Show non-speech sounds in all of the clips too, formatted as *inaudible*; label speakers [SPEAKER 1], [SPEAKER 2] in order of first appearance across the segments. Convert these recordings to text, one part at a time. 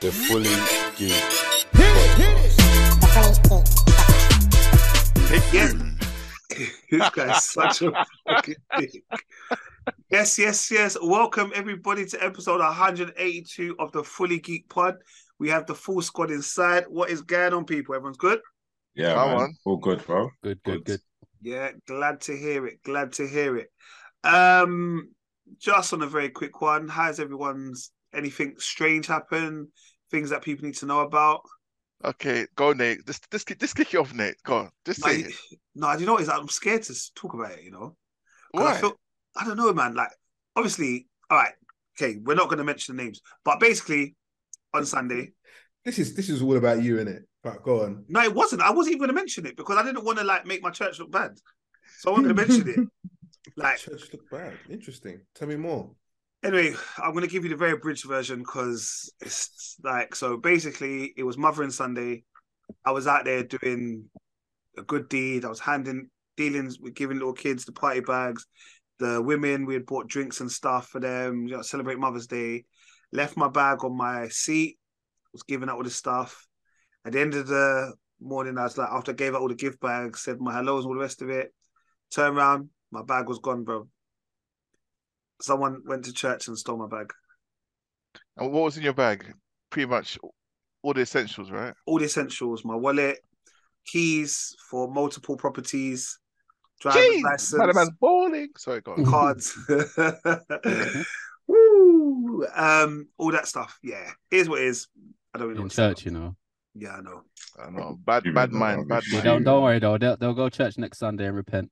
[SPEAKER 1] the fully geek.
[SPEAKER 2] Yes. this guy's such a fucking dick. Yes, yes, yes. Welcome everybody to episode 182 of the Fully Geek Pod. We have the full squad inside. What is going on, people? Everyone's good?
[SPEAKER 1] Yeah,
[SPEAKER 3] Come
[SPEAKER 1] man.
[SPEAKER 3] on.
[SPEAKER 1] All good, bro.
[SPEAKER 4] Good, good, good.
[SPEAKER 2] Yeah, glad to hear it. Glad to hear it. Um, just on a very quick one, has everyone's anything strange happened? Things that people need to know about?
[SPEAKER 3] Okay, go Nate. Just just kick- just kick it off, Nate. Go on. Just say
[SPEAKER 2] Like,
[SPEAKER 3] it.
[SPEAKER 2] no, do you know what it is? I'm scared to s- talk about it, you know? 'Cause
[SPEAKER 3] Why?
[SPEAKER 2] I feel I don't know, man. Like obviously, all right, okay, we're not going to mention the names, but basically, on Sunday,
[SPEAKER 5] This is this is all about you, innit? But go on.
[SPEAKER 2] no, it wasn't. I wasn't even going to mention it because I didn't want to like make my church look bad, so I wasn't going to mention it.
[SPEAKER 5] *laughs*
[SPEAKER 2] Like
[SPEAKER 5] Church look bad. Interesting. Tell me more.
[SPEAKER 2] anyway, I'm going to give you the very abridged version because it's like so. Basically, it was Mothering Sunday. I was out there doing a good deed. I was handing dealings with giving little kids the party bags. The women we had bought drinks and stuff for them. You know, celebrate Mother's Day. Left my bag on my seat. Was giving out all the stuff. At the end of the morning, I was like, after I gave out all the gift bags, said my hellos and all the rest of it. Turn around, my bag was gone, bro someone went to church and stole my bag.
[SPEAKER 3] And what was in your bag? Pretty much all the essentials, right?
[SPEAKER 2] All the essentials, my wallet, keys for multiple properties,
[SPEAKER 3] Jeez,
[SPEAKER 2] driver's
[SPEAKER 3] man, the
[SPEAKER 2] license,
[SPEAKER 3] man's balling. Sorry, go
[SPEAKER 2] *laughs*
[SPEAKER 3] on.
[SPEAKER 2] cards. Woo! Um, all that stuff. Yeah. Here's what it is. I don't really know.
[SPEAKER 4] In
[SPEAKER 2] what to say.
[SPEAKER 4] church, you know.
[SPEAKER 2] Yeah, I know.
[SPEAKER 3] I know. Bad
[SPEAKER 1] You
[SPEAKER 3] bad
[SPEAKER 1] remember
[SPEAKER 3] mind,
[SPEAKER 1] that
[SPEAKER 3] bad
[SPEAKER 1] we
[SPEAKER 4] They
[SPEAKER 1] should-
[SPEAKER 4] don't.
[SPEAKER 3] mind.
[SPEAKER 4] Don't worry though. They'll they'll go to church next Sunday and repent.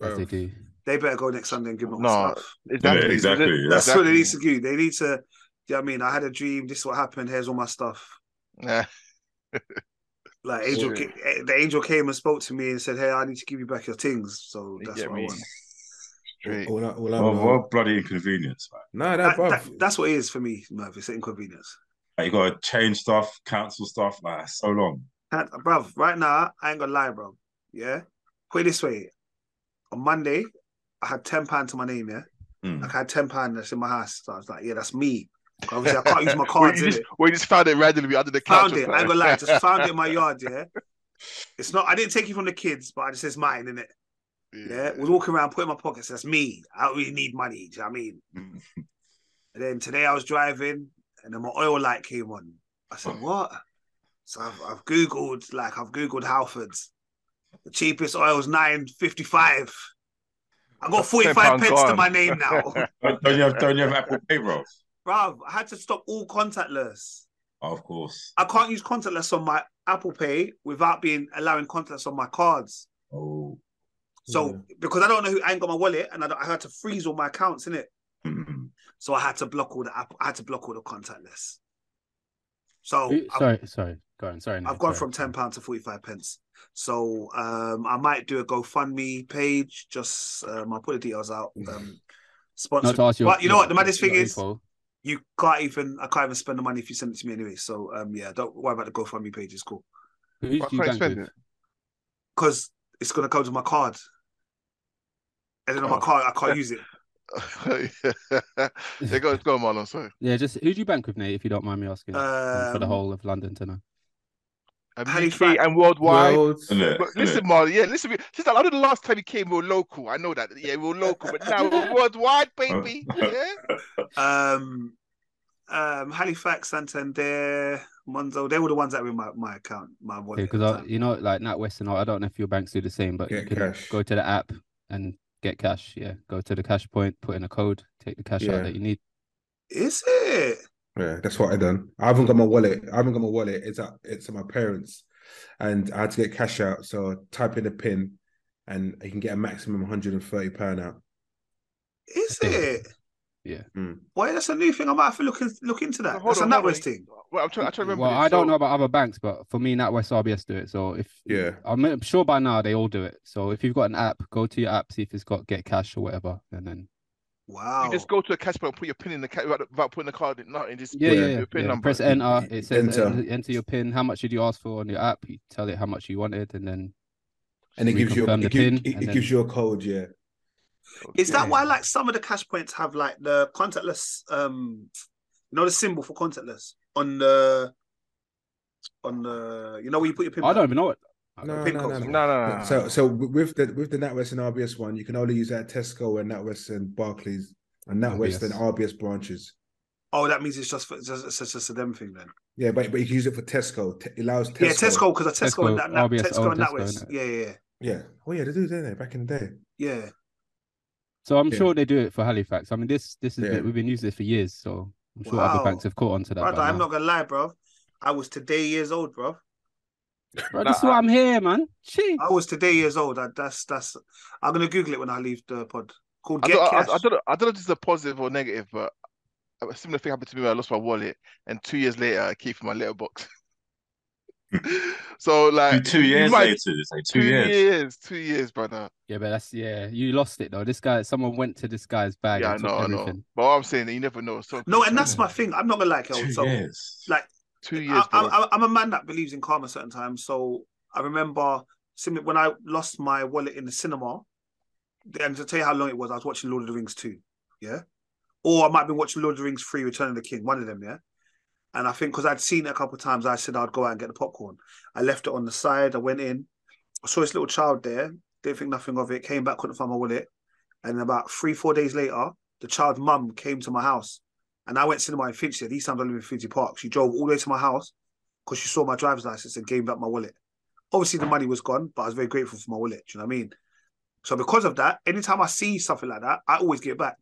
[SPEAKER 4] As they
[SPEAKER 5] Bruv.
[SPEAKER 4] do.
[SPEAKER 2] They better go next Sunday and give them
[SPEAKER 3] No,
[SPEAKER 2] all stuff.
[SPEAKER 3] Exactly.
[SPEAKER 1] Yeah, exactly,
[SPEAKER 2] That's what they
[SPEAKER 3] exactly.
[SPEAKER 2] need
[SPEAKER 3] *laughs*
[SPEAKER 2] to do. They need to. Yeah, I mean, I had a dream. This is what happened. Here's all my stuff.
[SPEAKER 3] Yeah.
[SPEAKER 2] Like angel,
[SPEAKER 3] Sure.
[SPEAKER 2] ca- the angel came and spoke to me and said, "Hey, I need to give you back your things." So
[SPEAKER 3] You
[SPEAKER 2] that's
[SPEAKER 3] get
[SPEAKER 2] what I
[SPEAKER 3] me?
[SPEAKER 2] want.
[SPEAKER 3] Straight.
[SPEAKER 5] All, I- all I
[SPEAKER 1] Well,
[SPEAKER 5] know-
[SPEAKER 1] what bloody inconvenience, man.
[SPEAKER 5] Nah,
[SPEAKER 2] That-
[SPEAKER 5] that, bruv.
[SPEAKER 2] that- that's what it is for me, Merv. It's an inconvenience.
[SPEAKER 1] Like, you gotta change stuff, cancel stuff, like so long.
[SPEAKER 2] Can't, bruv, right now, I ain't gonna lie, bro. Yeah? Put it this way. On Monday, I had £10 to my name, yeah?
[SPEAKER 3] Hmm.
[SPEAKER 5] Hmm.
[SPEAKER 1] Mm.
[SPEAKER 2] Like, I had £10 that's in my house. So I was like, yeah, that's me. Obviously, I can't use my cards
[SPEAKER 3] you,
[SPEAKER 2] in
[SPEAKER 3] just,
[SPEAKER 2] it.
[SPEAKER 3] *laughs* well, you just found it randomly under the couch.
[SPEAKER 2] Found
[SPEAKER 3] or
[SPEAKER 2] it. I
[SPEAKER 3] something.
[SPEAKER 2] ain't gonna
[SPEAKER 3] *laughs*
[SPEAKER 2] lie. Just found it in my yard, yeah? It's not, I didn't take it from the kids, but I just says mine, innit? Yeah? Was walking around, put it in my pockets. That's me. I don't really need money. Do you know what I mean?
[SPEAKER 3] *laughs*
[SPEAKER 1] Mm.
[SPEAKER 2] And then today I was driving and then my oil light came on. I
[SPEAKER 3] Oh.
[SPEAKER 2] said, what? So I've, I've Googled, like I've Googled Halfords. The cheapest oil is 9.55. I got
[SPEAKER 3] That's
[SPEAKER 2] 45
[SPEAKER 3] £10
[SPEAKER 2] pence to
[SPEAKER 3] gone.
[SPEAKER 2] my name now.
[SPEAKER 3] *laughs*
[SPEAKER 1] Don't don't you have don't you have Apple Pay, bro?
[SPEAKER 2] Bruv, I had to stop all contactless.
[SPEAKER 1] Oh, of course.
[SPEAKER 2] I can't use contactless on my Apple Pay without being allowing contactless on my cards.
[SPEAKER 1] Oh.
[SPEAKER 3] Hmm.
[SPEAKER 2] So because I don't know who I ain't got my wallet and I, don't- I had to freeze all my accounts in it.
[SPEAKER 1] Mm.
[SPEAKER 2] So I had to block all the app, I had to block all the contactless. So
[SPEAKER 4] Who-
[SPEAKER 2] Oh, I've
[SPEAKER 4] sorry, sorry. Go on. Sorry.
[SPEAKER 2] I've gone from ten pounds to forty five pence. So um, I might do a GoFundMe page. Just um, I'll put the
[SPEAKER 4] *sighs*
[SPEAKER 2] details out. Um,
[SPEAKER 4] Not
[SPEAKER 2] sponsored.
[SPEAKER 4] to ask you.
[SPEAKER 2] but you know what? The maddest thing is, you can't even. I can't even spend the money if you send it to me anyway. So um, yeah, don't worry about the GoFundMe page. It's cool
[SPEAKER 4] Who do
[SPEAKER 3] Why
[SPEAKER 4] you
[SPEAKER 3] can't you
[SPEAKER 4] bank
[SPEAKER 3] spend
[SPEAKER 4] with?
[SPEAKER 3] it?
[SPEAKER 2] because it's gonna come to my card. And then on my
[SPEAKER 3] Oh.
[SPEAKER 2] card, I can't use it.
[SPEAKER 3] *laughs* yeah, go, go on, Marlon. Sorry.
[SPEAKER 4] Yeah, just who do you bank with, Nate? If you don't mind me asking, um, for the
[SPEAKER 2] Um,
[SPEAKER 4] whole of London to know.
[SPEAKER 3] And
[SPEAKER 2] Halifax-
[SPEAKER 3] UK and worldwide.
[SPEAKER 1] Isn't it?
[SPEAKER 3] But
[SPEAKER 1] Isn't
[SPEAKER 3] listen,
[SPEAKER 1] it?
[SPEAKER 3] Marlon, yeah, listen. Since I know the last time you came, we were local. I know that. Yeah, we were local, but now
[SPEAKER 1] *laughs*
[SPEAKER 3] we're worldwide, baby.
[SPEAKER 1] Oh.
[SPEAKER 3] Yeah.
[SPEAKER 2] Um, um, Halifax, Santander, Monzo. They were the ones that were in my, my account, my wallet. at
[SPEAKER 4] Because
[SPEAKER 2] the
[SPEAKER 4] I
[SPEAKER 2] time.
[SPEAKER 4] you know, like NatWest and all, I don't know if your banks do the same, but you
[SPEAKER 5] Get
[SPEAKER 4] can
[SPEAKER 5] cash.
[SPEAKER 4] go to the app and get cash. Yeah, go to the cash point, put in a code, take the cash
[SPEAKER 5] Yeah.
[SPEAKER 4] out that you need.
[SPEAKER 2] Is it?
[SPEAKER 5] Yeah, that's what I done. I haven't got my wallet. I haven't got my wallet. It's at it's at my parents, and I had to get cash out. So I type in a pin, and you can get a maximum 130 pound out.
[SPEAKER 2] Is
[SPEAKER 4] Yeah.
[SPEAKER 2] it?
[SPEAKER 5] Mm.
[SPEAKER 2] Why that's a new thing. I might have to look in, look into that.
[SPEAKER 3] So hold
[SPEAKER 2] that's
[SPEAKER 3] on,
[SPEAKER 2] a
[SPEAKER 3] hold on.
[SPEAKER 2] NatWest thing.
[SPEAKER 3] Well, I'm trying, I'm trying to remember.
[SPEAKER 4] Well,
[SPEAKER 3] this.
[SPEAKER 4] I don't
[SPEAKER 3] So-
[SPEAKER 4] know about other banks, but for me, NatWest RBS do it. So if
[SPEAKER 5] Yeah,
[SPEAKER 4] I'm I'm sure by now they all do it. So if you've got an app, go to your app, see if it's got get cash or whatever, and then
[SPEAKER 2] Wow.
[SPEAKER 3] You just go to a cash point and put your pin in the ca- without, without putting the card in, nothing. Just
[SPEAKER 4] yeah,
[SPEAKER 3] put
[SPEAKER 4] yeah,
[SPEAKER 5] Yeah.
[SPEAKER 4] yeah.
[SPEAKER 3] your pin
[SPEAKER 4] yeah.
[SPEAKER 3] number.
[SPEAKER 4] Press enter. It says
[SPEAKER 5] E- Enter.
[SPEAKER 4] enter. enter your pin. How much did you ask for on your app? You tell it how much you wanted, and then
[SPEAKER 5] and it gives you
[SPEAKER 4] Reconfirm
[SPEAKER 5] a,
[SPEAKER 4] the
[SPEAKER 5] it, gives,
[SPEAKER 4] pin,
[SPEAKER 5] it, it
[SPEAKER 4] and then-
[SPEAKER 5] gives you a code. Yeah,
[SPEAKER 2] Is that
[SPEAKER 4] Yeah.
[SPEAKER 2] why like some of the cash points have like the contactless um You know the symbol for contactless on the on the you know where you put your pin.
[SPEAKER 4] I don't even know what.
[SPEAKER 5] No,
[SPEAKER 2] Pin
[SPEAKER 5] no,
[SPEAKER 2] codes.
[SPEAKER 5] no, no.
[SPEAKER 3] No, no, no.
[SPEAKER 5] So, so with the with the NatWest and RBS one, you can only use that at Tesco and NatWest and Barclays and NatWest and RBS branches.
[SPEAKER 2] Oh, that means it's just for, it's just, it's just a them thing then.
[SPEAKER 5] Yeah, but but you can use it for Tesco. Te- it allows Tesco.
[SPEAKER 2] Yeah, Tesco because Tesco,
[SPEAKER 4] Tesco,
[SPEAKER 2] and that, that
[SPEAKER 4] RBS
[SPEAKER 2] Tesco and
[SPEAKER 4] own
[SPEAKER 2] that
[SPEAKER 4] Tesco,
[SPEAKER 2] was
[SPEAKER 4] innit?
[SPEAKER 2] yeah, yeah,
[SPEAKER 5] Yeah. Oh yeah, they do, don't they? Back in the day.
[SPEAKER 2] yeah.
[SPEAKER 4] So I'm
[SPEAKER 5] Yeah.
[SPEAKER 4] sure they do it for Halifax. I mean, this this is
[SPEAKER 5] Yeah.
[SPEAKER 4] we've been using this for years, so I'm sure other
[SPEAKER 2] Wow.
[SPEAKER 4] banks have caught on to that.
[SPEAKER 2] Brother,
[SPEAKER 4] by
[SPEAKER 2] I'm
[SPEAKER 4] now.
[SPEAKER 2] not gonna lie, bro. I was today years old, bro.
[SPEAKER 4] Bro,
[SPEAKER 3] Nah,
[SPEAKER 4] this is why I'm here, man. Gee.
[SPEAKER 2] I was today years old. I, that's that's. I'm gonna Google it when I leave the pod. Called
[SPEAKER 3] I
[SPEAKER 2] Get
[SPEAKER 3] don't, I, I
[SPEAKER 2] Cash.
[SPEAKER 3] don't know, I don't know if this is a positive or negative, but a similar thing happened to me where I lost my wallet, and two years later, I keep it in my
[SPEAKER 1] *laughs*
[SPEAKER 3] letterbox. so, like,
[SPEAKER 1] two
[SPEAKER 3] you
[SPEAKER 1] years
[SPEAKER 3] might-
[SPEAKER 1] later, it's like
[SPEAKER 3] two
[SPEAKER 1] two years.
[SPEAKER 3] years, two years, brother.
[SPEAKER 4] Yeah, but that's yeah. You lost it though. This guy, someone went to this guy's bag
[SPEAKER 3] Yeah, I
[SPEAKER 4] and took
[SPEAKER 3] know, I know.
[SPEAKER 4] everything.
[SPEAKER 3] But what I'm saying, you never know. So
[SPEAKER 2] No, and that's my thing. I'm not gonna lie, Kel.
[SPEAKER 1] Two
[SPEAKER 2] So
[SPEAKER 1] years.
[SPEAKER 2] like,
[SPEAKER 3] two years.
[SPEAKER 2] I,
[SPEAKER 3] bro.
[SPEAKER 2] I, I'm a man that believes in karma. Certain times, so I remember simi- when I lost my wallet in the cinema. And to tell you how long it was, I was watching Lord of the Rings two, yeah, or I might have been watching Lord of the Rings three, Return of the King, one of them, yeah. And I think because I'd seen it a couple of times, I said I'd go out and get the popcorn. I left it on the side. I went in, I saw this little child there. Didn't think nothing of it. Came back, couldn't find my wallet. And about three, four days later, the child's mum came to my house. And I went cinema in Finchley. These times I live in Finchley Park. She drove all the way to my house because she saw my driver's license and gave back my wallet. Obviously, the money was gone, but I was very grateful for my wallet. Do you know what I mean? So because of that, anytime I see something like that, I always get back.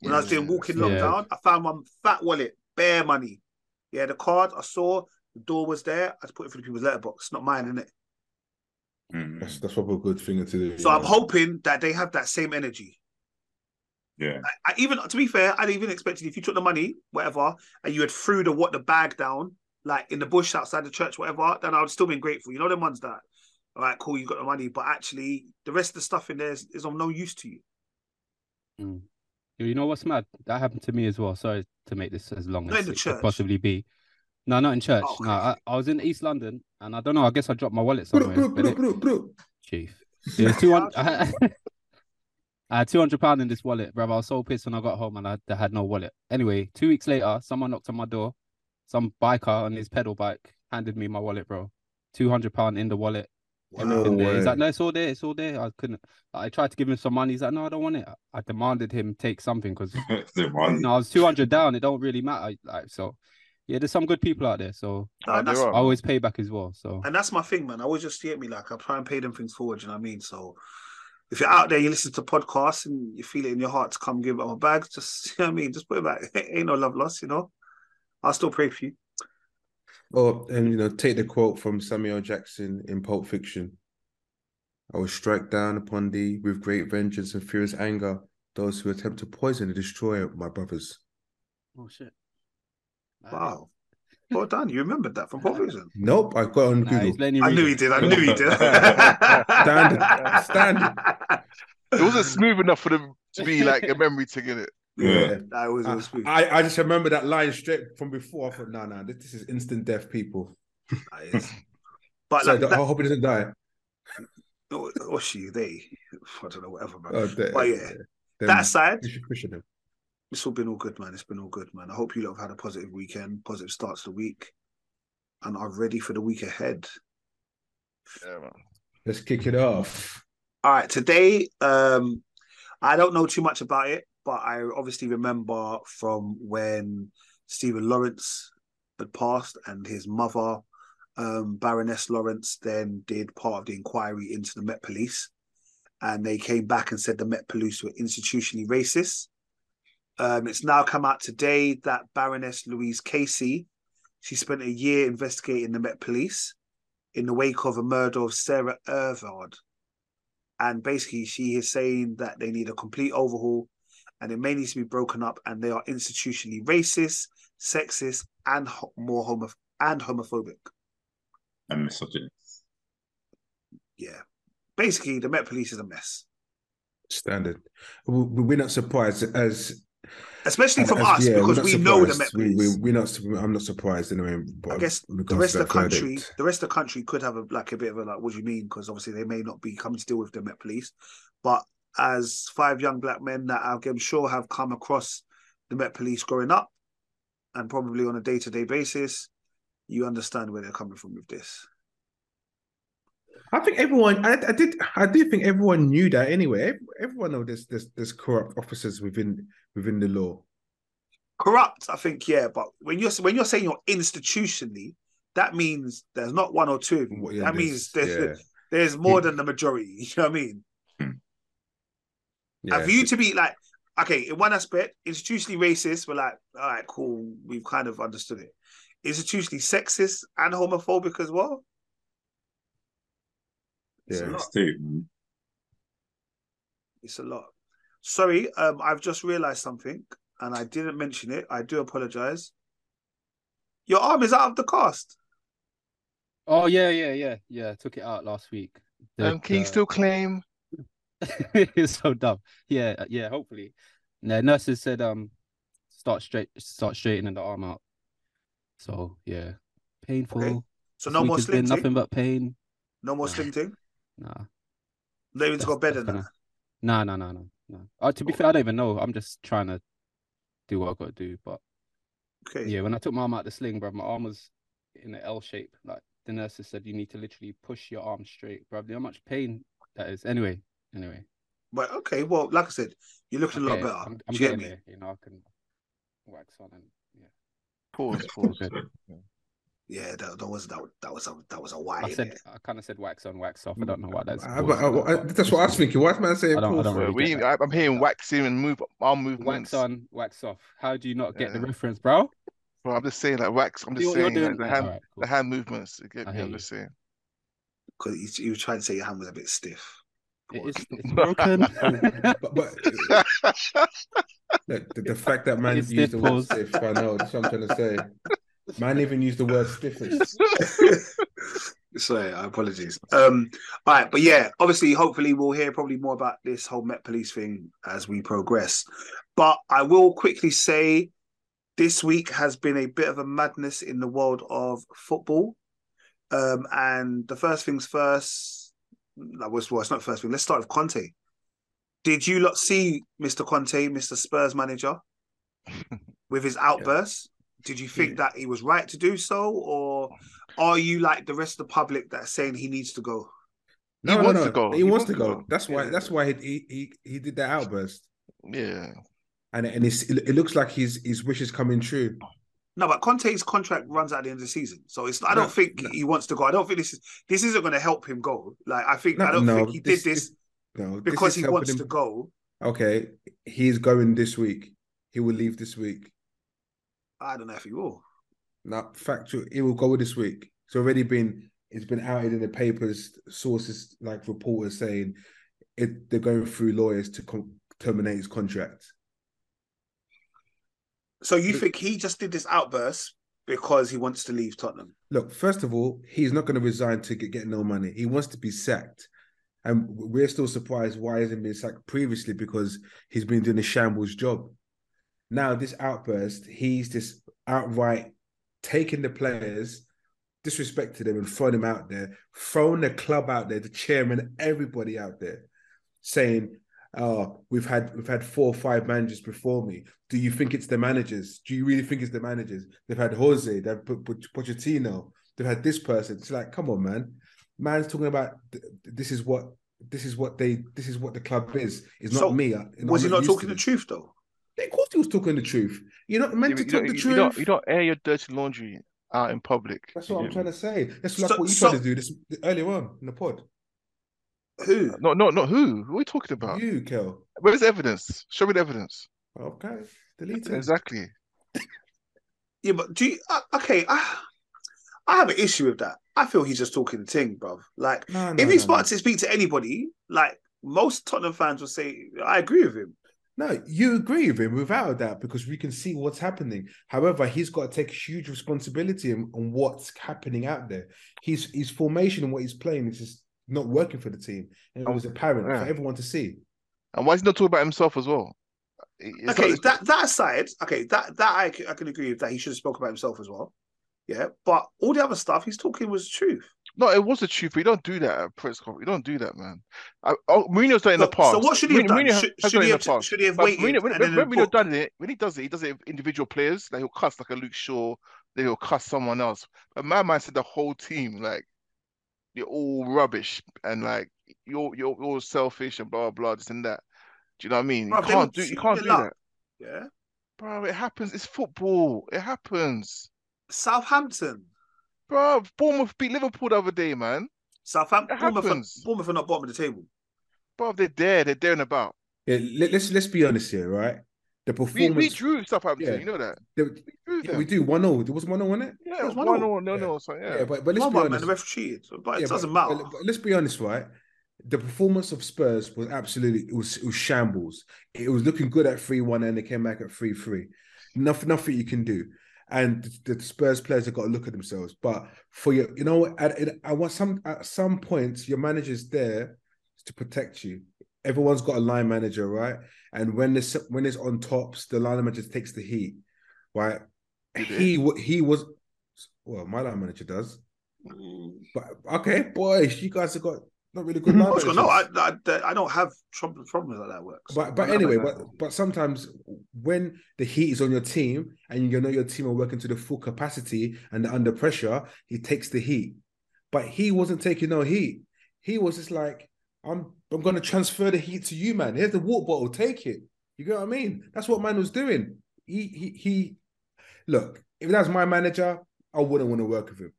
[SPEAKER 2] When I was doing
[SPEAKER 3] Yeah.
[SPEAKER 2] walking
[SPEAKER 4] Yeah.
[SPEAKER 2] lockdown, I found one fat wallet, bare money. Yeah, the card I saw, the door was there. I just put it through the people's letterbox, not mine, innit?
[SPEAKER 1] Mm,
[SPEAKER 5] That's that's probably a good thing to do.
[SPEAKER 2] So I'm hoping that they have that same energy.
[SPEAKER 1] yeah. *laughs*
[SPEAKER 2] I even to be fair, I'd even expected if you took the money, whatever, and you had threw the what the bag down, like in the bush outside the church, whatever, then I would still been grateful. You know them ones that, all right, cool, you got the money, but actually the rest of the stuff in there is, is of no use to you.
[SPEAKER 4] Mm. You know what's mad? That happened to me as well. Sorry to make this as long
[SPEAKER 2] Not
[SPEAKER 4] as
[SPEAKER 2] in the
[SPEAKER 4] it could
[SPEAKER 2] church.
[SPEAKER 4] possibly be. No, not in church.
[SPEAKER 2] Oh,
[SPEAKER 4] No, I,
[SPEAKER 2] okay.
[SPEAKER 4] I was in East London, and I don't know. I guess I dropped my wallet
[SPEAKER 5] Bro,
[SPEAKER 4] somewhere.
[SPEAKER 5] bro,
[SPEAKER 4] but
[SPEAKER 5] bro,
[SPEAKER 4] it-
[SPEAKER 5] bro, bro.
[SPEAKER 4] Chief. It was two hundred. *laughs* I had two hundred pound in this wallet, bruv. I was so pissed when I got home and I, I had no wallet. Anyway, two weeks later, someone knocked on my door. Some biker on his pedal bike handed me my wallet, bro. Two hundred pound in the wallet. Everything
[SPEAKER 5] No
[SPEAKER 4] there. He's like,
[SPEAKER 5] way.
[SPEAKER 4] no, it's all there. It's all there. I couldn't. I tried to give him some money. He's like, no, I don't want it. I- I demanded him take something because
[SPEAKER 1] The one.
[SPEAKER 4] no, I was two hundred down. It don't really matter. Like so, yeah. There's some good people out there. So
[SPEAKER 2] No,
[SPEAKER 3] Oh,
[SPEAKER 2] and
[SPEAKER 3] there
[SPEAKER 2] that's
[SPEAKER 4] I
[SPEAKER 3] are.
[SPEAKER 4] always pay back as well. So
[SPEAKER 2] And that's my thing, man. I always just see at me like I try and pay them things forward. You know what I mean? So if you're out there, you listen to podcasts and you feel it in your heart to come give up a bag, just *laughs* you know what I mean. Just put it back. Ain't no love lost, you know. I'll still pray for you.
[SPEAKER 5] Or Oh, and you know, take the quote from Samuel Jackson in Pulp Fiction. I will strike down upon thee with great vengeance and furious anger those who attempt to poison and destroy my brothers.
[SPEAKER 4] oh shit.
[SPEAKER 2] Wow. Well done. You remembered that from Pulp Fiction.
[SPEAKER 5] Nope, I got it on
[SPEAKER 4] Nah, he's
[SPEAKER 5] Google.
[SPEAKER 4] letting you
[SPEAKER 2] I
[SPEAKER 4] read
[SPEAKER 2] knew
[SPEAKER 4] it.
[SPEAKER 2] he did. I knew he did.
[SPEAKER 5] Standard. Standard.
[SPEAKER 3] It wasn't smooth enough for them to be like a memory thing in it.
[SPEAKER 1] Yeah.
[SPEAKER 2] That was, it was sweet.
[SPEAKER 5] I, I just remember that line straight from before. I thought, no, no, this, this is instant death, people.
[SPEAKER 2] That is- But
[SPEAKER 5] So
[SPEAKER 2] like, that,
[SPEAKER 5] I hope it doesn't die.
[SPEAKER 2] or, or she, they, I don't know, whatever, man.
[SPEAKER 5] Oh, they-
[SPEAKER 2] But yeah,
[SPEAKER 5] them-
[SPEAKER 2] that aside,
[SPEAKER 5] you should question them.
[SPEAKER 2] it's all been all good, man. It's been all good, man. I hope you lot have had a positive weekend, positive starts to the week, and are ready for the week ahead.
[SPEAKER 3] Yeah, man.
[SPEAKER 5] Let's kick it off.
[SPEAKER 2] All right, today, um, I don't know too much about it, but I obviously remember from when Stephen Lawrence had passed and his mother, um, Baroness Lawrence, then did part of the inquiry into the Met Police. And they came back and said the Met Police were institutionally racist. Um, it's now come out today that Baroness Louise Casey, she spent a year investigating the Met Police in the wake of a murder of Sarah Irvard and basically she is saying that they need a complete overhaul and it may need to be broken up and they are institutionally racist sexist and ho- more homo- and homophobic
[SPEAKER 1] And misogyny.
[SPEAKER 2] yeah basically the met police is a mess
[SPEAKER 5] Standard. We- we- We're not surprised as
[SPEAKER 2] especially
[SPEAKER 5] as-
[SPEAKER 2] from
[SPEAKER 5] as-
[SPEAKER 2] us
[SPEAKER 5] yeah, we're
[SPEAKER 2] because
[SPEAKER 5] not
[SPEAKER 2] we know the met
[SPEAKER 5] surprised.
[SPEAKER 2] police
[SPEAKER 5] We, we, are not. su- I'm not surprised in a way. but
[SPEAKER 2] I guess
[SPEAKER 5] when it
[SPEAKER 2] the
[SPEAKER 5] comes
[SPEAKER 2] rest
[SPEAKER 5] to
[SPEAKER 2] of the
[SPEAKER 5] that
[SPEAKER 2] country,
[SPEAKER 5] verdict.
[SPEAKER 2] the rest of the country could have a like a bit of a like, what do you mean? Because obviously they may not be coming to deal with the Met Police, but as five young black men that I'm sure have come across the Met Police growing up, and probably on a day to day basis, you understand where they're coming from with this.
[SPEAKER 5] I think everyone. I, I did. I do think everyone knew that anyway. Ev- Everyone know there's there's there's corrupt officers within within the law.
[SPEAKER 2] Corrupt, I think, yeah, but when you're when you're saying you're institutionally, that means there's not one or two of you.
[SPEAKER 5] Yeah,
[SPEAKER 2] that
[SPEAKER 5] there's-
[SPEAKER 2] means there's
[SPEAKER 5] yeah,
[SPEAKER 2] there's more than the majority. *laughs* You know what I mean?
[SPEAKER 5] yeah.
[SPEAKER 2] And for you to be like, okay, in one aspect, institutionally racist, we're like, all right, cool, we've kind of understood it. Institutionally sexist and homophobic as well. It's a
[SPEAKER 5] Yeah.
[SPEAKER 2] lot.
[SPEAKER 1] Let's do it, man.
[SPEAKER 2] It's a lot. Sorry, um, I've just realised something, and I didn't mention it. I do apologise. Your arm is out of the cast.
[SPEAKER 4] Oh yeah, yeah, yeah, yeah. Took it out last week. The-
[SPEAKER 3] Um, can you
[SPEAKER 4] the-
[SPEAKER 3] still claim?
[SPEAKER 4] *laughs* it's so dumb. Yeah, uh, yeah. Hopefully, no nurses said um, start straight, start straightening the arm out. So yeah, painful.
[SPEAKER 2] So
[SPEAKER 4] This
[SPEAKER 2] no
[SPEAKER 4] week
[SPEAKER 2] more eh?
[SPEAKER 4] has been
[SPEAKER 2] sling
[SPEAKER 4] nothing
[SPEAKER 2] ting.
[SPEAKER 4] but pain.
[SPEAKER 2] No
[SPEAKER 4] *laughs*
[SPEAKER 2] more
[SPEAKER 4] Nah.
[SPEAKER 2] sling ting.
[SPEAKER 4] Nah,
[SPEAKER 2] No need to go
[SPEAKER 4] that's-
[SPEAKER 2] bed
[SPEAKER 4] that's
[SPEAKER 2] and that.
[SPEAKER 4] gonna- nah, nah, nah, nah, nah. Uh, to be fair, I don't even know. I'm just trying to do what I got to do. But
[SPEAKER 2] Okay.
[SPEAKER 4] yeah, when I took my arm out the sling, bro, my arm was in an L shape. Like the nurses said, you need to literally push your arm straight, bro. How much pain that is. Anyway, anyway.
[SPEAKER 2] But okay, well, like I said, you're looking a lot
[SPEAKER 4] Okay,
[SPEAKER 2] better.
[SPEAKER 4] I'm,
[SPEAKER 2] Do
[SPEAKER 4] I'm
[SPEAKER 2] you get
[SPEAKER 4] getting
[SPEAKER 2] me?
[SPEAKER 4] there. You know, I can wax on and yeah.
[SPEAKER 3] *laughs* Pause, pause.
[SPEAKER 4] Good.
[SPEAKER 2] Yeah, that, that was that, was- that was a that was a why.
[SPEAKER 4] I said
[SPEAKER 2] innit?
[SPEAKER 4] I kind of said wax on, wax off. I don't know why that's.
[SPEAKER 5] I- but I- I- uh, that's what I was thinking. Why is man saying
[SPEAKER 4] I don't- I
[SPEAKER 5] pause?
[SPEAKER 4] don't
[SPEAKER 3] Well,
[SPEAKER 4] really
[SPEAKER 3] we,
[SPEAKER 4] get
[SPEAKER 3] I- I'm hearing waxing and move arm movements.
[SPEAKER 4] Wax on, wax off. How do you not get the
[SPEAKER 3] Yeah.
[SPEAKER 4] reference, bro?
[SPEAKER 3] Well, I'm just saying like wax. I'm
[SPEAKER 4] See
[SPEAKER 3] just
[SPEAKER 4] what you're
[SPEAKER 3] saying
[SPEAKER 4] doing.
[SPEAKER 3] like, the
[SPEAKER 4] Yeah,
[SPEAKER 3] hand,
[SPEAKER 4] alright, cool.
[SPEAKER 3] the hand movements. You get
[SPEAKER 4] I
[SPEAKER 3] me?
[SPEAKER 4] hear
[SPEAKER 3] I'm
[SPEAKER 4] you.
[SPEAKER 3] just saying.
[SPEAKER 2] because he, he was trying to say your hand was a bit stiff.
[SPEAKER 4] It is,
[SPEAKER 3] *laughs*
[SPEAKER 4] it's broken.
[SPEAKER 5] but but look, the, the fact that man
[SPEAKER 4] It's
[SPEAKER 5] used the word
[SPEAKER 4] nipples.
[SPEAKER 5] stiff, I know. That's what I'm trying to say. Man even used the word stiffest.
[SPEAKER 2] *laughs* Sorry, I apologies. Um, all right, but yeah, obviously, hopefully, we'll hear probably more about this whole Met Police thing as we progress. But I will quickly say this week has been a bit of a madness in the world of football. Um, and the first things first, that was well, it's not first thing. Let's start with Conte. Did you lot see Mr. Conte, Mr. Spurs manager, with his outbursts? Did you think that he was right to do so, or are you like the rest of the public that's saying he needs to go?
[SPEAKER 5] No,
[SPEAKER 3] wants
[SPEAKER 5] no,
[SPEAKER 3] to
[SPEAKER 5] no.
[SPEAKER 3] go.
[SPEAKER 5] He,
[SPEAKER 3] He wants
[SPEAKER 5] wants, to
[SPEAKER 3] to
[SPEAKER 5] go.
[SPEAKER 3] go.
[SPEAKER 5] That's why.
[SPEAKER 3] Yeah.
[SPEAKER 5] That's why he he he did that outburst,
[SPEAKER 3] Yeah.
[SPEAKER 5] and and it's, it looks like his his wish is coming true.
[SPEAKER 2] No, but Conte's contract runs out at the end of the season, so it's. I
[SPEAKER 5] No,
[SPEAKER 2] don't think
[SPEAKER 5] no.
[SPEAKER 2] he wants to go. I don't think this is. This isn't going to help him go. Like I think I
[SPEAKER 5] No,
[SPEAKER 2] don't
[SPEAKER 5] no,
[SPEAKER 2] think he
[SPEAKER 5] this-
[SPEAKER 2] did this,
[SPEAKER 5] this- No, this
[SPEAKER 2] because
[SPEAKER 5] is
[SPEAKER 2] he
[SPEAKER 5] helping
[SPEAKER 2] wants
[SPEAKER 5] him-
[SPEAKER 2] to go.
[SPEAKER 5] Okay, he's going this week. He will leave this week.
[SPEAKER 2] I don't know if he will.
[SPEAKER 5] Now, factual, it will go this week. It's already been it's been outed in the papers. Sources like reporters saying it, they're going through lawyers to com- terminate his contract.
[SPEAKER 2] So you think he just did this outburst because he wants to leave Tottenham?
[SPEAKER 5] Look, first of all, he's not going to resign to get, get no money. He wants to be sacked, and we're still surprised why he hasn't been sacked previously because he's been doing a shambles job. Now this outburst, he's just outright taking the players, disrespected them, and thrown them out there, thrown the club out there, the chairman, everybody out there, saying, "Oh, we've had we've had four or five managers before me. Do you think it's the managers? Do you really think it's the managers? They've had Jose, they've put Pochettino, they've had this person. It's like, come on, man. Man's talking about th- this is what." This is what they. This is what the club is. It's not
[SPEAKER 2] So,
[SPEAKER 5] me. I- I'm
[SPEAKER 2] Was he not
[SPEAKER 5] used to
[SPEAKER 2] talking the
[SPEAKER 5] this.
[SPEAKER 2] truth though?
[SPEAKER 5] Yeah, Of course, he was talking the truth. You're not meant
[SPEAKER 3] You,
[SPEAKER 5] to
[SPEAKER 3] you
[SPEAKER 5] talk
[SPEAKER 3] don't,
[SPEAKER 5] the
[SPEAKER 3] you,
[SPEAKER 5] truth.
[SPEAKER 3] don't, you don't air your dirty laundry out in public.
[SPEAKER 5] That's
[SPEAKER 3] you
[SPEAKER 5] what I'm
[SPEAKER 3] get
[SPEAKER 5] trying
[SPEAKER 3] me?
[SPEAKER 5] to say. That's
[SPEAKER 2] So-
[SPEAKER 5] like what you
[SPEAKER 2] so-
[SPEAKER 5] tried to do this earlier on in the pod.
[SPEAKER 2] Who?
[SPEAKER 3] No, no, no. Who? Who are we talking about?
[SPEAKER 5] You, Kel.
[SPEAKER 3] Where's the evidence? Show me the evidence.
[SPEAKER 5] Okay, delete it.
[SPEAKER 3] Exactly.
[SPEAKER 2] Yeah, but do you, uh, okay. I, I have an issue with that. I feel he's just talking the ting, bruv. Like
[SPEAKER 5] No, no,
[SPEAKER 2] if he's
[SPEAKER 5] no, no.
[SPEAKER 2] about to speak to anybody, like most Tottenham fans will say, I agree with him.
[SPEAKER 5] No, you agree with him without that because we can see what's happening. However, he's got to take huge responsibility on, on what's happening out there. His his formation and what he's playing is just not working for the team, and it was apparent
[SPEAKER 3] Oh, Yeah.
[SPEAKER 5] for everyone to see.
[SPEAKER 3] And why is he not talking about himself as well? It- it's not-
[SPEAKER 2] okay,
[SPEAKER 3] it's-
[SPEAKER 2] that that aside, okay, that that I, c- I can agree with that. He should have spoken about himself as well. Yeah, but all the other stuff he's talking was the truth.
[SPEAKER 3] No, it was a trooper. You don't do that at press conference. You don't do that, man. I, oh, Mourinho's done it in the
[SPEAKER 2] So-
[SPEAKER 3] past.
[SPEAKER 2] So what should he have
[SPEAKER 3] Mourinho-
[SPEAKER 2] done?
[SPEAKER 3] Mourinho
[SPEAKER 2] Should,
[SPEAKER 3] has
[SPEAKER 2] should
[SPEAKER 3] done it
[SPEAKER 2] he
[SPEAKER 3] in
[SPEAKER 2] have,
[SPEAKER 3] the past.
[SPEAKER 2] should he have
[SPEAKER 3] But
[SPEAKER 2] waited?
[SPEAKER 3] Mourinho, when,
[SPEAKER 2] and then
[SPEAKER 3] when, when Mourinho
[SPEAKER 2] booked?
[SPEAKER 3] done it, when he does it, he does it with individual players. Like he'll cuss like a Luke Shaw, then he'll cuss someone else. But my man said the whole team, like you're all rubbish and like you're you're all selfish and blah blah this and that. Do you know what I mean? you
[SPEAKER 2] Bruv, they
[SPEAKER 3] can't
[SPEAKER 2] were
[SPEAKER 3] do you can't do
[SPEAKER 2] teaming up.
[SPEAKER 3] that,
[SPEAKER 2] yeah.
[SPEAKER 3] bro. It happens. It's football. It happens,
[SPEAKER 2] Southampton.
[SPEAKER 3] bro. Bournemouth beat Liverpool the other day, man.
[SPEAKER 2] Southampton.
[SPEAKER 3] It
[SPEAKER 2] Bournemouth, are-
[SPEAKER 3] happens.
[SPEAKER 2] Bournemouth are not bottom of the table.
[SPEAKER 3] Bro, they're there. They're there and about.
[SPEAKER 5] Yeah, let, us let's be honest here, right? The
[SPEAKER 3] We,
[SPEAKER 5] performance
[SPEAKER 3] we drew Southampton,
[SPEAKER 5] yeah.
[SPEAKER 3] you know that.
[SPEAKER 5] the-
[SPEAKER 3] We drew
[SPEAKER 5] yeah,
[SPEAKER 3] them.
[SPEAKER 5] we do one 0 There was one 0 in it.
[SPEAKER 3] Yeah,
[SPEAKER 2] It was
[SPEAKER 3] one
[SPEAKER 2] 1-0.
[SPEAKER 3] or no,
[SPEAKER 5] Yeah.
[SPEAKER 3] no, so yeah.
[SPEAKER 5] Yeah, but but let's
[SPEAKER 2] Come
[SPEAKER 5] be
[SPEAKER 2] on, man,
[SPEAKER 5] honest.
[SPEAKER 2] the ref cheated, so- but it
[SPEAKER 5] Yeah,
[SPEAKER 2] doesn't
[SPEAKER 5] but-
[SPEAKER 2] matter.
[SPEAKER 5] but- but let's be honest, right? The performance of Spurs was absolutely it was, it was shambles. It was looking good at three one, and they came back at three three. Nothing, nothing you can do. And the, the Spurs players have got to look at themselves. But for your, you know, what, at, at, at what some at some point, your manager's there to protect you. Everyone's got a line manager, right? And when this when it's on tops, the line manager takes the heat, right?
[SPEAKER 3] Did it?
[SPEAKER 5] He wa- he was well, my line manager does.
[SPEAKER 3] Mm,
[SPEAKER 5] But okay, boys, you guys have got not really good
[SPEAKER 2] I was
[SPEAKER 5] numbers.
[SPEAKER 2] Mm-hmm. going, no, I, I, I don't have trouble, problems like that. Works,
[SPEAKER 5] But but anyway, but but sometimes when the heat is on your team and you know your team are working to the full capacity and they're under pressure, he takes the heat. But he wasn't taking no heat. He was just like, I'm I'm gonna transfer the heat to you, man. Here's the water bottle, take it. You get what I mean? That's what man was doing. He he he look, if that's my manager, I wouldn't want to work with him.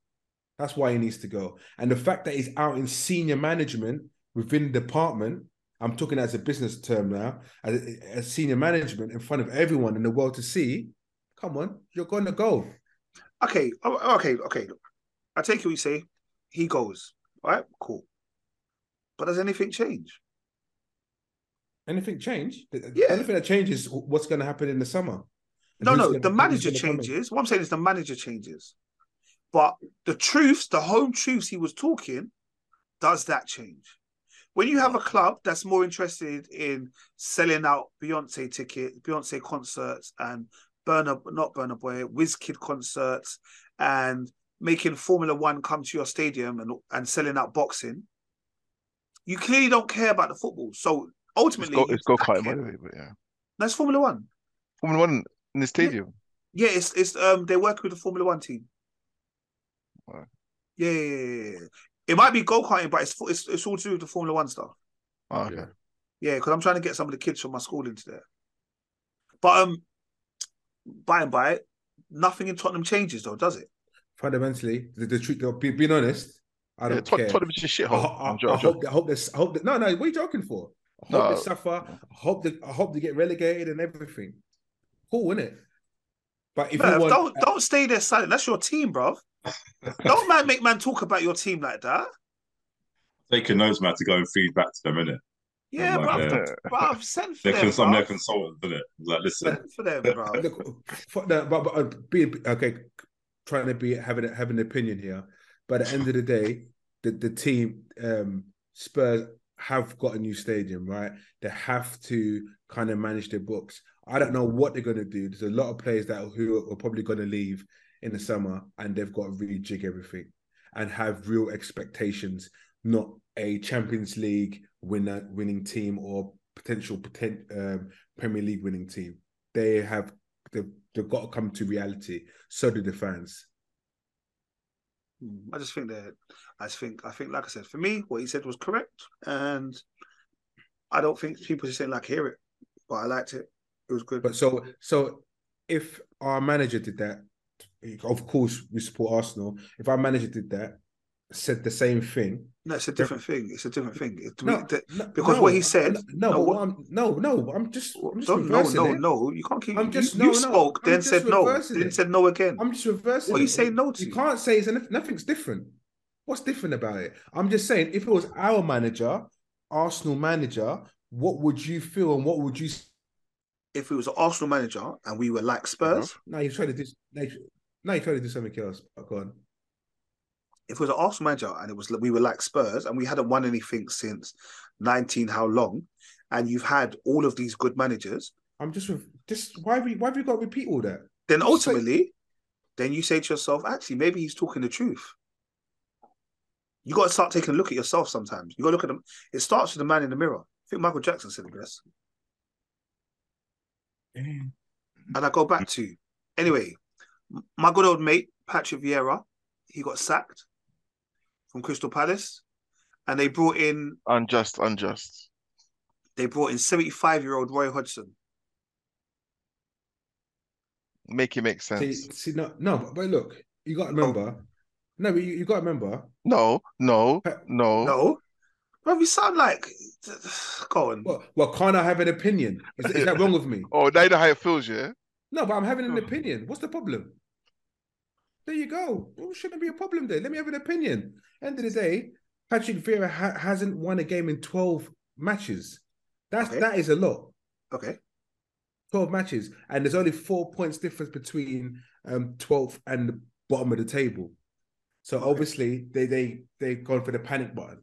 [SPEAKER 5] That's why he needs to go. And the fact that he's out in senior management within the department, I'm talking as a business term now, as, as senior management in front of everyone in the world to see, come on, you're going to go.
[SPEAKER 2] okay, oh, okay, okay. Look, I take what you say. He goes, all right, cool. But does anything change?
[SPEAKER 5] Anything change? The, the
[SPEAKER 2] Yeah.
[SPEAKER 5] only thing that changes is what's going to happen in the summer. And
[SPEAKER 2] No,
[SPEAKER 5] who's
[SPEAKER 2] no,
[SPEAKER 5] gonna-
[SPEAKER 2] the
[SPEAKER 5] who's
[SPEAKER 2] manager
[SPEAKER 5] gonna come in.
[SPEAKER 2] changes. What I'm saying is the manager changes. But the truths, the home truths he was talking, does that change? When you have a club that's more interested in selling out Beyonce tickets, Beyonce concerts, and Burner, not Burner Boy, Kid concerts, and making Formula One come to your stadium and, and selling out boxing, you clearly don't care about the football. So
[SPEAKER 3] It's
[SPEAKER 2] ultimately,
[SPEAKER 3] go it's go kart,
[SPEAKER 2] him.
[SPEAKER 3] by the way, but yeah.
[SPEAKER 2] that's Formula One.
[SPEAKER 3] Formula One in the stadium.
[SPEAKER 2] Yeah, it's it's um they work with the Formula One team.
[SPEAKER 3] Right.
[SPEAKER 2] Yeah, yeah, yeah, yeah. it might be go karting, but it's, fu- it's it's all to do with the Formula One stuff.
[SPEAKER 3] Oh, okay.
[SPEAKER 5] Yeah.
[SPEAKER 2] Yeah, because I'm trying to get some of the kids from my school into there. But um, by and by, nothing in Tottenham changes though, does it?
[SPEAKER 5] Fundamentally, the, the truth, be, being honest, I
[SPEAKER 3] Yeah,
[SPEAKER 5] don't
[SPEAKER 3] Tot-
[SPEAKER 5] care.
[SPEAKER 3] Tottenham is a
[SPEAKER 5] I, ho-
[SPEAKER 3] shithole.
[SPEAKER 5] I,
[SPEAKER 3] I'm joking,
[SPEAKER 5] I
[SPEAKER 3] I'm
[SPEAKER 5] hope, I hope this, I hope that, no, no, what are you joking for? I hope
[SPEAKER 3] No.
[SPEAKER 5] they suffer. I hope that, I hope they get relegated and everything. Cool, is it? But if
[SPEAKER 2] Bruv,
[SPEAKER 5] you want,
[SPEAKER 2] don't don't stay there silent. That's your team, bruv.
[SPEAKER 5] *laughs*
[SPEAKER 2] don't man make man talk about your team like that.
[SPEAKER 5] Oh
[SPEAKER 1] Taking those man to go and feed back to them, innit?
[SPEAKER 2] Yeah,
[SPEAKER 1] Yeah,
[SPEAKER 2] bruv.
[SPEAKER 1] yeah.
[SPEAKER 2] Bruv, send for
[SPEAKER 1] They're
[SPEAKER 2] them,
[SPEAKER 1] cons- some of their
[SPEAKER 2] bruv.
[SPEAKER 1] consultants, innit? Like, listen,
[SPEAKER 2] Send for them, bruv.
[SPEAKER 5] look, for, no, but, but uh, be okay. Trying to be having a- having an opinion here, but at the end of the day, the the team um, Spurs have got a new stadium, right? They have to kind of manage their books. I don't know what they're going to do. There's a lot of players that who are probably going to leave in the summer, and they've got to rejig everything and have real expectations, not a Champions League winner winning team or potential potent, um, Premier League winning team they have they've, they've got to come to reality. So do the fans.
[SPEAKER 2] Mm, I just think that I just think I think like I said, for me, what he said was correct, and I don't think people just didn't like hear it, but I liked it. It was good.
[SPEAKER 5] But so so if our manager did that, of course we support Arsenal. If our manager did that, said the same thing.
[SPEAKER 2] no, it's a different thing. It's a different thing. It- to me,
[SPEAKER 5] No,
[SPEAKER 2] that-
[SPEAKER 5] no,
[SPEAKER 2] because
[SPEAKER 5] no,
[SPEAKER 2] what he said-
[SPEAKER 5] No,
[SPEAKER 2] no,
[SPEAKER 5] but
[SPEAKER 2] what-
[SPEAKER 5] what I'm, no, no. I'm just, I'm just
[SPEAKER 2] don't, no,
[SPEAKER 5] reversing
[SPEAKER 2] no,
[SPEAKER 5] it.
[SPEAKER 2] no. You can't keep.
[SPEAKER 5] I'm
[SPEAKER 2] you-
[SPEAKER 5] just-
[SPEAKER 2] you,
[SPEAKER 5] no, no.
[SPEAKER 2] spoke,
[SPEAKER 5] I'm
[SPEAKER 2] then
[SPEAKER 5] just
[SPEAKER 2] said no,
[SPEAKER 5] reversing
[SPEAKER 2] then
[SPEAKER 5] it.
[SPEAKER 2] said no again.
[SPEAKER 5] I'm just reversing.
[SPEAKER 2] What are you
[SPEAKER 5] it.
[SPEAKER 2] saying no to?
[SPEAKER 5] You can't say it's noth- nothing's different. What's different about it? I'm just saying, if it was our manager, Arsenal manager, what would you feel and what would you? s-
[SPEAKER 2] If it was an Arsenal manager and we were like Spurs,
[SPEAKER 5] Now you're trying to do. Now you're, now you're trying to do something else. But go on.
[SPEAKER 2] if it was an Arsenal manager and it was we were like Spurs and we hadn't won anything since nineteen, how long? And you've had all of these good managers.
[SPEAKER 5] I'm just with just why we why have we got to repeat all that?
[SPEAKER 2] then
[SPEAKER 5] Just say-
[SPEAKER 2] ultimately, then you say to yourself, actually, maybe he's talking the truth. you got to start taking a look at yourself sometimes. You got to look at them. It starts with the man in the mirror. I think Michael Jackson said this. And I go back to anyway, my good old mate Patrick Vieira, he got sacked from Crystal Palace, and they brought in
[SPEAKER 3] Unjust, unjust.
[SPEAKER 2] they brought in seventy five year old Roy Hodgson.
[SPEAKER 3] Make it make
[SPEAKER 5] See,
[SPEAKER 3] sense.
[SPEAKER 5] see, no, no, but, but look, you got to remember. No, but you, you got to remember.
[SPEAKER 3] No, no,
[SPEAKER 5] Pe-
[SPEAKER 3] no.
[SPEAKER 2] No, bro, we sound like *sighs* go on.
[SPEAKER 5] Well, well, can't I have an opinion? Is, is that wrong with me?
[SPEAKER 3] Oh, now you know how it feels, yeah?
[SPEAKER 5] No, but I'm having an
[SPEAKER 3] Oh.
[SPEAKER 5] opinion. What's the problem? There you go. There shouldn't be a problem there. Let me have an opinion. End of the day, Patrick Vieira ha- hasn't won a game in 12 matches. That's
[SPEAKER 2] Okay.
[SPEAKER 5] that is a lot.
[SPEAKER 2] Okay,
[SPEAKER 5] 12 matches. And there's only four points difference between um 12th and the bottom of the table. So obviously they they they've gone for the panic button.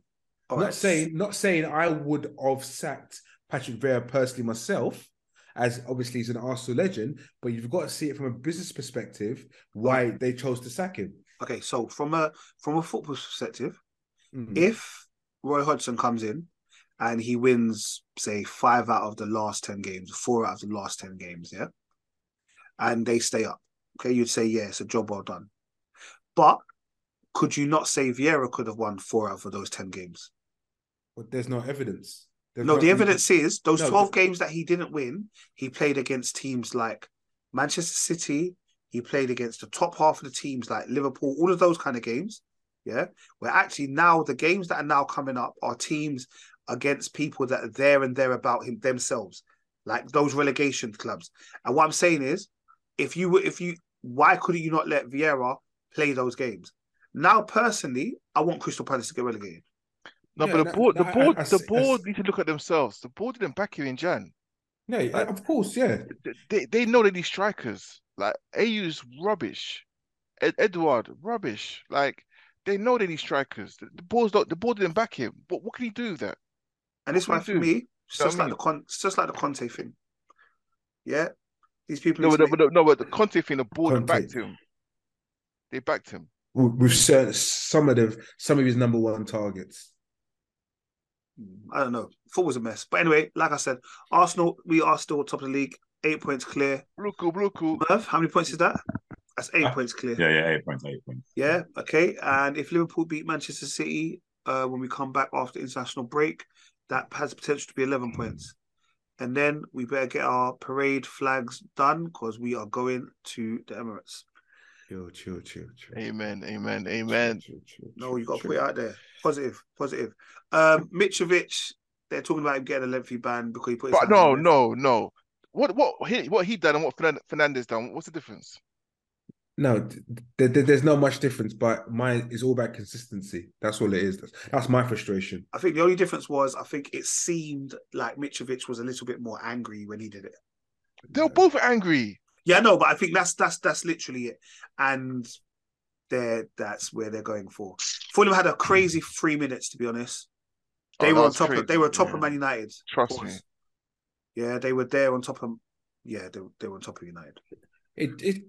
[SPEAKER 2] all
[SPEAKER 5] not
[SPEAKER 2] right.
[SPEAKER 5] saying not saying I would have sacked Patrick Vieira personally myself, as obviously he's an Arsenal legend, but you've got to see it from a business perspective why
[SPEAKER 2] Mm.
[SPEAKER 5] they chose to sack him.
[SPEAKER 2] Okay, so from a from a football perspective,
[SPEAKER 5] Mm.
[SPEAKER 2] if Roy Hodgson comes in and he wins, say, five out of the last 10 games, four out of the last 10 games, yeah, and they stay up, okay, you'd say, yeah, it's a job well done. But could you not say Vieira could have won four out of those 10 games?
[SPEAKER 5] But there's no evidence. They've
[SPEAKER 2] no,
[SPEAKER 5] not-
[SPEAKER 2] the evidence is those
[SPEAKER 5] No,
[SPEAKER 2] 12
[SPEAKER 5] but-
[SPEAKER 2] games that he didn't win, he played against teams like Manchester City, he played against the top half of the teams like Liverpool, all of those kind of games. Yeah, where actually now the games that are now coming up are teams against people that are there and there about him themselves, like those relegation clubs. And what I'm saying is, if you were, if you, why couldn't you not let Vieira play those games? Now, personally, I want Crystal Palace to get relegated.
[SPEAKER 3] No,
[SPEAKER 5] Yeah,
[SPEAKER 3] but the
[SPEAKER 5] no,
[SPEAKER 3] board, the
[SPEAKER 5] no, I-
[SPEAKER 3] board,
[SPEAKER 5] I
[SPEAKER 3] the
[SPEAKER 5] see- I
[SPEAKER 3] board
[SPEAKER 5] see.
[SPEAKER 3] need to look at themselves. The board didn't back you in Jan.
[SPEAKER 5] No, yeah, of course, yeah.
[SPEAKER 3] Th- They, they know they need strikers. Like AU's rubbish, Ed, Edward rubbish. Like they know they need strikers. The, the board's not. The board didn't back him. But what can he do with that?
[SPEAKER 2] And this
[SPEAKER 3] What can
[SPEAKER 2] one for
[SPEAKER 3] you do?
[SPEAKER 2] me, it's
[SPEAKER 3] You know
[SPEAKER 2] just
[SPEAKER 3] what I
[SPEAKER 2] like the con, it's just like the Conte thing. Yeah, these people.
[SPEAKER 3] No,
[SPEAKER 2] need
[SPEAKER 3] but
[SPEAKER 2] to
[SPEAKER 3] no,
[SPEAKER 2] make-
[SPEAKER 3] but no, no, but the Conte thing, the board
[SPEAKER 5] Conte.
[SPEAKER 3] backed him. They backed him.
[SPEAKER 5] With with certain, some of the some of his number one targets.
[SPEAKER 2] I don't know. Football's a mess. But anyway, like I said, Arsenal, we are still top of the league, eight points clear.
[SPEAKER 3] Bluku, Bluku.
[SPEAKER 2] Merv, how many points is that? That's eight points clear.
[SPEAKER 1] Yeah, yeah, eight points, eight points.
[SPEAKER 2] Yeah, okay. And if Liverpool beat Manchester City uh, when we come back after international break, that has potential to be 11 points. And then we better get our parade flags done because we are going to the Emirates.
[SPEAKER 5] Chill, chill, chill, chill.
[SPEAKER 3] Amen, amen, amen.
[SPEAKER 5] Chill, chill,
[SPEAKER 2] No,
[SPEAKER 5] chill,
[SPEAKER 2] you got to
[SPEAKER 5] chill.
[SPEAKER 2] put it out there. Positive, positive. Um, Mitrovic, they're talking about him getting a lengthy ban because he put. his
[SPEAKER 3] But
[SPEAKER 2] hand
[SPEAKER 3] no,
[SPEAKER 2] in.
[SPEAKER 3] no, no. What what he what he done and what Fernan- Fernandez done? What's the difference?
[SPEAKER 5] No, th- th- th- there's not much difference, but mine is all about consistency. That's all it is. That's, that's my frustration.
[SPEAKER 2] I think the only difference was I think it seemed like Mitrovic was a little bit more angry when he did it.
[SPEAKER 3] They were both angry.
[SPEAKER 2] Yeah, no, but I think that's that's that's literally it, and there that's where they're going for. Fulham had a crazy three minutes to be honest.
[SPEAKER 3] Hmm. Oh,
[SPEAKER 2] They
[SPEAKER 3] that
[SPEAKER 2] were on
[SPEAKER 3] was
[SPEAKER 2] top.
[SPEAKER 3] crazy.
[SPEAKER 2] Of, they were on top
[SPEAKER 3] Yeah.
[SPEAKER 2] of Man United. of
[SPEAKER 3] Trust me.
[SPEAKER 2] course. Yeah, they were there on top of. Yeah, they, they were on top of United.
[SPEAKER 5] It it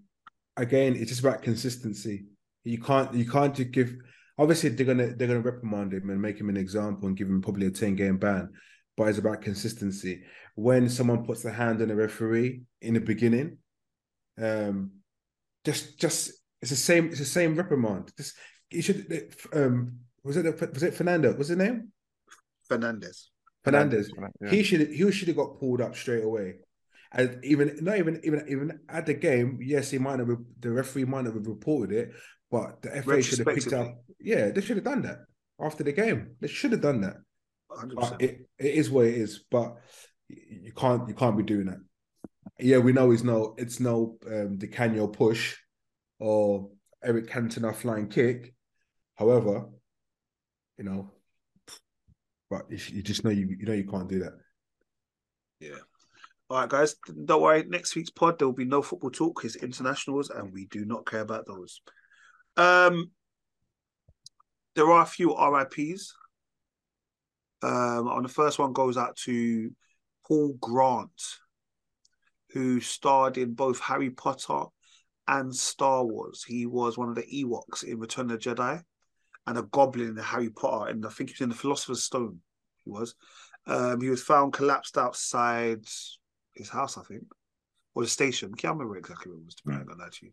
[SPEAKER 5] again, it's just about consistency. You can't you can't just give. Obviously, they're gonna they're gonna reprimand him and make him an example and give him probably a ten game ban. But it's about consistency. When someone puts their hand on a referee in the beginning, um, just just it's the same it's the same reprimand. Just you should um was it was it Fernando was his name
[SPEAKER 2] Fernandez.
[SPEAKER 5] Fernandez.
[SPEAKER 3] Yeah.
[SPEAKER 5] He should he should have got pulled up straight away. And even not even even even at the game, yes, he might have re- the referee might have reported it, but the FA should have picked up. Yeah, they should have done that after the game. They should have done that.
[SPEAKER 2] 100%.
[SPEAKER 5] But it, it is what it is. But y- you can't you can't be doing that. Yeah, we know it's no it's no um, the Canio push or Eric Cantona flying kick. However, you know, but you, sh- you just know you you know you can't do that.
[SPEAKER 2] Yeah. All right, guys. Don't worry. Next week's pod, there will be no football talk. It's internationals, and we do not care about those. Um, there are a few RIPS. Um, on the first one goes out to Paul Grant, who starred in both Harry Potter and Star Wars. He was one of the Ewoks in Return of the Jedi, and a goblin in Harry Potter, and I think he was in the Philosopher's Stone. He was. Um, he was found collapsed outside his house, I think, or the station. I can't remember exactly where it was. To be
[SPEAKER 1] Mm.
[SPEAKER 2] honest, I lied to you.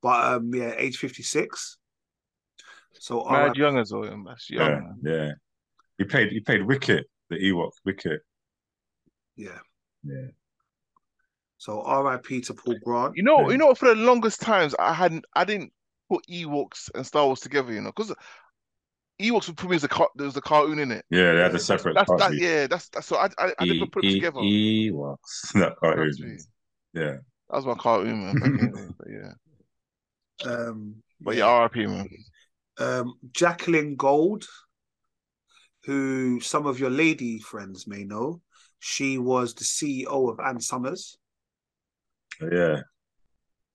[SPEAKER 2] But um, yeah, age fifty six. So
[SPEAKER 3] Mad
[SPEAKER 2] RIP
[SPEAKER 3] young as well. yeah, That's young.
[SPEAKER 1] Yeah,
[SPEAKER 3] man.
[SPEAKER 1] yeah. He played. He played Wicket, the Ewok Wicket.
[SPEAKER 2] Yeah.
[SPEAKER 1] Yeah.
[SPEAKER 2] So R.I.P. to Paul Grant.
[SPEAKER 3] You know,
[SPEAKER 1] Yeah.
[SPEAKER 3] you know, for the longest times, I hadn't, I didn't put Ewoks and Star Wars together, you know, because Ewoks for me was a car, there was a cartoon in it.
[SPEAKER 1] Yeah, they had a separate
[SPEAKER 3] That's that,
[SPEAKER 1] cartridge.
[SPEAKER 3] yeah, that's that's so I, I, I never put them together.
[SPEAKER 1] E- Ewoks. *laughs* That cartridge.
[SPEAKER 3] Cartoon.
[SPEAKER 1] Yeah.
[SPEAKER 3] That was my cartoon, man. Back in the day, but yeah,
[SPEAKER 2] Um,
[SPEAKER 3] but yeah, RIP, man.
[SPEAKER 2] um, Jacqueline Gold, who some of your lady friends may know. She was the CEO of Ann Summers.
[SPEAKER 1] Yeah.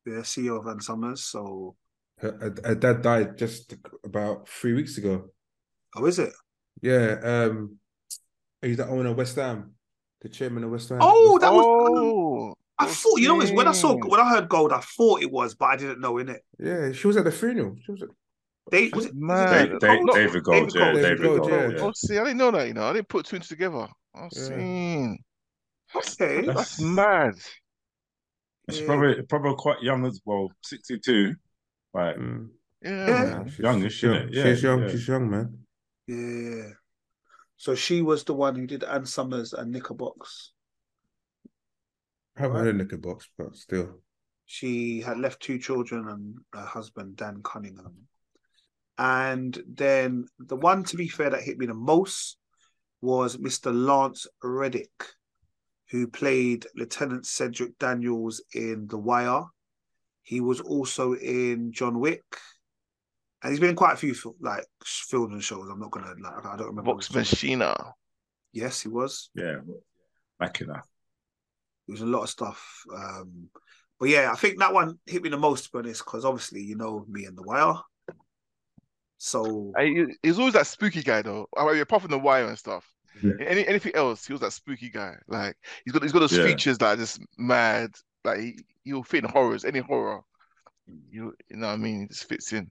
[SPEAKER 2] Yeah, CEO of Ann Summers. So,
[SPEAKER 5] Her, her- her dad died just about three weeks ago.
[SPEAKER 2] oh, is it?
[SPEAKER 5] Yeah, um, he's the owner of West Ham, the chairman of West Ham.
[SPEAKER 2] Oh,
[SPEAKER 5] West-
[SPEAKER 2] that was.
[SPEAKER 3] oh,
[SPEAKER 2] I thought you know it's when I saw
[SPEAKER 3] yeah.
[SPEAKER 2] when I heard Gold, I thought it was, but I didn't know in it.
[SPEAKER 5] yeah, she was at the funeral. She was at
[SPEAKER 2] They was it,
[SPEAKER 3] Man,
[SPEAKER 1] Da-
[SPEAKER 3] Yeah,
[SPEAKER 1] Da-
[SPEAKER 3] oh, no,
[SPEAKER 1] David Gold.
[SPEAKER 2] David
[SPEAKER 1] Yeah.
[SPEAKER 2] Gold.
[SPEAKER 1] David Gold.
[SPEAKER 5] David
[SPEAKER 1] yeah.
[SPEAKER 3] oh, see, I didn't know that, you know, I didn't put two and two together. Oh, I'm
[SPEAKER 5] Yeah.
[SPEAKER 3] seeing
[SPEAKER 2] okay.
[SPEAKER 1] That's-
[SPEAKER 3] that's mad.
[SPEAKER 1] She's
[SPEAKER 2] Yeah.
[SPEAKER 1] probably probably quite young as well. Sixty two. Right.
[SPEAKER 5] Mm.
[SPEAKER 3] Yeah,
[SPEAKER 2] Yeah.
[SPEAKER 5] Nah,
[SPEAKER 3] man.
[SPEAKER 5] she's,
[SPEAKER 1] Young,
[SPEAKER 5] she's
[SPEAKER 1] isn't
[SPEAKER 5] young.
[SPEAKER 1] it? Yeah,
[SPEAKER 5] she's young.
[SPEAKER 1] yeah.
[SPEAKER 5] She's young, man.
[SPEAKER 2] Yeah. So she was the one who did Ann Summers and Knickerbox.
[SPEAKER 5] I haven't
[SPEAKER 2] Right.
[SPEAKER 5] heard of Knicker Box, but still.
[SPEAKER 2] She had left two children and her husband, Dan Cunningham. And then the one, to be fair, that hit me the most was Mr. Lance Reddick, who played Lieutenant Cedric Daniels in The Wire. He was also in John Wick. And he's been in quite a few fil- like sh- films and shows. I'm not gonna like I don't remember.
[SPEAKER 3] Vox
[SPEAKER 2] which one.
[SPEAKER 3] Machina.
[SPEAKER 2] Yes, he was.
[SPEAKER 1] Yeah. Back in that.
[SPEAKER 2] It was a lot of stuff. Um, but yeah, I think that one hit me the most, to be honest, because obviously you know me and the Wire. So
[SPEAKER 3] I, he- he's always that spooky guy though. I mean, apart from the wire and stuff.
[SPEAKER 1] Yeah.
[SPEAKER 3] Any anything else, he was that spooky guy. Like he's got he's got those
[SPEAKER 1] Yeah.
[SPEAKER 3] features that are just mad. Like he he'll fit in horrors, any horror. You you know what I mean? He just fits in.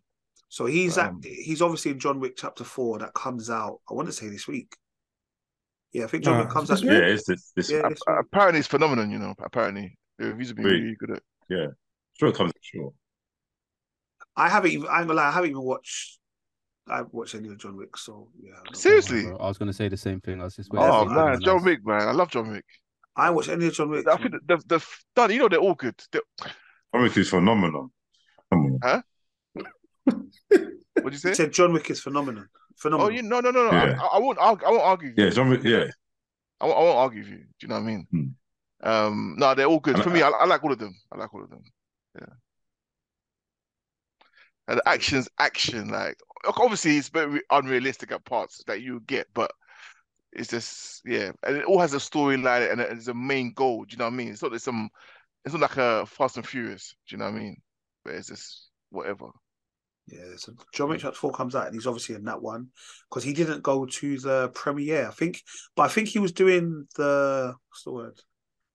[SPEAKER 2] so he's
[SPEAKER 3] Um,
[SPEAKER 2] at he's obviously in John Wick Chapter Four that comes out. I want to say this week. Yeah, I think John
[SPEAKER 5] Nah,
[SPEAKER 2] Wick comes out.
[SPEAKER 5] it's
[SPEAKER 1] Yeah. It's this. This.
[SPEAKER 2] Yeah,
[SPEAKER 1] I'm
[SPEAKER 2] this
[SPEAKER 3] a-
[SPEAKER 2] week.
[SPEAKER 3] apparently it's phenomenon, you know. Apparently the reviews have been
[SPEAKER 1] Really?
[SPEAKER 3] really good at.
[SPEAKER 1] sure it comes. Sure.
[SPEAKER 2] I haven't even. I'm gonna lie. I haven't even watched. I've watched any of John Wick. So yeah, I don't-
[SPEAKER 3] See? Seriously?
[SPEAKER 4] bro, I was gonna say the same thing. I was just waiting.
[SPEAKER 3] Oh
[SPEAKER 4] for
[SPEAKER 2] Definitely.
[SPEAKER 3] man,
[SPEAKER 4] everyone
[SPEAKER 3] John
[SPEAKER 4] else.
[SPEAKER 3] Wick, man, I love John Wick.
[SPEAKER 2] I haven't watched any of John Wick.
[SPEAKER 3] I think the the, the you know they're all good. They're,
[SPEAKER 1] Comic is phenomenal. Phenomenal.
[SPEAKER 3] what'd you
[SPEAKER 2] He
[SPEAKER 3] say?
[SPEAKER 2] said John Wick is phenomenal.
[SPEAKER 3] Oh,
[SPEAKER 2] Phenomenal.
[SPEAKER 3] you no no no no. I-
[SPEAKER 1] Yeah.
[SPEAKER 3] I, I won't argue, I won't argue. with you.
[SPEAKER 1] Yeah, John Wick, yeah,
[SPEAKER 3] I won't, I won't argue with you. Do you know what I mean?
[SPEAKER 1] Hmm.
[SPEAKER 3] Um, no, they're all good.
[SPEAKER 1] And
[SPEAKER 3] For
[SPEAKER 1] I-
[SPEAKER 3] me, I, I like all of them. I like all of them. Yeah. And the action's action. Like, like, obviously, it's very unrealistic at parts that you get, but it's just yeah, and it all has a storyline and it's a main goal. Do you know what I mean? It's not like some. It's not like a Fast and Furious. Do you know what I mean? But it's just whatever.
[SPEAKER 2] Yeah, so John Wick Chapter Four comes out, and he's obviously in that one because he didn't go to the premiere. I think, but I think he was doing the what's the word,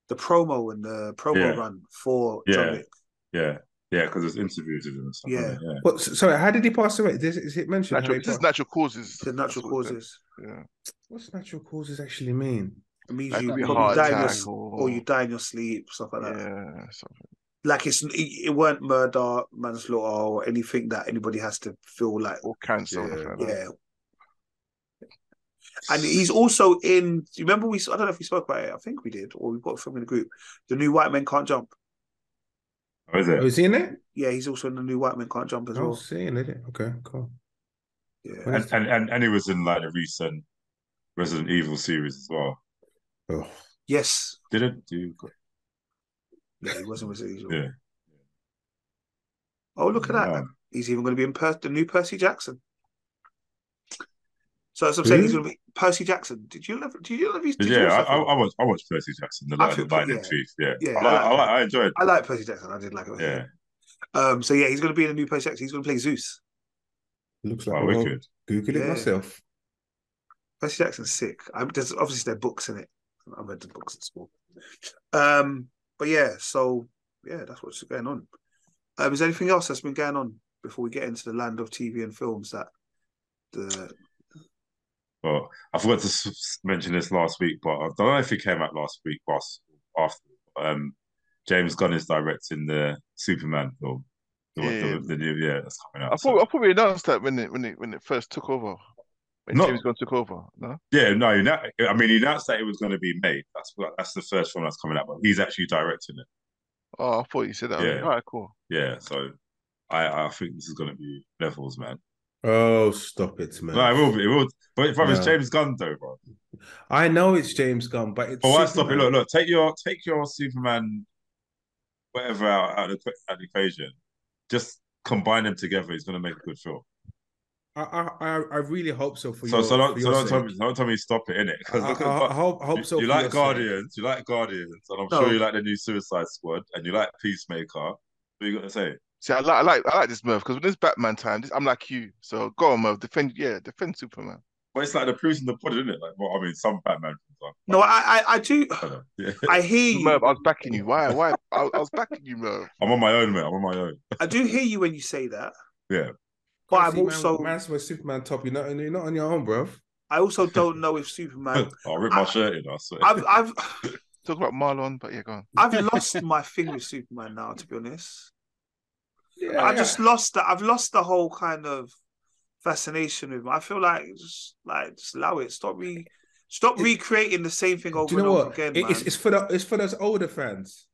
[SPEAKER 2] the promo and the promo
[SPEAKER 1] Yeah.
[SPEAKER 2] run for
[SPEAKER 1] Yeah.
[SPEAKER 2] John Wick.
[SPEAKER 1] yeah, yeah, because there's interviews with him and stuff.
[SPEAKER 2] Yeah.
[SPEAKER 1] innit? yeah.
[SPEAKER 5] But so, sorry, how did he pass away? Is, is it mentioned? how
[SPEAKER 3] Natural.
[SPEAKER 5] he
[SPEAKER 3] This is
[SPEAKER 5] passed-
[SPEAKER 3] natural causes.
[SPEAKER 2] The
[SPEAKER 3] That's
[SPEAKER 2] natural
[SPEAKER 3] what it says.
[SPEAKER 2] causes.
[SPEAKER 3] Yeah.
[SPEAKER 5] What's natural causes actually mean?
[SPEAKER 2] It means
[SPEAKER 3] Like
[SPEAKER 2] you
[SPEAKER 4] could be a
[SPEAKER 2] probably
[SPEAKER 4] heart
[SPEAKER 2] die in your,
[SPEAKER 4] attack
[SPEAKER 2] s-
[SPEAKER 3] or,
[SPEAKER 2] or you die in your sleep, stuff like that.
[SPEAKER 3] yeah. So,
[SPEAKER 2] Like it's it, it weren't murder, manslaughter, or anything that anybody has to feel like.
[SPEAKER 3] or cancer. or
[SPEAKER 5] Yeah.
[SPEAKER 3] something like that.
[SPEAKER 2] Yeah, and he's also in. Do you remember we? s- I don't know if we spoke about it. I think we did, or we got from in the group. The new white men can't jump.
[SPEAKER 1] Oh, is it?
[SPEAKER 5] Oh, is he in it? Oh,
[SPEAKER 2] Yeah, he's also in the new White Men Can't Jump as
[SPEAKER 5] I
[SPEAKER 2] well.
[SPEAKER 5] was seeing it. Okay, cool.
[SPEAKER 2] Yeah.
[SPEAKER 1] and, and and and he was in like the recent Resident Evil series as well.
[SPEAKER 5] Oh,
[SPEAKER 2] Yes.
[SPEAKER 1] Didn't do good.
[SPEAKER 2] Yeah, he wasn't with Easel.
[SPEAKER 1] *laughs* Yeah.
[SPEAKER 2] Oh, look at that.
[SPEAKER 1] Yeah.
[SPEAKER 2] He's even going to be in per- the new Percy Jackson. So as I'm saying, he's
[SPEAKER 5] Who?
[SPEAKER 2] going to be Percy Jackson. Did you love? Did you love? Did
[SPEAKER 1] But
[SPEAKER 2] you
[SPEAKER 1] yeah,
[SPEAKER 2] also-
[SPEAKER 1] I, I, I watched I watched Percy Jackson, the
[SPEAKER 2] I
[SPEAKER 1] Lion, the
[SPEAKER 2] feel-
[SPEAKER 1] Lion and
[SPEAKER 2] yeah.
[SPEAKER 1] Thief. Yeah,
[SPEAKER 2] Yeah, I
[SPEAKER 1] I, like, I,
[SPEAKER 2] like-
[SPEAKER 1] like, I enjoyed.
[SPEAKER 2] I like Percy Jackson. I did like it.
[SPEAKER 1] Yeah,
[SPEAKER 2] Um. So yeah, he's going to be in the new Percy Jackson. He's going to play Zeus.
[SPEAKER 5] looks like
[SPEAKER 1] wow,
[SPEAKER 5] well,
[SPEAKER 1] Oh, wicked.
[SPEAKER 5] Google it
[SPEAKER 2] Yeah.
[SPEAKER 5] myself.
[SPEAKER 2] Percy Jackson's sick. I, there's obviously there are books in it. I read the books at school. Um. But yeah. So yeah, that's what's going on. Um. Is there anything else that's been going on before we get into the land of TV and films that The
[SPEAKER 1] But I forgot to s- s- mention this last week, but I don't know if it came out last week. But s- after um, James Gunn is directing the Superman film, the,
[SPEAKER 3] Yeah, yeah.
[SPEAKER 1] the, the new yeah that's coming out.
[SPEAKER 3] I
[SPEAKER 1] so-
[SPEAKER 3] probably, I probably announced that when it when it when it first took over. When
[SPEAKER 1] No.
[SPEAKER 3] James Gunn took over, no?
[SPEAKER 1] Yeah, no, you know- I mean, he announced that it was going to be made. That's what- that's the first film that's coming out, but he's actually directing it.
[SPEAKER 3] Oh, I thought you said that.
[SPEAKER 1] Yeah.
[SPEAKER 3] All right, cool.
[SPEAKER 1] Yeah, so I I think this is going to be levels, man.
[SPEAKER 5] Oh, stop it, man!
[SPEAKER 1] No, it will be, it will. But bro, it's
[SPEAKER 5] No.
[SPEAKER 1] James Gunn though, bro.
[SPEAKER 5] I know it's James Gunn, but it's
[SPEAKER 1] But why Oh, stop it?
[SPEAKER 5] Superman.
[SPEAKER 1] Look, look, take your take your Superman, whatever out, out of the out of the equation. Just combine them together. He's going to make a good film.
[SPEAKER 5] I, I, I- I really hope so for
[SPEAKER 1] so
[SPEAKER 5] your.
[SPEAKER 1] so don't
[SPEAKER 5] for
[SPEAKER 1] so
[SPEAKER 5] your
[SPEAKER 1] don't tell
[SPEAKER 5] sake.
[SPEAKER 1] me don't tell me stop it in it
[SPEAKER 5] I,
[SPEAKER 1] because
[SPEAKER 5] I, I- I hope, hope
[SPEAKER 1] you,
[SPEAKER 5] so.
[SPEAKER 1] you
[SPEAKER 5] for your
[SPEAKER 1] like
[SPEAKER 5] sake.
[SPEAKER 1] Guardians, you like Guardians, and I'm
[SPEAKER 2] No.
[SPEAKER 1] sure you like the new Suicide Squad, and you like Peacemaker. What you got to say?
[SPEAKER 3] See, I like, I like, I like this Merv because when it's Batman time, this, I'm like you. So go on, Merv, defend, yeah, defend Superman.
[SPEAKER 1] But it's like the proof's in the pudding, isn't it? Like, well, I mean, some Batman films
[SPEAKER 2] no, I, I, I do.
[SPEAKER 1] are. I don't know. Yeah.
[SPEAKER 2] I hear you.
[SPEAKER 3] Merv, I was backing you. Why? Why? I, I was backing you, Merv.
[SPEAKER 1] *laughs* I'm on my own, mate. I'm on my own. *laughs*
[SPEAKER 2] I do hear you when you say that.
[SPEAKER 1] Yeah.
[SPEAKER 2] But
[SPEAKER 5] Can't
[SPEAKER 2] I'm
[SPEAKER 5] see man-
[SPEAKER 2] also-
[SPEAKER 5] man's with Superman top. You're not, you're not on your own, bro.
[SPEAKER 2] I also don't know if Superman.
[SPEAKER 1] I'll rip my
[SPEAKER 2] I-
[SPEAKER 1] shirt in. I swear.
[SPEAKER 2] I've, I've,
[SPEAKER 3] Talk about Marlon, but yeah, go on.
[SPEAKER 2] I've lost my thing with Superman now. To be honest,
[SPEAKER 5] Yeah,
[SPEAKER 2] I just lost that. I've lost the whole kind of fascination with him. I feel like just like just allow it. Stop re, stop
[SPEAKER 5] It-
[SPEAKER 2] recreating the same thing over
[SPEAKER 5] Do you know
[SPEAKER 2] and over
[SPEAKER 5] what?
[SPEAKER 2] again.
[SPEAKER 5] It- it's,
[SPEAKER 2] man.
[SPEAKER 5] it's for the it's for those older fans.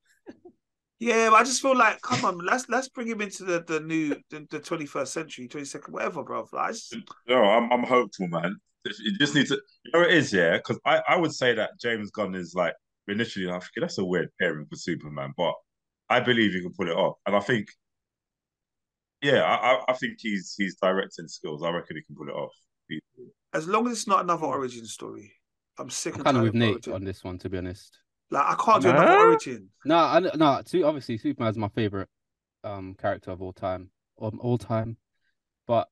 [SPEAKER 2] Yeah, but I just feel like, come on, let's let's bring him into the the new the- the twenty first century, twenty second, whatever, bro. Like, I just-
[SPEAKER 1] No, I'm, I'm hopeful, man. You just need to, you know, what it is, yeah. Because I, I would say that James Gunn is like initially, I think that's a weird pairing for Superman, but I believe he can pull it off, and I think, yeah, I, I- I think he's he's directing skills. I reckon he can pull it off.
[SPEAKER 2] as long as it's not another
[SPEAKER 5] Hmm.
[SPEAKER 2] origin story, I'm sick and
[SPEAKER 4] kind of
[SPEAKER 2] tired of
[SPEAKER 4] with Nate
[SPEAKER 2] origin.
[SPEAKER 4] on this one, to be honest.
[SPEAKER 2] Like, I can't do another
[SPEAKER 3] Huh?
[SPEAKER 2] origin.
[SPEAKER 4] No, I, don't- no. Two, obviously, Superman's my favorite um character of all time, of all time. But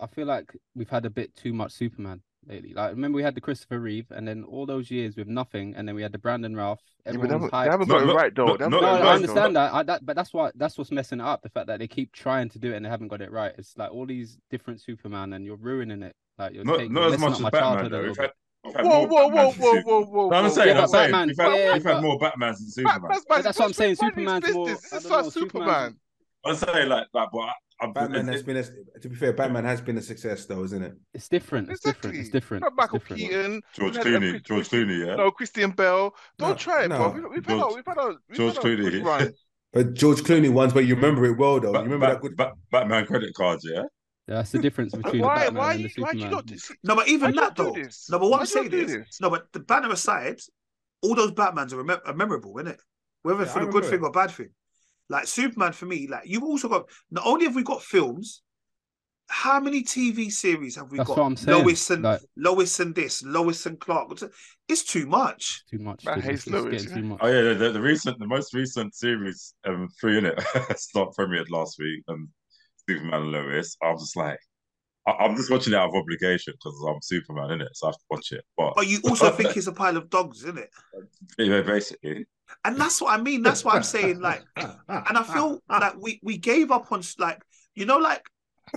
[SPEAKER 4] I feel like we've had a bit too much Superman lately. Like, remember we had the Christopher Reeve, and then all those years with nothing, and then we had the Brandon Ralph.
[SPEAKER 3] Yeah, but they
[SPEAKER 4] Everyone was
[SPEAKER 3] haven't, they
[SPEAKER 4] hyped.
[SPEAKER 3] haven't
[SPEAKER 1] No,
[SPEAKER 3] got it
[SPEAKER 1] no,
[SPEAKER 3] right, though.
[SPEAKER 1] no,
[SPEAKER 3] They haven't
[SPEAKER 1] no,
[SPEAKER 3] got
[SPEAKER 4] No, I
[SPEAKER 3] it
[SPEAKER 1] no,
[SPEAKER 3] right,
[SPEAKER 1] it's
[SPEAKER 4] understand
[SPEAKER 3] though.
[SPEAKER 4] that. I, that, but that's why that's what's messing it up. The fact that they keep trying to do it and they haven't got it right. It's like all these different Superman, and you're ruining it. Like you're
[SPEAKER 1] Not,
[SPEAKER 4] taking,
[SPEAKER 1] not as
[SPEAKER 4] messing
[SPEAKER 1] much
[SPEAKER 4] up
[SPEAKER 1] as
[SPEAKER 4] my
[SPEAKER 1] Batman
[SPEAKER 4] childhood a
[SPEAKER 1] though.
[SPEAKER 4] little
[SPEAKER 1] We've had,
[SPEAKER 4] bit.
[SPEAKER 1] we've had
[SPEAKER 3] Whoa, whoa,
[SPEAKER 1] more Batman
[SPEAKER 3] whoa,
[SPEAKER 1] than
[SPEAKER 3] whoa,
[SPEAKER 1] Superman.
[SPEAKER 3] whoa, whoa.
[SPEAKER 1] No, I'm
[SPEAKER 3] whoa.
[SPEAKER 1] saying,
[SPEAKER 4] Yeah,
[SPEAKER 1] I'm
[SPEAKER 4] but
[SPEAKER 1] saying,
[SPEAKER 4] Batman-
[SPEAKER 1] we've had,
[SPEAKER 4] yeah,
[SPEAKER 1] we've had
[SPEAKER 4] but-
[SPEAKER 1] more Batmans than Superman.
[SPEAKER 3] Batman's man,
[SPEAKER 4] that's what I'm saying,
[SPEAKER 3] Batman's
[SPEAKER 4] Superman's
[SPEAKER 3] business.
[SPEAKER 4] more-
[SPEAKER 3] This
[SPEAKER 4] I
[SPEAKER 3] is
[SPEAKER 4] don't
[SPEAKER 3] like
[SPEAKER 4] know,
[SPEAKER 3] Superman.
[SPEAKER 4] Superman's-
[SPEAKER 1] I'm saying like, like, but I, I'm,
[SPEAKER 5] Batman
[SPEAKER 1] it-
[SPEAKER 5] has been a, to be fair. Batman has been a success though, isn't it?
[SPEAKER 4] It's different. It's different. It's
[SPEAKER 3] Exactly.
[SPEAKER 4] different.
[SPEAKER 3] Not
[SPEAKER 4] it's
[SPEAKER 3] Michael
[SPEAKER 4] different.
[SPEAKER 3] Keaton.
[SPEAKER 1] George
[SPEAKER 3] We've had every-
[SPEAKER 1] Clooney, George Clooney, yeah.
[SPEAKER 3] No, Christian Bell. Don't
[SPEAKER 5] No,
[SPEAKER 3] try it, bro.
[SPEAKER 5] no.
[SPEAKER 3] We've, we've had our,
[SPEAKER 1] George-
[SPEAKER 3] we've had our, we've
[SPEAKER 1] George
[SPEAKER 3] had our good
[SPEAKER 1] Clooney. *laughs*
[SPEAKER 3] run.
[SPEAKER 5] But George Clooney ones, but you remember it well though.
[SPEAKER 1] Ba-
[SPEAKER 5] you remember
[SPEAKER 1] Ba-
[SPEAKER 5] that good.
[SPEAKER 1] Ba- Batman credit cards, yeah.
[SPEAKER 4] That's the difference between the
[SPEAKER 3] Why,
[SPEAKER 4] Batman
[SPEAKER 3] why,
[SPEAKER 4] and the
[SPEAKER 3] you, why you
[SPEAKER 4] Superman.
[SPEAKER 3] not? do- See,
[SPEAKER 2] No, but even
[SPEAKER 3] Why do you
[SPEAKER 2] that
[SPEAKER 3] do
[SPEAKER 2] though.
[SPEAKER 3] this?
[SPEAKER 2] No, but what
[SPEAKER 3] Why
[SPEAKER 2] I'm
[SPEAKER 3] do you
[SPEAKER 2] saying
[SPEAKER 3] do
[SPEAKER 2] is,
[SPEAKER 3] this?
[SPEAKER 2] no, but the banner aside, all those Batmans are, remem- are memorable, isn't it? Whether
[SPEAKER 5] Yeah,
[SPEAKER 2] for
[SPEAKER 5] I
[SPEAKER 2] the good
[SPEAKER 5] remember
[SPEAKER 2] thing
[SPEAKER 5] it.
[SPEAKER 2] or bad thing. Like Superman for me, like you've also got. Not only have we got films, how many TV series have we
[SPEAKER 4] That's
[SPEAKER 2] got?
[SPEAKER 4] what I'm saying.
[SPEAKER 2] Lois and
[SPEAKER 4] like,
[SPEAKER 2] Lois and this, Lois and Clark. It's too much.
[SPEAKER 4] too much.
[SPEAKER 3] Man
[SPEAKER 4] dude, it's,
[SPEAKER 3] hates
[SPEAKER 4] it's
[SPEAKER 3] Lois,
[SPEAKER 4] getting too much.
[SPEAKER 1] Oh yeah, the, the, the recent, the most recent series, um, three in *laughs* it, start premiered last week. Um, Superman and Lois. I was just like, I, I'm just watching it out of obligation because I'm Superman in it, so I have to watch it. But,
[SPEAKER 2] But you also think it's a pile of dogs, isn't it?
[SPEAKER 1] yeah, basically,
[SPEAKER 2] And that's what I mean. That's what I'm saying.
[SPEAKER 5] *laughs*
[SPEAKER 2] Like, and I
[SPEAKER 4] *laughs*
[SPEAKER 2] feel like we we gave up on like you know like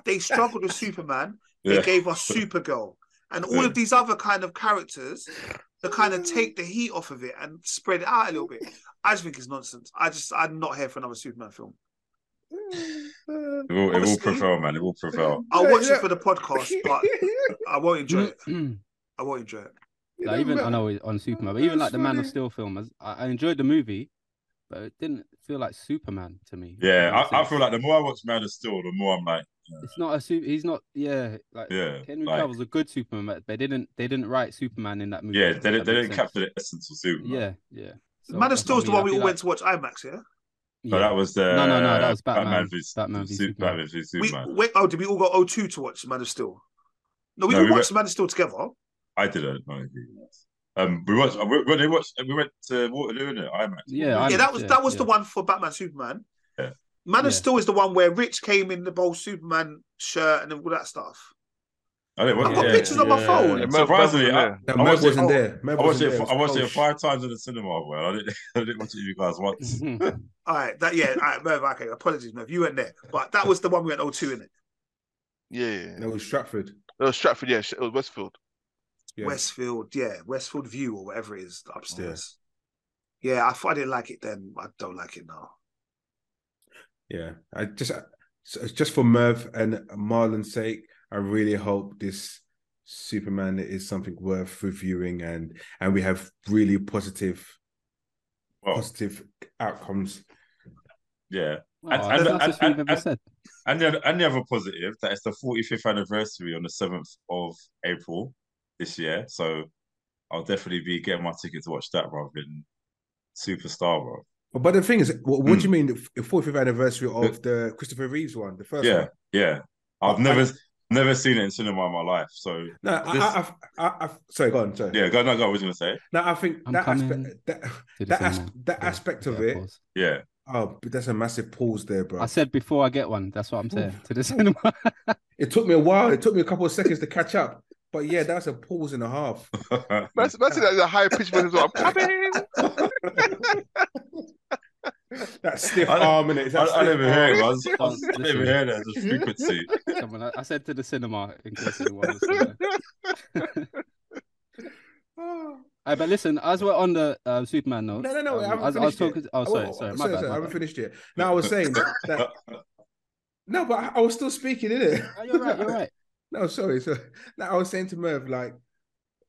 [SPEAKER 2] they struggled with Superman. They
[SPEAKER 1] yeah.
[SPEAKER 2] gave us Supergirl and all
[SPEAKER 1] Yeah.
[SPEAKER 2] of these other kind of characters to kind of take the heat off of it and spread it out a little bit. I just think it's nonsense. I just I'm not here for another Superman film.
[SPEAKER 1] It will, it will
[SPEAKER 2] Obviously-
[SPEAKER 1] prevail, man. It will prevail.
[SPEAKER 2] I'll
[SPEAKER 5] Yeah,
[SPEAKER 2] watch
[SPEAKER 5] yeah.
[SPEAKER 2] it for the podcast,
[SPEAKER 5] *laughs*
[SPEAKER 2] but I won't enjoy
[SPEAKER 4] *clears throat*
[SPEAKER 2] it. I won't enjoy it.
[SPEAKER 4] like, even I know it- on Superman, but even like the Man of
[SPEAKER 5] Funny.
[SPEAKER 4] Steel film, as I, I enjoyed the movie, but it didn't feel like Superman to me. if that
[SPEAKER 1] Yeah,
[SPEAKER 4] makes
[SPEAKER 1] I, I
[SPEAKER 4] sense.
[SPEAKER 1] feel like the more I watch Man of Steel, the more I'm like,
[SPEAKER 4] it's not a super. He's not. Yeah, like
[SPEAKER 1] yeah,
[SPEAKER 4] Henry
[SPEAKER 1] like,
[SPEAKER 4] Cavill's a good Superman, but they didn't. They didn't write Superman in that movie.
[SPEAKER 1] yeah,
[SPEAKER 4] if
[SPEAKER 1] they, didn't-
[SPEAKER 4] that
[SPEAKER 1] they
[SPEAKER 4] makes
[SPEAKER 1] didn't
[SPEAKER 4] sense.
[SPEAKER 1] capture the essence of Superman.
[SPEAKER 4] Yeah, yeah. So that's what
[SPEAKER 2] Man of
[SPEAKER 4] I
[SPEAKER 2] Steel's the
[SPEAKER 4] mean, I
[SPEAKER 2] one we all
[SPEAKER 4] feel
[SPEAKER 2] went to watch IMAX. Yeah,
[SPEAKER 4] like-
[SPEAKER 1] But
[SPEAKER 4] yeah.
[SPEAKER 1] that was the
[SPEAKER 4] No, no, no, that was Batman.
[SPEAKER 1] v
[SPEAKER 4] Batman v Superman.
[SPEAKER 1] Batman v
[SPEAKER 2] we
[SPEAKER 1] Superman.
[SPEAKER 2] wait. Oh, did we all go O2 to watch Man of Steel? No, we
[SPEAKER 1] No,
[SPEAKER 2] all
[SPEAKER 1] we
[SPEAKER 2] watched Man of Steel together.
[SPEAKER 1] I didn't. No, I didn't. um, we watched. We, we, they watched. We went to Waterloo innit? IMAX.
[SPEAKER 4] Yeah,
[SPEAKER 1] Waterloo.
[SPEAKER 4] IMAX,
[SPEAKER 2] yeah, that was
[SPEAKER 4] yeah,
[SPEAKER 2] that was the
[SPEAKER 4] yeah.
[SPEAKER 2] one for Batman Superman.
[SPEAKER 1] Yeah.
[SPEAKER 2] Man
[SPEAKER 4] Yeah.
[SPEAKER 2] of Steel is the one where Rich came in the whole Superman shirt and all that stuff.
[SPEAKER 1] I didn't watch
[SPEAKER 2] I've
[SPEAKER 1] it.
[SPEAKER 2] got
[SPEAKER 1] yeah,
[SPEAKER 2] pictures on my
[SPEAKER 1] yeah.
[SPEAKER 2] phone.
[SPEAKER 3] Yeah, Merv-
[SPEAKER 1] Surprisingly,
[SPEAKER 3] Merv
[SPEAKER 1] I,
[SPEAKER 3] wasn't
[SPEAKER 5] No,
[SPEAKER 1] I watched
[SPEAKER 5] Matt
[SPEAKER 1] it-
[SPEAKER 5] wasn't
[SPEAKER 2] oh,
[SPEAKER 5] there. Matt
[SPEAKER 1] I watched
[SPEAKER 5] wasn't
[SPEAKER 1] it.
[SPEAKER 5] there.
[SPEAKER 1] I watched it
[SPEAKER 5] was
[SPEAKER 1] five times in the cinema. Well, I didn't. *laughs* I didn't watch it. with You guys once.
[SPEAKER 4] *laughs*
[SPEAKER 2] All right, that yeah, all right, Merv, okay, oh apologies, Merv, you weren't there, but that was the one we went 0 2 in it.
[SPEAKER 3] Yeah.
[SPEAKER 5] That was Stratford.
[SPEAKER 3] No, Stratford, yeah, it was Westfield.
[SPEAKER 5] Yeah.
[SPEAKER 2] Westfield, yeah, Westfield View or whatever it is upstairs. Yeah, I thought I didn't like it then. I don't like it now.
[SPEAKER 5] Yeah, I just so it's just for Merv and Marlon's sake, I really hope this Superman is something worth reviewing and and we have really positive
[SPEAKER 1] Well,
[SPEAKER 5] positive outcomes.
[SPEAKER 1] yeah. *laughs*
[SPEAKER 4] Well,
[SPEAKER 1] And-
[SPEAKER 4] that's
[SPEAKER 1] and-
[SPEAKER 4] not
[SPEAKER 1] and-
[SPEAKER 4] just what we've
[SPEAKER 1] and-
[SPEAKER 4] ever said.
[SPEAKER 1] And the, and the other positive that it's the 45th anniversary on the 7th of April this year. So I'll definitely be getting my ticket to watch that rather than Superstar, bro.
[SPEAKER 5] But, but the thing is, what, what do you
[SPEAKER 1] Hmm.
[SPEAKER 5] mean the 45th anniversary of the Christopher Reeves one, the first
[SPEAKER 1] Yeah,
[SPEAKER 5] one?
[SPEAKER 1] yeah. I've never never seen it in cinema in my life. So
[SPEAKER 5] No, I,
[SPEAKER 1] This-
[SPEAKER 5] I, I, I, I, sorry, go on, sorry.
[SPEAKER 1] yeah, go no go. I was gonna say
[SPEAKER 5] No, I think
[SPEAKER 4] I'm
[SPEAKER 5] that
[SPEAKER 4] coming
[SPEAKER 5] aspect, that,
[SPEAKER 4] To the
[SPEAKER 5] that, as,
[SPEAKER 4] cinema.
[SPEAKER 5] that
[SPEAKER 4] Yeah,
[SPEAKER 5] aspect of
[SPEAKER 4] yeah,
[SPEAKER 5] it,
[SPEAKER 4] pause.
[SPEAKER 1] yeah. *laughs*
[SPEAKER 5] oh, but that's a massive pause there, bro.
[SPEAKER 4] I said before I get one. That's what I'm saying. To the *laughs* cinema.
[SPEAKER 5] It took me a while. It took me a couple of seconds to catch up. But yeah, that's a pause and a half.
[SPEAKER 3] That's that's like the high pitch version. I'm coming.
[SPEAKER 5] That stiff
[SPEAKER 1] *laughs* I don't-
[SPEAKER 5] arm in it.
[SPEAKER 1] I, I never hear it. I, was, I,
[SPEAKER 4] Don't
[SPEAKER 1] was- I
[SPEAKER 4] listen.
[SPEAKER 1] never hear that. Just frequency.
[SPEAKER 4] Someone, I- I said to the cinema in case anyone was there. Aye, but listen, as we're on the uh, Superman note,
[SPEAKER 5] No, no, no, I haven't
[SPEAKER 4] I, was- I was
[SPEAKER 5] finished
[SPEAKER 4] talking. Oh, sorry, sorry, my bad.
[SPEAKER 5] I
[SPEAKER 4] My
[SPEAKER 5] haven't
[SPEAKER 4] bad.
[SPEAKER 5] finished yet. No, I was saying that. that-
[SPEAKER 4] *laughs*
[SPEAKER 5] no, but I, I was still speaking, innit? it?
[SPEAKER 4] Oh, you're right. You're right.
[SPEAKER 5] No, sorry. So *laughs* no, I was saying to Merv, like,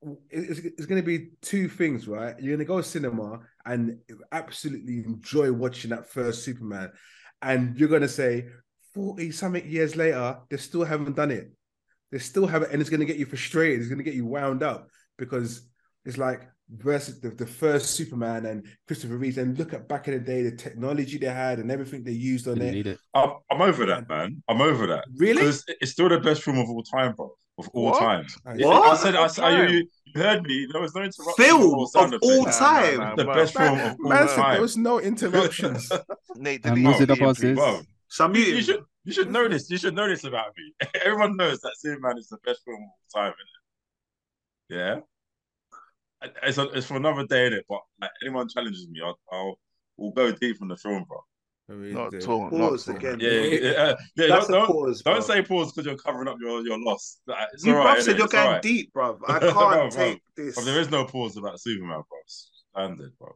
[SPEAKER 5] it- it's, it's going to be two things, right? You're going to go cinema and absolutely enjoy watching that first Superman, and you're going to say, 40 something years later, they still haven't done it. They still haven't, and it's going to get you frustrated. It's going to get you wound up because it's like versus the, the first Superman and Christopher Reeves, and look at back in the day, the technology they had and everything they used on
[SPEAKER 4] Didn't
[SPEAKER 5] it.
[SPEAKER 4] need it.
[SPEAKER 1] I'm, I'm over that, man. I'm over that.
[SPEAKER 5] Really?
[SPEAKER 1] 'Cause It's, it's still the best film of all time, bro. Of all
[SPEAKER 3] What?
[SPEAKER 1] time.
[SPEAKER 5] Like,
[SPEAKER 1] Yeah,
[SPEAKER 2] What?
[SPEAKER 1] I said, I, said- I, you, you heard me. There was no interruption.
[SPEAKER 2] Film
[SPEAKER 1] or
[SPEAKER 2] of
[SPEAKER 1] sound effects.
[SPEAKER 2] all
[SPEAKER 3] Nah, nah,
[SPEAKER 2] time.
[SPEAKER 3] nah,
[SPEAKER 1] The
[SPEAKER 3] bro.
[SPEAKER 1] best film
[SPEAKER 5] Man,
[SPEAKER 1] of all
[SPEAKER 5] man said
[SPEAKER 1] time.
[SPEAKER 5] there was no interruptions.
[SPEAKER 3] Nate,
[SPEAKER 4] Um,
[SPEAKER 3] delete
[SPEAKER 4] was it the
[SPEAKER 3] him,
[SPEAKER 4] bosses?
[SPEAKER 3] please.
[SPEAKER 1] *laughs* Bro,
[SPEAKER 2] So I'm
[SPEAKER 1] you, you
[SPEAKER 2] muted.
[SPEAKER 1] should you should know this. You should know this about me. *laughs* Everyone knows that Superman is the best film of all time. Innit? Yeah, And it's a, it's for another day in it. But like, anyone challenges me, I'll, I'll we'll go deep on the film, bro.
[SPEAKER 3] Not at all. Not
[SPEAKER 2] Pause
[SPEAKER 3] at all.
[SPEAKER 2] again.
[SPEAKER 1] Yeah, yeah, yeah, uh, yeah,
[SPEAKER 2] That's
[SPEAKER 1] don't,
[SPEAKER 2] a
[SPEAKER 1] don't,
[SPEAKER 2] pause.
[SPEAKER 1] don't
[SPEAKER 2] bruv.
[SPEAKER 1] say pause because you're covering up your your loss. Like, it's
[SPEAKER 2] you
[SPEAKER 1] all
[SPEAKER 2] bruv
[SPEAKER 1] right,
[SPEAKER 2] said
[SPEAKER 1] innit?
[SPEAKER 2] you're
[SPEAKER 1] It's all
[SPEAKER 2] going
[SPEAKER 1] right.
[SPEAKER 2] deep,
[SPEAKER 1] *laughs*
[SPEAKER 2] bruv. I
[SPEAKER 1] Bro,
[SPEAKER 2] can't
[SPEAKER 1] bro.
[SPEAKER 2] take this.
[SPEAKER 1] But there is no pause about Superman, bro. Standard, bro.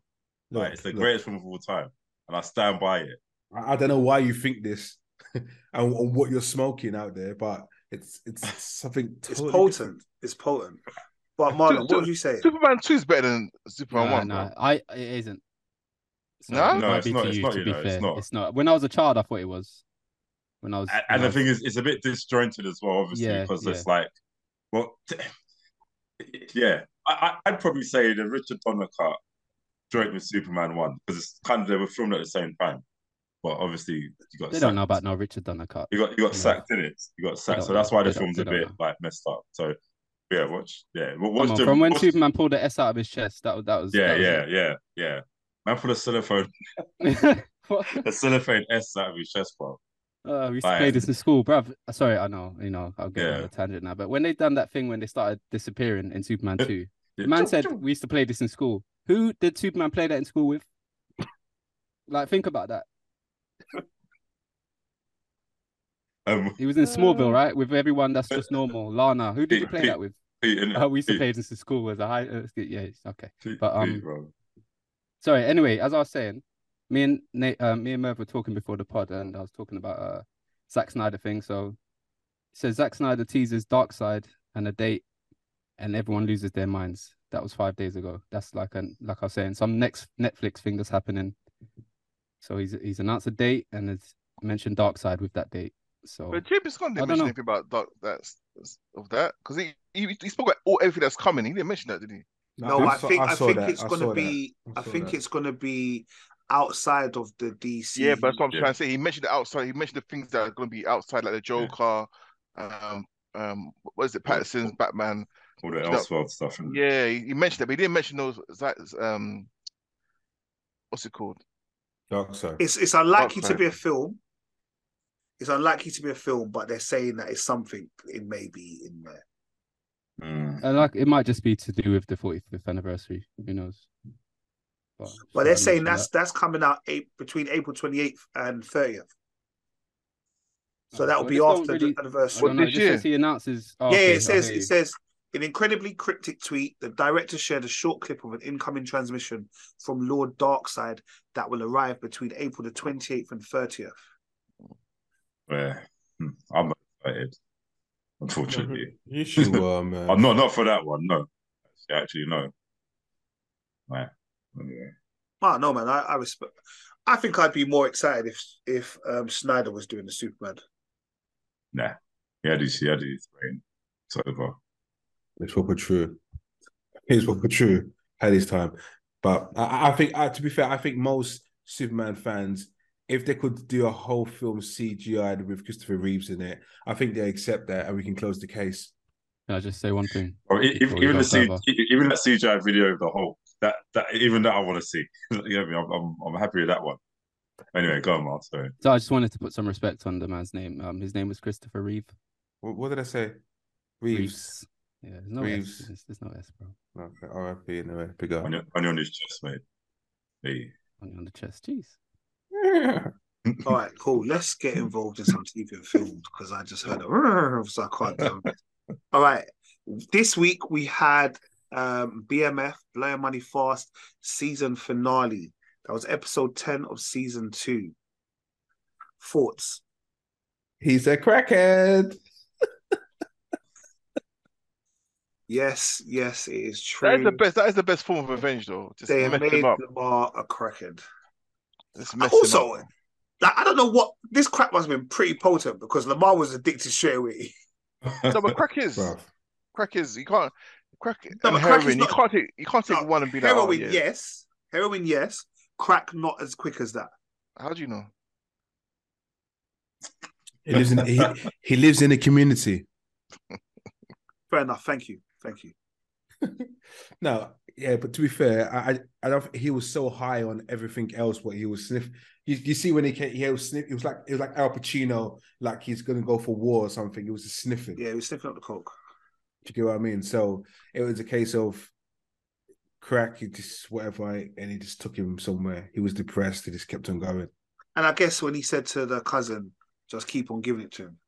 [SPEAKER 1] Like, it's the
[SPEAKER 5] Look,
[SPEAKER 1] greatest film of all time, and I stand by it.
[SPEAKER 5] I, I don't know why you think this *laughs* and, and what you're smoking out there, but it's it's something
[SPEAKER 2] it's
[SPEAKER 5] totally
[SPEAKER 2] potent.
[SPEAKER 5] different.
[SPEAKER 2] It's potent. But Marlon,
[SPEAKER 3] Ju-
[SPEAKER 2] what would you say?
[SPEAKER 3] Superman two is better than Superman
[SPEAKER 4] Nah,
[SPEAKER 3] one.
[SPEAKER 4] nah,
[SPEAKER 3] bro.
[SPEAKER 4] I it isn't. So
[SPEAKER 3] No?
[SPEAKER 4] it
[SPEAKER 1] No,
[SPEAKER 4] might
[SPEAKER 1] it's
[SPEAKER 4] be
[SPEAKER 1] not-
[SPEAKER 4] to
[SPEAKER 1] it's
[SPEAKER 4] you,
[SPEAKER 1] not,
[SPEAKER 4] to
[SPEAKER 1] you
[SPEAKER 4] be
[SPEAKER 1] know, it's
[SPEAKER 4] fair.
[SPEAKER 1] not.
[SPEAKER 4] When I was a child, I thought it was. When I was,
[SPEAKER 1] And,
[SPEAKER 4] when
[SPEAKER 1] and
[SPEAKER 4] I
[SPEAKER 1] the
[SPEAKER 4] was-
[SPEAKER 1] thing is, it's a bit disjointed as well, obviously,
[SPEAKER 4] Yeah,
[SPEAKER 1] because it's like, well, t- *sighs* yeah, I, I- I'd probably say the Richard Donner cut joint with Superman one because it's kind of they were filmed at the same time, but obviously you got
[SPEAKER 4] they
[SPEAKER 1] sacked.
[SPEAKER 4] don't know about no Richard Donner cut.
[SPEAKER 1] You got you got
[SPEAKER 4] No.
[SPEAKER 1] sacked in it. You got sacked,
[SPEAKER 4] don't
[SPEAKER 1] so that's
[SPEAKER 4] know.
[SPEAKER 1] why the
[SPEAKER 4] They don't-
[SPEAKER 1] film's
[SPEAKER 4] they
[SPEAKER 1] a
[SPEAKER 4] don't
[SPEAKER 1] bit
[SPEAKER 4] know.
[SPEAKER 1] like messed up. So yeah, watch, yeah, well, watch
[SPEAKER 4] Come on,
[SPEAKER 1] the
[SPEAKER 4] from when
[SPEAKER 1] watch-
[SPEAKER 4] Superman pulled the S out of his chest, that was that was.
[SPEAKER 1] yeah,
[SPEAKER 4] that was
[SPEAKER 1] yeah, yeah, yeah. Man put a cellophane,
[SPEAKER 4] it. *laughs* What?
[SPEAKER 1] a cellophane S out of his chest, bro.
[SPEAKER 4] Uh, we used to
[SPEAKER 1] Like-
[SPEAKER 4] play this in school, bruv. Sorry, I know, you know, I'll get
[SPEAKER 1] Yeah.
[SPEAKER 4] on a tangent now. But when they done that thing when they started disappearing in Superman 2,
[SPEAKER 1] Yeah.
[SPEAKER 4] the man said we used to play this in school. Who did Superman play that in school with? Like, think about that.
[SPEAKER 1] *laughs* Um,
[SPEAKER 4] He was in Smallville, right? With everyone that's just normal. Lana, who did you play that with?
[SPEAKER 1] Pete, innit?
[SPEAKER 4] Uh, we used to
[SPEAKER 1] Pete,
[SPEAKER 4] play this in school as a high. Uh, yeah, it's okay.
[SPEAKER 1] Pete,
[SPEAKER 4] but, um,
[SPEAKER 1] Pete, bro.
[SPEAKER 4] Sorry. Anyway, as I was saying, me and Nate, uh, me and Merv were talking before the pod, and I was talking about uh Zack Snyder thing. So, it says Zack Snyder teases Dark Side and a date, and everyone loses their minds. That was five days ago. That's like an like I was saying, some next Netflix thing that's happening. So he's he's announced a date and has mentioned Dark Side with that date. So
[SPEAKER 3] But James Gunn
[SPEAKER 4] I don't
[SPEAKER 3] didn't mention
[SPEAKER 4] know.
[SPEAKER 3] anything about that, that's, that's- of that because he, he he spoke about all everything that's coming. He didn't mention that, did he?
[SPEAKER 2] No, I,
[SPEAKER 5] saw-
[SPEAKER 2] think I,
[SPEAKER 5] saw
[SPEAKER 2] think
[SPEAKER 5] that.
[SPEAKER 2] it's
[SPEAKER 5] I
[SPEAKER 2] gonna
[SPEAKER 5] saw that.
[SPEAKER 2] be
[SPEAKER 5] I
[SPEAKER 2] I,
[SPEAKER 5] saw
[SPEAKER 2] think
[SPEAKER 5] that.
[SPEAKER 2] it's gonna be outside of the DC.
[SPEAKER 3] Yeah, but that's what I'm
[SPEAKER 1] Yeah.
[SPEAKER 3] trying to say. He mentioned the outside. He mentioned the things that are going to be outside, like the Joker. Um, um, what is it? Patterson's Batman.
[SPEAKER 1] All the
[SPEAKER 3] you know-
[SPEAKER 1] Elseworld stuff. innit?
[SPEAKER 3] Yeah, he, he mentioned that, but he didn't mention those. That um, what's it called?
[SPEAKER 5] Dark side.
[SPEAKER 2] it's it's unlikely to
[SPEAKER 3] Outside.
[SPEAKER 2] be a film. It's unlikely to be a film, but they're saying that it's something it may be in there.
[SPEAKER 1] Mm.
[SPEAKER 4] and like it might just be to do with the 45th anniversary. Who knows? But,
[SPEAKER 2] But
[SPEAKER 4] I
[SPEAKER 2] they're saying
[SPEAKER 4] mentioned
[SPEAKER 2] that's
[SPEAKER 4] that.
[SPEAKER 2] that's coming out eight, between April 28th and 30th. So that
[SPEAKER 4] Well,
[SPEAKER 2] will be
[SPEAKER 4] this don't
[SPEAKER 2] after
[SPEAKER 4] really-
[SPEAKER 2] the anniversary.
[SPEAKER 4] I
[SPEAKER 3] What
[SPEAKER 4] don't know,
[SPEAKER 3] this
[SPEAKER 4] it just says
[SPEAKER 3] year?
[SPEAKER 4] he announces. oh,
[SPEAKER 2] yeah,
[SPEAKER 4] okay,
[SPEAKER 2] it says
[SPEAKER 4] okay.
[SPEAKER 2] it says in an incredibly cryptic tweet, the director shared a short clip of an incoming transmission from Lord Darkside that will arrive between April the twenty eighth and thirtieth.
[SPEAKER 1] Yeah. Hmm. I'm excited,
[SPEAKER 2] *laughs*
[SPEAKER 1] unfortunately.
[SPEAKER 5] Yes, you um, uh, were, man.
[SPEAKER 1] I'm not not for that one. No, actually, no. Right. Yeah.
[SPEAKER 2] Oh no, man, I, I respect. I think I'd be more excited if if um, Snyder was doing the Superman.
[SPEAKER 1] Nah. Yeah, I do see. I do. It's rain. It's over.
[SPEAKER 5] It's proper true. It's proper true at this time. But I- I, I think, uh, to be fair, I think most Superman fans, if they could do a whole film CGI with Christopher Reeves in it, I think they accept that and we can close the case.
[SPEAKER 4] Can I just say one thing?
[SPEAKER 1] Or e-
[SPEAKER 4] Before we
[SPEAKER 1] even
[SPEAKER 4] go
[SPEAKER 1] the C-
[SPEAKER 4] further.
[SPEAKER 1] e- even that CGI video of the whole that that even that I want to see. *laughs* you know what I mean? I'm, I'm I'm happy with that one. Anyway, go on, Mark. Sorry.
[SPEAKER 4] So I just wanted to put some respect on the man's name. Um, his name was Christopher Reeve.
[SPEAKER 5] What, what did I say? Reeves.
[SPEAKER 4] Reeves. Yeah, there's no
[SPEAKER 5] Reeves.
[SPEAKER 4] S. There's, there's no S, bro.
[SPEAKER 5] Okay, RIP anyway. Big up.
[SPEAKER 1] On your, on your on his chest, mate. Hey.
[SPEAKER 4] On, on the chest. Jeez. *clears throat*
[SPEAKER 5] *laughs*
[SPEAKER 2] All right, cool. Let's get involved in some TV and film because I just heard it, so I
[SPEAKER 5] *laughs*
[SPEAKER 2] can't. do it. All right, this week we had um, BMF Blowing Money Fast season finale. That was episode ten of season two. Thoughts?
[SPEAKER 5] He's a crackhead.
[SPEAKER 2] Yes, yes, it is true.
[SPEAKER 3] That is the best. That is the best form of revenge, though. Just
[SPEAKER 2] They have
[SPEAKER 3] mess
[SPEAKER 2] made
[SPEAKER 3] him up.
[SPEAKER 2] Lamar a crackhead.
[SPEAKER 3] Just mess
[SPEAKER 2] Also,
[SPEAKER 3] him up.
[SPEAKER 2] Like, I don't know what this crap must have been pretty potent because Lamar was addicted straight away.
[SPEAKER 3] No,
[SPEAKER 1] *laughs*
[SPEAKER 3] but crack is
[SPEAKER 5] Bruv.
[SPEAKER 3] crack is you can't crack
[SPEAKER 2] No,
[SPEAKER 3] and
[SPEAKER 2] but crack is
[SPEAKER 3] heroin.
[SPEAKER 2] not-
[SPEAKER 3] you can't take you can't take
[SPEAKER 2] No,
[SPEAKER 3] one and be like, oh,
[SPEAKER 2] Heroin,
[SPEAKER 3] yeah.
[SPEAKER 2] yes. Heroin, yes. Crack, not as quick as that.
[SPEAKER 3] How do you know?
[SPEAKER 5] He lives in he, he lives in the community.
[SPEAKER 2] Fair enough. Thank you. Thank you.
[SPEAKER 5] No, yeah, but to be fair, I I, I don't. think He was so high on everything else. What he was sniff. You, you see when he came, he was sniff. It was like it was like Al Pacino, like he's gonna go for war or something. He was just sniffing.
[SPEAKER 2] Yeah, he was sniffing up the coke.
[SPEAKER 5] Do you get what I mean? So it was a case of crack. He just whatever, and he just took him somewhere. He was depressed. He just kept on going.
[SPEAKER 2] And I guess when he said to the cousin, just keep on giving it to him.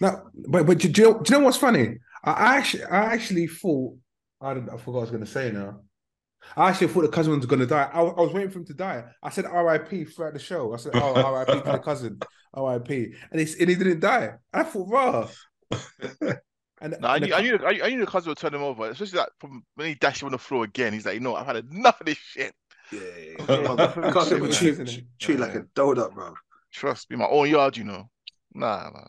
[SPEAKER 5] No, but but do, do, you, know, do you know what's funny? I, I actually I actually thought I don't I forgot what I was gonna say now. I actually thought the cousin was gonna die. I, wa- I was waiting for him to die. I said R.I.P. throughout the show. I said
[SPEAKER 3] *laughs*
[SPEAKER 5] oh, R.I.P. to the cousin, R.I.P. And he s- and he didn't die. I thought rah. And,
[SPEAKER 3] No, I
[SPEAKER 5] and
[SPEAKER 3] knew,
[SPEAKER 5] the
[SPEAKER 3] I
[SPEAKER 5] cou-
[SPEAKER 3] knew, I knew, I knew the cousin would turn him over, especially that from when he dashed him on the floor again. He's like, no, I've had enough of this shit.
[SPEAKER 2] Yeah. yeah, yeah.
[SPEAKER 3] *laughs*
[SPEAKER 1] Okay.
[SPEAKER 2] Can't
[SPEAKER 5] Shit,
[SPEAKER 2] be
[SPEAKER 5] man.
[SPEAKER 2] treat, treat like a donut, bro.
[SPEAKER 3] Trust me, my own yard, you know. Nah, man.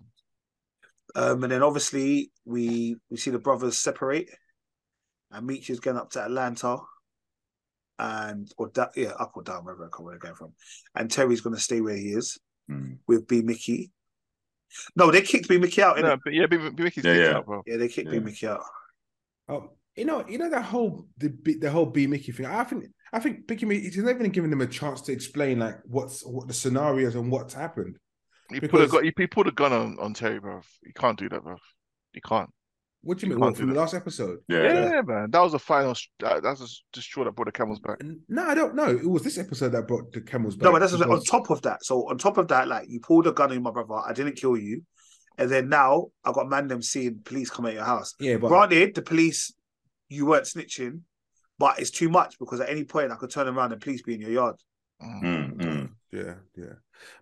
[SPEAKER 2] Um, and then obviously we we see the brothers separate, and Meech is going up to Atlanta, and or da- yeah, up or down, wherever I come where they're going from, and Terry's going to stay where he is
[SPEAKER 1] Hmm.
[SPEAKER 2] with B Mickey. No, they kicked B Mickey out.
[SPEAKER 3] No,
[SPEAKER 2] innit?
[SPEAKER 3] but yeah, B- B- Mickey's
[SPEAKER 1] Yeah,
[SPEAKER 3] kicked
[SPEAKER 1] yeah.
[SPEAKER 3] out, bro.
[SPEAKER 2] Yeah, they kicked
[SPEAKER 1] Yeah.
[SPEAKER 2] B Mickey out.
[SPEAKER 5] Oh, you know, you know that whole the B- the whole B Mickey thing. I think I think Mickey he's not even giving them a chance to explain like what's what the scenarios and what's happened.
[SPEAKER 3] He put a
[SPEAKER 5] Because-
[SPEAKER 3] gun, he, he put a gun on, on Terry, bro. You can't do that, bro. You can't.
[SPEAKER 5] What do you
[SPEAKER 3] You
[SPEAKER 5] mean?
[SPEAKER 3] can't
[SPEAKER 5] What
[SPEAKER 3] do
[SPEAKER 5] from the
[SPEAKER 3] that.
[SPEAKER 5] last episode?
[SPEAKER 1] Yeah.
[SPEAKER 3] Yeah, man. That was the final. sh- That, that's the s- the straw that brought the camels back.
[SPEAKER 5] No, I don't know. It was this episode that brought the camels back.
[SPEAKER 2] No, but that's what I'm saying, on
[SPEAKER 5] because-
[SPEAKER 2] top of that. So on top of that, like you pulled a gun on my brother, I didn't kill you, and then now I got man them seeing police come at your house.
[SPEAKER 5] Yeah, but
[SPEAKER 2] Granted, the police, you weren't snitching, but it's too much because at any point I could turn around and police be in your yard.
[SPEAKER 3] Mm.
[SPEAKER 1] Mm, mm.
[SPEAKER 5] yeah, yeah.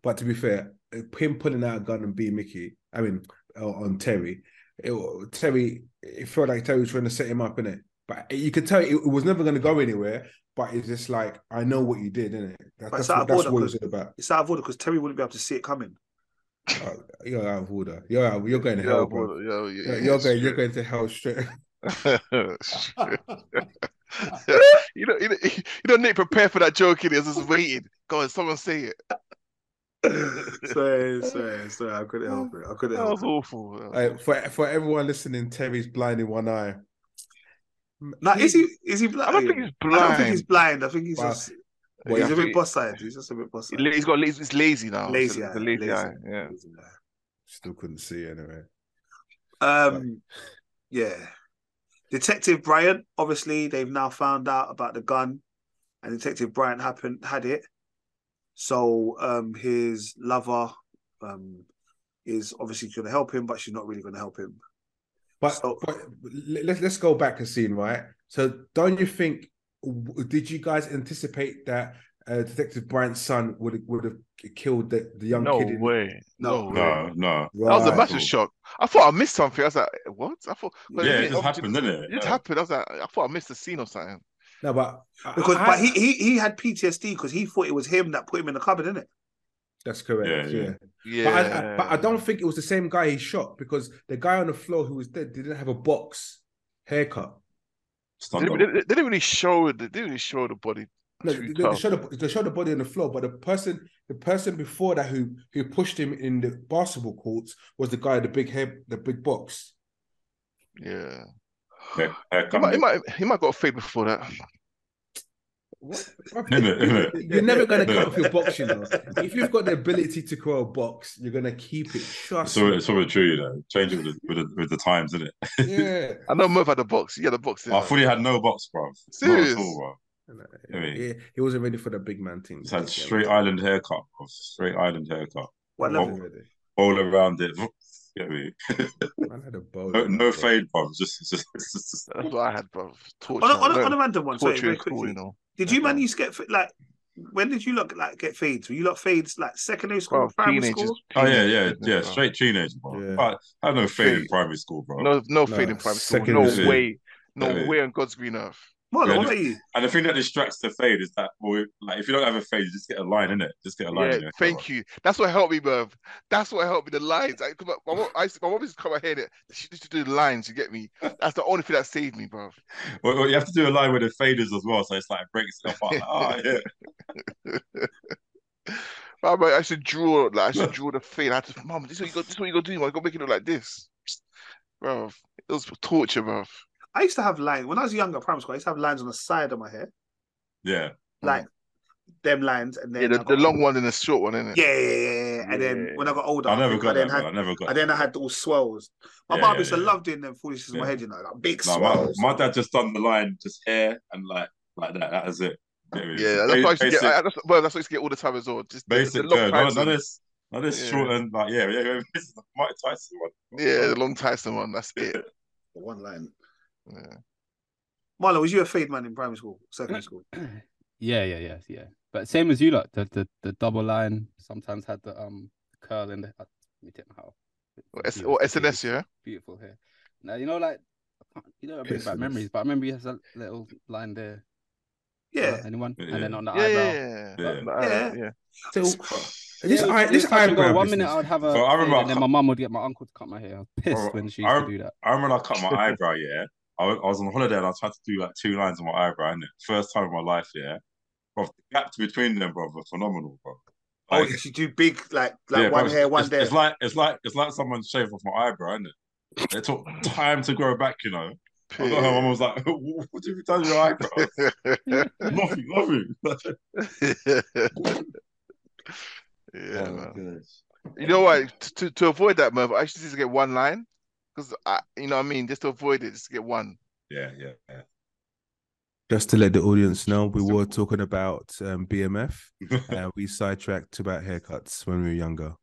[SPEAKER 5] But to be fair, uh, him pulling out a gun and beating Mickey, I mean, uh, on Terry, it, wa- Terry, it felt like Terry was trying to set him up in it. But you could tell it, it was never going to go anywhere. But it's just like I know what you did, innit?
[SPEAKER 2] But
[SPEAKER 5] That, that's
[SPEAKER 2] it's out
[SPEAKER 5] what,
[SPEAKER 2] of
[SPEAKER 5] that's
[SPEAKER 2] order,
[SPEAKER 5] what it was
[SPEAKER 2] 'cause-
[SPEAKER 5] about.
[SPEAKER 2] It's out of order because Terry wouldn't be able to see it coming.
[SPEAKER 5] Uh, you're out of order. You're out, you're going to
[SPEAKER 3] Yeah,
[SPEAKER 5] hell, bro.
[SPEAKER 3] bro. Yeah, yeah,
[SPEAKER 5] You're,
[SPEAKER 3] yeah,
[SPEAKER 5] you're
[SPEAKER 3] it's *laughs*
[SPEAKER 5] going you're
[SPEAKER 3] true.
[SPEAKER 5] going to hell straight.
[SPEAKER 3] It's true. *laughs* you know, *laughs* you know, you know, Nick prepared for that joke. and He was just waiting. Go on, someone say it.
[SPEAKER 2] sorry, sorry, sorry. I couldn't help it. I couldn't
[SPEAKER 3] That
[SPEAKER 2] help
[SPEAKER 3] was
[SPEAKER 2] it.
[SPEAKER 3] awful. That was
[SPEAKER 5] Uh, for for everyone listening, Terry's blind in one eye.
[SPEAKER 2] Now, is he is he blind?
[SPEAKER 3] I don't think he's
[SPEAKER 2] I
[SPEAKER 3] blind.
[SPEAKER 2] don't think he's blind. I think he's
[SPEAKER 5] Wow.
[SPEAKER 2] just
[SPEAKER 5] Well,
[SPEAKER 2] he's
[SPEAKER 5] yeah,
[SPEAKER 2] a
[SPEAKER 3] think
[SPEAKER 2] bit boss side. He's just a bit boss side.
[SPEAKER 3] la- he's got lazy. He's lazy now. It's a-
[SPEAKER 2] Lazy
[SPEAKER 3] it's a
[SPEAKER 2] eye,
[SPEAKER 3] lazy,
[SPEAKER 2] lazy
[SPEAKER 3] eye. Yeah.
[SPEAKER 5] Still couldn't see anyway.
[SPEAKER 2] Um, yeah. Detective Bryant, obviously, they've now found out about the gun, and Detective Bryant happened had it. So um, his lover, um, is obviously going to help him, but she's not really going to help him.
[SPEAKER 5] But,
[SPEAKER 2] So-
[SPEAKER 5] but let's let's go back a scene, right? So, don't you think? w- Did you guys anticipate that uh, Detective Bryant's son would would have killed the, the young
[SPEAKER 3] no
[SPEAKER 5] kid? in-
[SPEAKER 3] way. No,
[SPEAKER 2] No.
[SPEAKER 3] way.
[SPEAKER 1] No, no.
[SPEAKER 3] That was a
[SPEAKER 5] Right.
[SPEAKER 1] match-
[SPEAKER 3] massive shock. I thought I missed something. I was like, what? I thought 'cause
[SPEAKER 1] Yeah,
[SPEAKER 3] didn't-
[SPEAKER 1] it just
[SPEAKER 3] obviously-
[SPEAKER 1] happened, didn't it? Uh,
[SPEAKER 3] It just
[SPEAKER 1] Yeah.
[SPEAKER 3] happened. I was like, I thought I missed a scene or something.
[SPEAKER 5] No, but I-
[SPEAKER 2] Because
[SPEAKER 5] I-
[SPEAKER 2] but he, he he had PTSD because he thought it was him that put him in the cupboard, didn't it?
[SPEAKER 5] that's correct.
[SPEAKER 1] Yeah,
[SPEAKER 5] Yeah,
[SPEAKER 1] yeah.
[SPEAKER 3] Yeah.
[SPEAKER 5] But, I, I, but I don't think it was the same guy he shot because the guy on the floor who was dead didn't have a box haircut.
[SPEAKER 1] It's
[SPEAKER 3] They
[SPEAKER 1] not
[SPEAKER 3] didn't,
[SPEAKER 1] done.
[SPEAKER 3] they- they didn't really show. the- They didn't really show the body.
[SPEAKER 5] No,
[SPEAKER 3] too
[SPEAKER 5] they, they
[SPEAKER 3] tough.
[SPEAKER 5] showed the, they showed the body on the floor, but the person the person before that who who pushed him in the basketball courts was the guy with the big hair, the big box.
[SPEAKER 3] Yeah.
[SPEAKER 1] Yeah, hair
[SPEAKER 3] He might, he
[SPEAKER 1] coming.
[SPEAKER 3] might, he might got a fade before that.
[SPEAKER 5] What?
[SPEAKER 1] Innit, innit?
[SPEAKER 5] You're never gonna cut off your box, you know. If you've got the ability to grow a box, you're gonna keep it. Trust
[SPEAKER 1] It's all, it's *laughs* all true, you know. Changing with the, with the, with the times, isn't it? *laughs*
[SPEAKER 5] me. Yeah.
[SPEAKER 3] I know Merv had the box. Yeah, the box. Yeah.
[SPEAKER 1] I fully had no box, bro.
[SPEAKER 3] Serious?
[SPEAKER 1] Not at all, bro. I mean-
[SPEAKER 5] yeah, he wasn't ready for the big man team.
[SPEAKER 1] Just had straight island haircut, bro. Straight island haircut.
[SPEAKER 2] What
[SPEAKER 1] Well,
[SPEAKER 2] level?
[SPEAKER 5] Wasn't ready.
[SPEAKER 1] All around it. Get me?
[SPEAKER 5] Man had a bowl.
[SPEAKER 1] No, no fade, bro. Just, just, just,
[SPEAKER 3] *laughs*
[SPEAKER 1] just- Oh,
[SPEAKER 3] That's what I had, bro. Torture.
[SPEAKER 2] On a, on, a,
[SPEAKER 3] Learn-
[SPEAKER 2] on a random one, sorry,
[SPEAKER 3] torture
[SPEAKER 2] very
[SPEAKER 3] is cool, you
[SPEAKER 2] quickly.
[SPEAKER 3] know.
[SPEAKER 2] Did you man used to get fa- like when did you look like get fades? Were you lot fades like secondary school,
[SPEAKER 3] Bro,
[SPEAKER 2] primary
[SPEAKER 3] teenagers.
[SPEAKER 2] school?
[SPEAKER 1] Oh yeah,
[SPEAKER 3] teenagers,
[SPEAKER 1] yeah,
[SPEAKER 3] isn't it,
[SPEAKER 1] yeah.
[SPEAKER 3] bro?
[SPEAKER 1] Straight teenage, bro.
[SPEAKER 5] Yeah.
[SPEAKER 1] But I had no fade in
[SPEAKER 3] Straight.
[SPEAKER 1] primary school, bro.
[SPEAKER 3] No, no
[SPEAKER 5] No,
[SPEAKER 3] fade in primary school.
[SPEAKER 5] secondary
[SPEAKER 3] No
[SPEAKER 1] school.
[SPEAKER 3] way. No
[SPEAKER 1] Yeah.
[SPEAKER 3] way on God's green earth.
[SPEAKER 2] Marlon,
[SPEAKER 1] Yeah,
[SPEAKER 2] what about you?
[SPEAKER 1] And the thing that distracts the fade is that, well, like, if you don't have a fade, you just get a line in it. Just get a line.
[SPEAKER 3] Yeah,
[SPEAKER 1] in your
[SPEAKER 3] thank you. That's what helped me, bruv. That's what helped me. The lines. I, 'cause my, my, mom, I used to, my mom used to come ahead. and She used to do the lines. You get me? That's the only thing that saved me, bruv.
[SPEAKER 1] Well, well, you have to do a line with the faders as well, so it's like breaks it apart. Like, oh,
[SPEAKER 3] *laughs*
[SPEAKER 1] yeah.
[SPEAKER 3] But I, might- I should draw. Like I should draw the fade. I had to, mom, this is what you got. This is what you got to do. Mom. You got to make it look like this, bruv. It was torture, bruv.
[SPEAKER 2] I used to have lines when I was younger, primary school. I used to have lines on the side of my hair,
[SPEAKER 1] yeah.
[SPEAKER 2] like them lines, and then
[SPEAKER 3] Yeah, the,
[SPEAKER 2] I
[SPEAKER 3] the
[SPEAKER 2] got-
[SPEAKER 3] long one and the short one, isn't it?
[SPEAKER 2] Yeah, yeah, yeah, yeah. And then
[SPEAKER 3] Yeah.
[SPEAKER 2] when I got older,
[SPEAKER 1] I never
[SPEAKER 2] think
[SPEAKER 1] got
[SPEAKER 2] then
[SPEAKER 1] that. man.
[SPEAKER 2] had,
[SPEAKER 1] I never got.
[SPEAKER 2] I then I had all swells. My
[SPEAKER 1] Yeah,
[SPEAKER 2] mom
[SPEAKER 1] yeah,
[SPEAKER 2] used to
[SPEAKER 1] yeah.
[SPEAKER 2] love doing them foolishness in my
[SPEAKER 1] Yeah.
[SPEAKER 2] head, you know, like big
[SPEAKER 1] No, my,
[SPEAKER 2] swells.
[SPEAKER 1] my dad just done the line, just hair and like like that. That is it. Get me?
[SPEAKER 3] Yeah, that's what I used to
[SPEAKER 1] basic,
[SPEAKER 3] get. I, that's, bruv, that's what I used to get all the time as well. Just the, the
[SPEAKER 1] basic
[SPEAKER 3] long
[SPEAKER 1] curve. No,
[SPEAKER 3] Tyson.
[SPEAKER 1] no, this, no, this
[SPEAKER 3] Yeah.
[SPEAKER 1] short and like yeah, yeah. yeah *laughs* this is the Mike Tyson one.
[SPEAKER 3] Yeah, the long Tyson one. That's
[SPEAKER 1] *laughs*
[SPEAKER 3] it.
[SPEAKER 2] One line.
[SPEAKER 3] Yeah.
[SPEAKER 2] Marlon, was you a fade man in primary school, secondary school?
[SPEAKER 4] yeah, yeah, yeah, yeah. But same as you lot, the the, the double line sometimes had the um curl in the. I don't know how.
[SPEAKER 3] Or, S-
[SPEAKER 4] Yeah,
[SPEAKER 3] or
[SPEAKER 4] it's-
[SPEAKER 3] SNS, yeah.
[SPEAKER 4] beautiful hair. Now you know, like I can't- you don't bring
[SPEAKER 5] Yes, it
[SPEAKER 4] back
[SPEAKER 5] is.
[SPEAKER 4] memories, but I remember you had that little line there.
[SPEAKER 2] Yeah.
[SPEAKER 4] Anyone?
[SPEAKER 1] Yeah,
[SPEAKER 4] And then on the
[SPEAKER 3] Yeah,
[SPEAKER 4] eyebrow.
[SPEAKER 3] yeah, yeah.
[SPEAKER 1] Yeah.
[SPEAKER 3] Like- like,
[SPEAKER 2] Yeah.
[SPEAKER 3] yeah.
[SPEAKER 4] Yeah,
[SPEAKER 2] Oh,
[SPEAKER 5] So, this
[SPEAKER 4] it was-
[SPEAKER 5] eye,
[SPEAKER 4] it
[SPEAKER 5] this
[SPEAKER 4] was touch and go.
[SPEAKER 5] eyebrow.
[SPEAKER 4] One
[SPEAKER 5] business.
[SPEAKER 4] minute I would have a,
[SPEAKER 1] Bro, I
[SPEAKER 4] fade
[SPEAKER 1] remember
[SPEAKER 4] and
[SPEAKER 1] I
[SPEAKER 4] then my mum would get my uncle to cut my hair. I was pissed
[SPEAKER 1] Bro,
[SPEAKER 4] when she
[SPEAKER 1] I
[SPEAKER 4] used to
[SPEAKER 1] rem-
[SPEAKER 4] do that.
[SPEAKER 1] I remember when I cut
[SPEAKER 2] *laughs*
[SPEAKER 1] my eyebrow. Yeah, I, wa- I was on holiday and I tried to do like two lines on my eyebrow. And first time in my life, yeah, bro, the gap between them, bro, were phenomenal, bro.
[SPEAKER 2] oh, did you do big like like
[SPEAKER 1] Yeah,
[SPEAKER 2] one
[SPEAKER 1] bro,
[SPEAKER 2] hair, one
[SPEAKER 1] it's,
[SPEAKER 2] there?
[SPEAKER 1] It's like it's like it's like someone shaved off my eyebrow, isn't it? It took time to grow back, you know. I
[SPEAKER 3] *laughs*
[SPEAKER 1] got home, my mum was like, *laughs* "What have you done to your
[SPEAKER 2] *laughs*
[SPEAKER 1] eyebrow?" nothing, nothing.
[SPEAKER 3] Yeah,
[SPEAKER 1] Oh,
[SPEAKER 3] man.
[SPEAKER 1] goodness.
[SPEAKER 3] You know what? To to- to avoid that, man, I actually just get one line because I, you know, what I mean, just to avoid it, just get one.
[SPEAKER 1] Yeah, yeah, yeah.
[SPEAKER 5] Just to let the audience know, we were talking about um, BMF. and we sidetracked about haircuts when we were younger.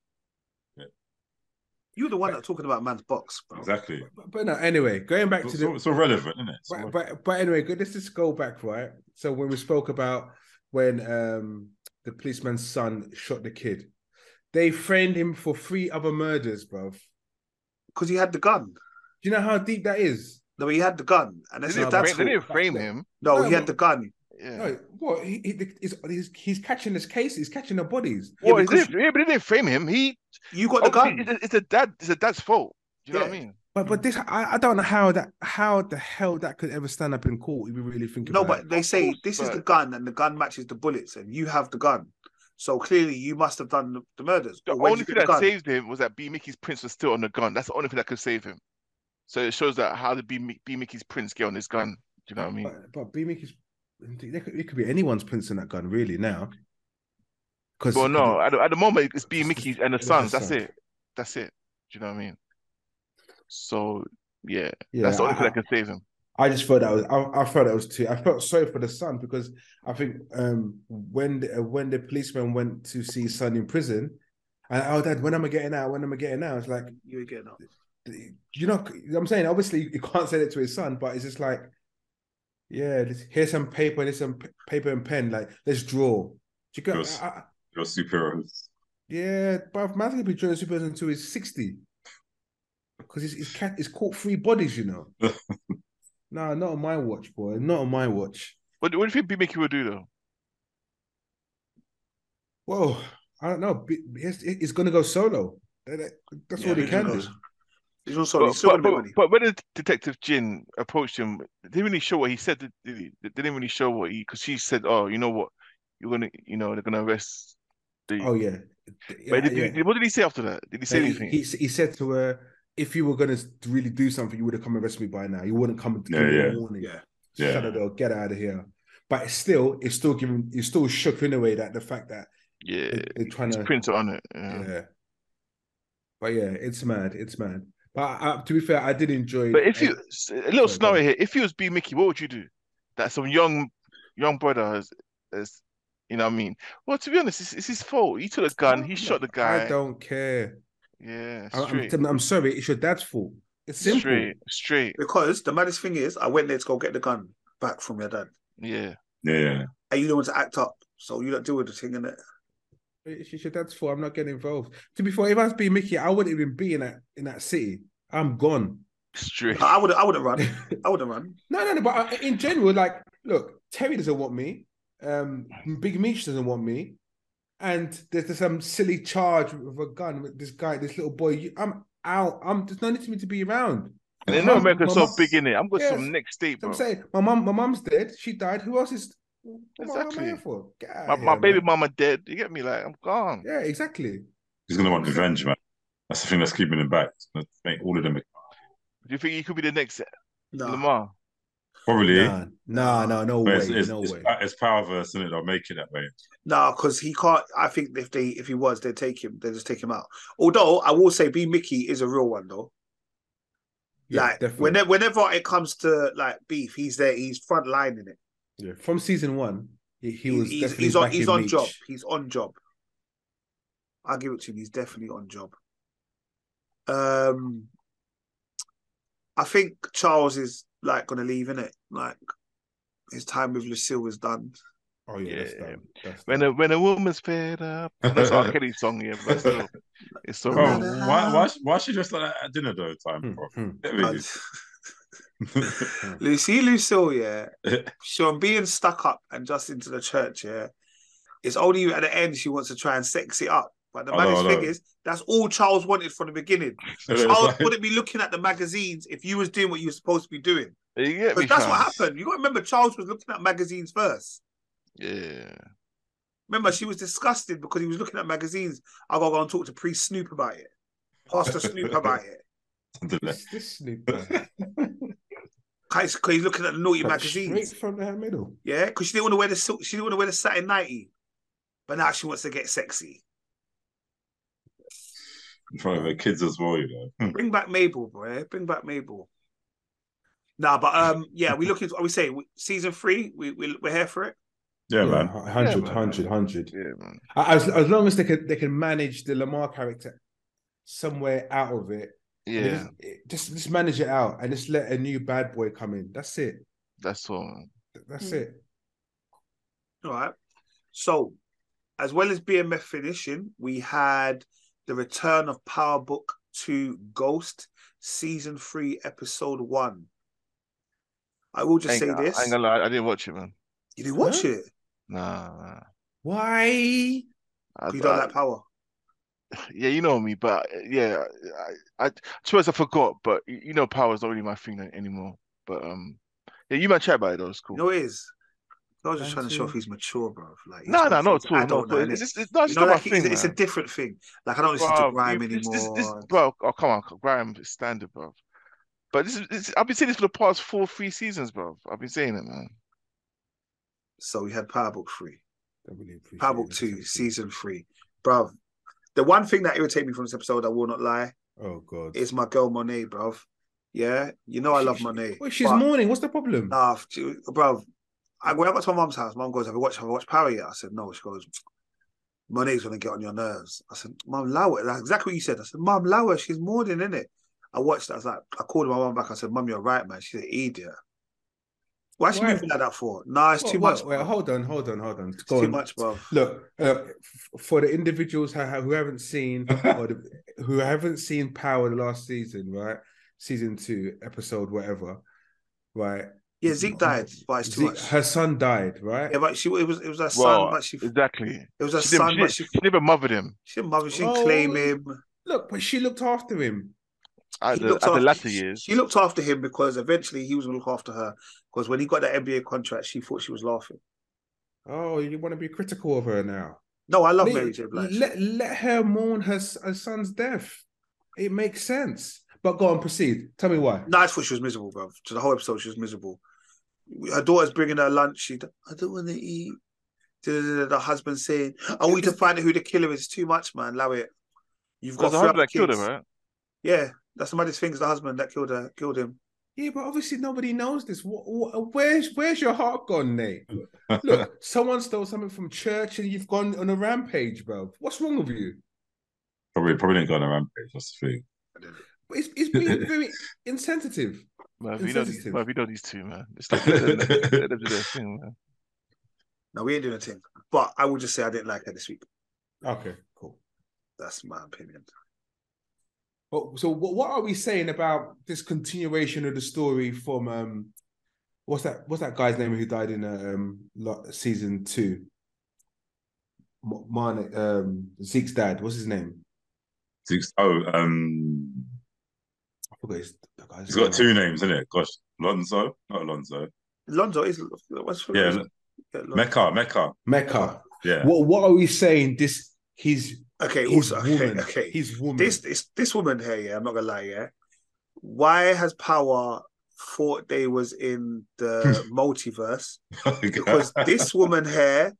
[SPEAKER 2] You're the one that talking about man's box, bro.
[SPEAKER 1] *laughs* exactly.
[SPEAKER 5] But, but no, anyway, going back
[SPEAKER 1] It's,
[SPEAKER 5] to
[SPEAKER 1] all-
[SPEAKER 5] the
[SPEAKER 1] it's all relevant, isn't it? It's all
[SPEAKER 5] but, but but anyway, good. Let's just go back, right? So when we spoke about when um the policeman's son shot the kid, they framed him for three other murders, bruv. Do
[SPEAKER 2] Because he had the gun.
[SPEAKER 5] you know how deep that is?
[SPEAKER 2] No, he had the gun, and
[SPEAKER 3] They
[SPEAKER 2] that's,
[SPEAKER 3] didn't
[SPEAKER 5] not
[SPEAKER 2] that's
[SPEAKER 3] frame, they
[SPEAKER 2] all.
[SPEAKER 3] didn't frame
[SPEAKER 5] That's
[SPEAKER 3] him.
[SPEAKER 2] No,
[SPEAKER 5] No,
[SPEAKER 2] he had the
[SPEAKER 5] but-
[SPEAKER 2] gun.
[SPEAKER 3] Yeah.
[SPEAKER 5] No, what he, he he's, he's he's catching his case, he's catching the bodies.
[SPEAKER 2] Yeah,
[SPEAKER 3] Well, he
[SPEAKER 2] because-
[SPEAKER 3] didn't- yeah, but they didn't frame him. He
[SPEAKER 2] You got the
[SPEAKER 3] obviously,
[SPEAKER 2] gun.
[SPEAKER 3] It's a, it's a dad. It's a dad's fault. Do you know what I
[SPEAKER 5] Yeah.
[SPEAKER 3] mean?
[SPEAKER 5] But but this I, I don't know how that how the hell that could ever stand up in court if you really think
[SPEAKER 2] No,
[SPEAKER 5] about it.
[SPEAKER 2] but they say
[SPEAKER 3] course,
[SPEAKER 2] this is the
[SPEAKER 3] but-
[SPEAKER 2] gun, and the gun matches the bullets, and you have the gun. So clearly, you must have done the, the murders.
[SPEAKER 3] The
[SPEAKER 2] Or when
[SPEAKER 3] only
[SPEAKER 2] you
[SPEAKER 3] thing
[SPEAKER 2] get the
[SPEAKER 3] that
[SPEAKER 2] gun,
[SPEAKER 3] saved him was that B Mickey's prints was still on the gun. That's the only thing that could save him. So it shows that how did B, Mi- B Mickey's prints get on his gun? Do you know what I mean?
[SPEAKER 5] But, but B Mickey's, it could, it could be anyone's prints in that gun, really, now. Because
[SPEAKER 3] Well, no, at, the- at the moment it's B
[SPEAKER 5] It's
[SPEAKER 3] Mickey's
[SPEAKER 5] just-
[SPEAKER 3] and the
[SPEAKER 5] it's just
[SPEAKER 3] sons. That's
[SPEAKER 5] son.
[SPEAKER 3] it. That's it. Do you know what I mean? So yeah,
[SPEAKER 5] yeah,
[SPEAKER 3] that's the only
[SPEAKER 5] I,
[SPEAKER 3] thing that can save him.
[SPEAKER 5] I just felt that was, I, I felt that was too. I felt sorry for the son because I think um, when the, uh, when the policeman went to see his son in prison, And oh, dad, when am I getting out? When am I getting out? It's like,
[SPEAKER 2] You would get up.
[SPEAKER 5] you know, I'm saying obviously you can't say that to his son, but it's just like, yeah, this- here's some paper, there's some p- paper and pen, like let's draw. Do you go?
[SPEAKER 1] Yes.
[SPEAKER 5] I- I-
[SPEAKER 1] You're superheroes.
[SPEAKER 5] yeah, but man's gonna be drawing supers until he's sixty, because he's he's, ca- he's caught three bodies, you know. no, not on my watch, boy. Not on my watch.
[SPEAKER 3] What, what do you think B Mickey would do though?
[SPEAKER 5] Well, I don't know. B- He's, he's gonna go solo. That- that- That's
[SPEAKER 2] Yeah,
[SPEAKER 5] all he
[SPEAKER 2] he's
[SPEAKER 5] can
[SPEAKER 2] gonna
[SPEAKER 5] do.
[SPEAKER 2] go He's not
[SPEAKER 3] But,
[SPEAKER 2] solid. He's still
[SPEAKER 3] but-
[SPEAKER 2] gonna be
[SPEAKER 3] but-
[SPEAKER 2] money.
[SPEAKER 3] but when det- Detective Jin approached him, they didn't really show what he said. Did, did he? They didn't really show what he because she said, "Oh, you know what? You're gonna, you know, they're gonna arrest." The...
[SPEAKER 5] Oh yeah.
[SPEAKER 3] but did,
[SPEAKER 5] Yeah,
[SPEAKER 3] did- what did he say after that? Did he say
[SPEAKER 5] Like, he-
[SPEAKER 3] anything?
[SPEAKER 5] He, s- he said to her, "If you were gonna s- really do something, you would have come and arrest me by now. You wouldn't come and give
[SPEAKER 1] Yeah,
[SPEAKER 5] me
[SPEAKER 1] yeah.
[SPEAKER 5] a warning.
[SPEAKER 2] Yeah.
[SPEAKER 5] Shut
[SPEAKER 1] Yeah.
[SPEAKER 5] it up, get out of here." But it's still, it's still giving, it's still shook in a way that the fact that
[SPEAKER 3] Yeah,
[SPEAKER 5] they- they're trying
[SPEAKER 3] it's
[SPEAKER 5] to,
[SPEAKER 3] printed on it. Yeah.
[SPEAKER 5] yeah. But yeah, it's mad, it's mad. But I, I- to be fair, I did enjoy.
[SPEAKER 3] But if
[SPEAKER 5] I-
[SPEAKER 3] you s- a little
[SPEAKER 5] Sorry, go on.
[SPEAKER 3] scenario here, if you was B Mickey, what would you do? That some young young brother has, has you know what I mean? Well, to be honest, it's, it's his fault. He took a gun, he shot the guy.
[SPEAKER 5] I don't care.
[SPEAKER 3] Yeah,
[SPEAKER 5] I,
[SPEAKER 3] straight,
[SPEAKER 5] am I'm sorry, it's your dad's fault. It's simple.
[SPEAKER 3] straight, straight.
[SPEAKER 2] Because the maddest thing is, I went there to go get the gun back from your dad,
[SPEAKER 3] Yeah,
[SPEAKER 1] Yeah.
[SPEAKER 2] and you don't want to act up, so you don't deal with the thing in it.
[SPEAKER 5] It's it's your dad's fault. I'm not getting involved. To be fair, if I was being Mickey, I wouldn't even be in that in that city. I'm gone. *laughs*
[SPEAKER 3] straight.
[SPEAKER 2] I would, I wouldn't run. I wouldn't run.
[SPEAKER 5] No, no, no. But I- in general, like, look, Terry doesn't want me. Um, Big Meech doesn't want me. And there's just some silly charge with a gun with this guy, this little boy. You, I'm out. I'm there's no need for me to be around.
[SPEAKER 3] And they know
[SPEAKER 5] Mum-
[SPEAKER 3] America's so
[SPEAKER 5] mum-
[SPEAKER 3] big in it. I'm going to
[SPEAKER 5] Yes.
[SPEAKER 3] some next state,
[SPEAKER 5] So
[SPEAKER 3] bro.
[SPEAKER 5] I'm saying my mom, my mom's dead. She died. Who else is? What am I
[SPEAKER 3] Exactly.
[SPEAKER 5] here for? Get out
[SPEAKER 3] my,
[SPEAKER 5] of
[SPEAKER 3] my
[SPEAKER 5] here,
[SPEAKER 3] baby
[SPEAKER 5] man.
[SPEAKER 3] mama dead. You get me? Like I'm gone.
[SPEAKER 5] Yeah, exactly.
[SPEAKER 1] He's gonna want revenge, man. That's the thing that's keeping him back. It's gonna make all of them
[SPEAKER 3] Do you think he could be the next
[SPEAKER 2] No,
[SPEAKER 3] Lamar?
[SPEAKER 1] probably.
[SPEAKER 5] Nah, nah, no, no
[SPEAKER 1] But
[SPEAKER 5] way,
[SPEAKER 1] it's, it's,
[SPEAKER 5] no
[SPEAKER 1] it's,
[SPEAKER 5] way.
[SPEAKER 1] it's powerverse, isn't it? I'll make it that way.
[SPEAKER 2] no, because he can't. I think if they, if he was, they'd take him. They'd just take him out. Although I will say, B Mickey is a real one though.
[SPEAKER 5] Yeah,
[SPEAKER 2] like
[SPEAKER 5] definitely.
[SPEAKER 2] whenever, whenever it comes to like beef, he's there. He's front lining it.
[SPEAKER 5] Yeah, from season one, he, he was
[SPEAKER 2] he's,
[SPEAKER 5] definitely
[SPEAKER 2] he's on.
[SPEAKER 5] back
[SPEAKER 2] He's
[SPEAKER 5] in
[SPEAKER 2] on
[SPEAKER 5] Meech.
[SPEAKER 2] job. He's on job. I'll give it to him. He's definitely on job. Um, I think Charles is like going to leave in it. Like his time with Lucille is done.
[SPEAKER 5] Oh yeah, that's
[SPEAKER 3] Yeah.
[SPEAKER 5] done. That's
[SPEAKER 3] When
[SPEAKER 5] done.
[SPEAKER 3] a when a woman's fed up. That's
[SPEAKER 1] *laughs*
[SPEAKER 3] R. Kelly's song, yeah. But still, it's so
[SPEAKER 1] Oh,
[SPEAKER 3] real.
[SPEAKER 2] no.
[SPEAKER 1] why, why, why is she just like that at dinner though? Time,
[SPEAKER 5] Hmm,
[SPEAKER 1] bro.
[SPEAKER 5] hmm.
[SPEAKER 1] Get
[SPEAKER 2] And
[SPEAKER 1] me. *laughs*
[SPEAKER 2] Lucy Lucille, yeah. She on being stuck up and just into the church, yeah. It's only at the end she wants to try and sex it up. But the
[SPEAKER 1] I know,
[SPEAKER 2] maddest
[SPEAKER 1] I
[SPEAKER 2] thing
[SPEAKER 1] know.
[SPEAKER 2] is, that's all Charles wanted from the
[SPEAKER 1] *laughs*
[SPEAKER 2] beginning.
[SPEAKER 1] It's
[SPEAKER 2] Charles
[SPEAKER 1] like-
[SPEAKER 2] wouldn't be looking at the magazines if you was doing what you were supposed to be doing.
[SPEAKER 3] You get me?
[SPEAKER 2] Because that's what
[SPEAKER 3] fam?
[SPEAKER 2] happened. You got to remember, Charles was looking at magazines first.
[SPEAKER 3] Yeah.
[SPEAKER 2] Remember, she was disgusted because he was looking at magazines. I gotta go and talk to priest Snoop about it, Pastor Snoop about it.
[SPEAKER 1] something like-
[SPEAKER 5] This,
[SPEAKER 2] *laughs*
[SPEAKER 5] this snooper.
[SPEAKER 2] Because he's looking at the naughty
[SPEAKER 5] Like,
[SPEAKER 2] magazines.
[SPEAKER 5] Straight from the middle.
[SPEAKER 2] Yeah, because she didn't want to wear the silk, she didn't want to wear the satin nighty, but now she wants to get sexy.
[SPEAKER 1] in front of her kids as well, you know.
[SPEAKER 2] Bring back Mabel, bro. Bring back Mabel. Nah, but um, yeah, we looking. Are we saying we- season three? We we we're here for it.
[SPEAKER 1] Yeah, man.
[SPEAKER 3] man.
[SPEAKER 5] 100, 100, 100.
[SPEAKER 3] Yeah, man.
[SPEAKER 5] As, as long as they can, they can manage the Lamar character somewhere out of it. and they
[SPEAKER 3] Yeah,
[SPEAKER 5] Just, it- just, just manage it out and just let a new bad boy come in. That's it.
[SPEAKER 3] that's all. man.
[SPEAKER 5] That's
[SPEAKER 2] Hmm.
[SPEAKER 5] it.
[SPEAKER 2] All right. So, as well as BMF finishing, we had the return of Power Book to Ghost season three, episode one. I will just
[SPEAKER 3] Ain't-
[SPEAKER 2] say
[SPEAKER 3] I-
[SPEAKER 2] this:
[SPEAKER 3] I ain't gonna lie, I didn't watch it, man.
[SPEAKER 2] you didn't watch
[SPEAKER 5] Huh?
[SPEAKER 2] it.
[SPEAKER 3] Nah, nah.
[SPEAKER 5] Why?
[SPEAKER 3] I,
[SPEAKER 2] You don't
[SPEAKER 3] I-
[SPEAKER 2] like Power.
[SPEAKER 3] yeah, you know me, but uh, yeah, I, I, I suppose I forgot, but y- you know, power's not really my thing a- anymore. But um, yeah, you might chat about it though. It's cool.
[SPEAKER 2] You know what it is. I was just trying to show
[SPEAKER 5] Thank
[SPEAKER 2] if
[SPEAKER 5] you.
[SPEAKER 2] he's mature, bro. Like, he's
[SPEAKER 3] No, no,
[SPEAKER 2] gone
[SPEAKER 3] not at all.
[SPEAKER 2] through- I
[SPEAKER 3] not
[SPEAKER 2] don't
[SPEAKER 3] at
[SPEAKER 2] know.
[SPEAKER 3] all.
[SPEAKER 2] innit?
[SPEAKER 3] It's, it's, it's, no,
[SPEAKER 2] you
[SPEAKER 3] it's
[SPEAKER 2] know,
[SPEAKER 3] not
[SPEAKER 2] like
[SPEAKER 3] my
[SPEAKER 2] it's,
[SPEAKER 3] thing,
[SPEAKER 2] it's a
[SPEAKER 3] man.
[SPEAKER 2] different thing. Like I don't listen to
[SPEAKER 3] Bruv,
[SPEAKER 2] Grime
[SPEAKER 3] you- this, this,
[SPEAKER 2] anymore.
[SPEAKER 3] this, bro, oh come on, Graham is standard, bro. But this is, this, I've been saying this for the past four, three seasons, bro. I've been saying it, man.
[SPEAKER 2] So we had Power Book three,
[SPEAKER 5] I really appreciate
[SPEAKER 2] Power Book
[SPEAKER 5] it.
[SPEAKER 2] two, season three, bro. The one thing that irritated me from this episode, I will not lie,
[SPEAKER 5] Oh, God.
[SPEAKER 2] is my girl Monet, bro. Yeah, you know I love Monet.
[SPEAKER 5] Well, she's
[SPEAKER 2] but-
[SPEAKER 5] mourning. What's the problem?
[SPEAKER 2] Nah, bro. I, when I got to my mum's house, mum goes, "Have you watched? Have you watched Power yet?" I said, "No." She goes, Monique's gonna get on your nerves. I said, Mum Lower, that's exactly what you said. I said, Mum Lower, she's mourning, in it. I watched that. I was like, I called my mum back. I said, Mum, you're right, man. She's an idiot. Why she
[SPEAKER 5] Why-
[SPEAKER 2] moving like that for? Nah, it's
[SPEAKER 5] Whoa,
[SPEAKER 2] too
[SPEAKER 5] whoa,
[SPEAKER 2] much.
[SPEAKER 5] Wait,
[SPEAKER 2] bruv.
[SPEAKER 5] hold on, hold on, hold on.
[SPEAKER 2] It's
[SPEAKER 5] Go
[SPEAKER 2] too
[SPEAKER 5] on.
[SPEAKER 2] much, bro.
[SPEAKER 5] Look, uh, f- for the individuals who, ha- who haven't seen or the, who haven't seen Power last season, right? Season two, episode whatever, right?
[SPEAKER 2] Yeah, Zeke died, but it's too
[SPEAKER 5] Zeke-
[SPEAKER 2] much.
[SPEAKER 5] her son died, right?
[SPEAKER 2] Yeah, but she it was it was her son,
[SPEAKER 3] Well,
[SPEAKER 2] but she
[SPEAKER 3] Exactly.
[SPEAKER 2] it was her
[SPEAKER 3] She never,
[SPEAKER 2] son,
[SPEAKER 3] she,
[SPEAKER 2] but she
[SPEAKER 3] she never mothered him.
[SPEAKER 2] she didn't mother, she didn't
[SPEAKER 5] Oh,
[SPEAKER 2] claim him.
[SPEAKER 5] Look, but she looked after him.
[SPEAKER 3] At
[SPEAKER 2] She
[SPEAKER 3] the,
[SPEAKER 2] looked
[SPEAKER 3] at the
[SPEAKER 2] after-
[SPEAKER 3] latter
[SPEAKER 2] she-
[SPEAKER 3] years.
[SPEAKER 2] She looked after him because eventually he was gonna look after her. Because when he got that NBA contract, she thought she was laughing.
[SPEAKER 5] Oh, you want to be critical of her now?
[SPEAKER 2] No, I love
[SPEAKER 5] Let-
[SPEAKER 2] Mary J. Blige.
[SPEAKER 5] Let let her mourn her, s- her son's death. It makes sense. But go on, proceed. Tell me why.
[SPEAKER 2] No, I just thought she was miserable, bro. To the whole episode, she was miserable. Her daughter's bringing her lunch. She, I don't want to eat. Da-da-da-da. The husband saying, "I want you to find out who the killer is." Too much, man. Allow it. You've got
[SPEAKER 3] Because the
[SPEAKER 2] three
[SPEAKER 3] husband
[SPEAKER 2] other
[SPEAKER 3] that killed her,
[SPEAKER 2] kids.
[SPEAKER 3] right?
[SPEAKER 2] Yeah, that's somebody's thing. It's The husband that killed her, killed him.
[SPEAKER 5] Yeah, but obviously nobody knows this. Wh- wh- Where's where's your heart gone, Nate? *laughs* Look, someone stole something from church and you've gone on a rampage, bro. What's wrong with you?
[SPEAKER 1] *laughs* probably probably didn't go on a rampage. That's the thing.
[SPEAKER 5] It's it's *laughs* being very insensitive.
[SPEAKER 3] Man, we know these,
[SPEAKER 5] Insensitive.
[SPEAKER 3] man, we know these two, man. Just let let them, let them do their thing,
[SPEAKER 5] *laughs*
[SPEAKER 3] man.
[SPEAKER 2] No, we ain't doing a thing. But I will just say I didn't like her this week.
[SPEAKER 5] Okay, cool.
[SPEAKER 2] That's my opinion.
[SPEAKER 5] But so what, what are we saying about this continuation of the story from um what's that what's that guy's name who died in uh, um lo- season two? M- Marne, um Zeke's dad. What's his name?
[SPEAKER 1] Zeke's- Oh, um,
[SPEAKER 5] I forgot his the guy's
[SPEAKER 1] he's got
[SPEAKER 5] name.
[SPEAKER 1] two names, isn't it? Gosh, Lonzo, not Alonso.
[SPEAKER 2] Lonzo is what's
[SPEAKER 1] Yeah,
[SPEAKER 2] yeah, Lonzo.
[SPEAKER 1] Mecca, Mecca.
[SPEAKER 5] Mecca.
[SPEAKER 1] Yeah,
[SPEAKER 5] What what are we saying? This his
[SPEAKER 2] Okay,
[SPEAKER 5] his
[SPEAKER 2] also, *laughs* okay,
[SPEAKER 5] woman.
[SPEAKER 2] okay.
[SPEAKER 5] His woman.
[SPEAKER 2] This this this woman here, yeah, I'm not gonna lie, yeah. Why has Power thought they was in
[SPEAKER 5] *laughs*
[SPEAKER 2] the multiverse? Because this woman here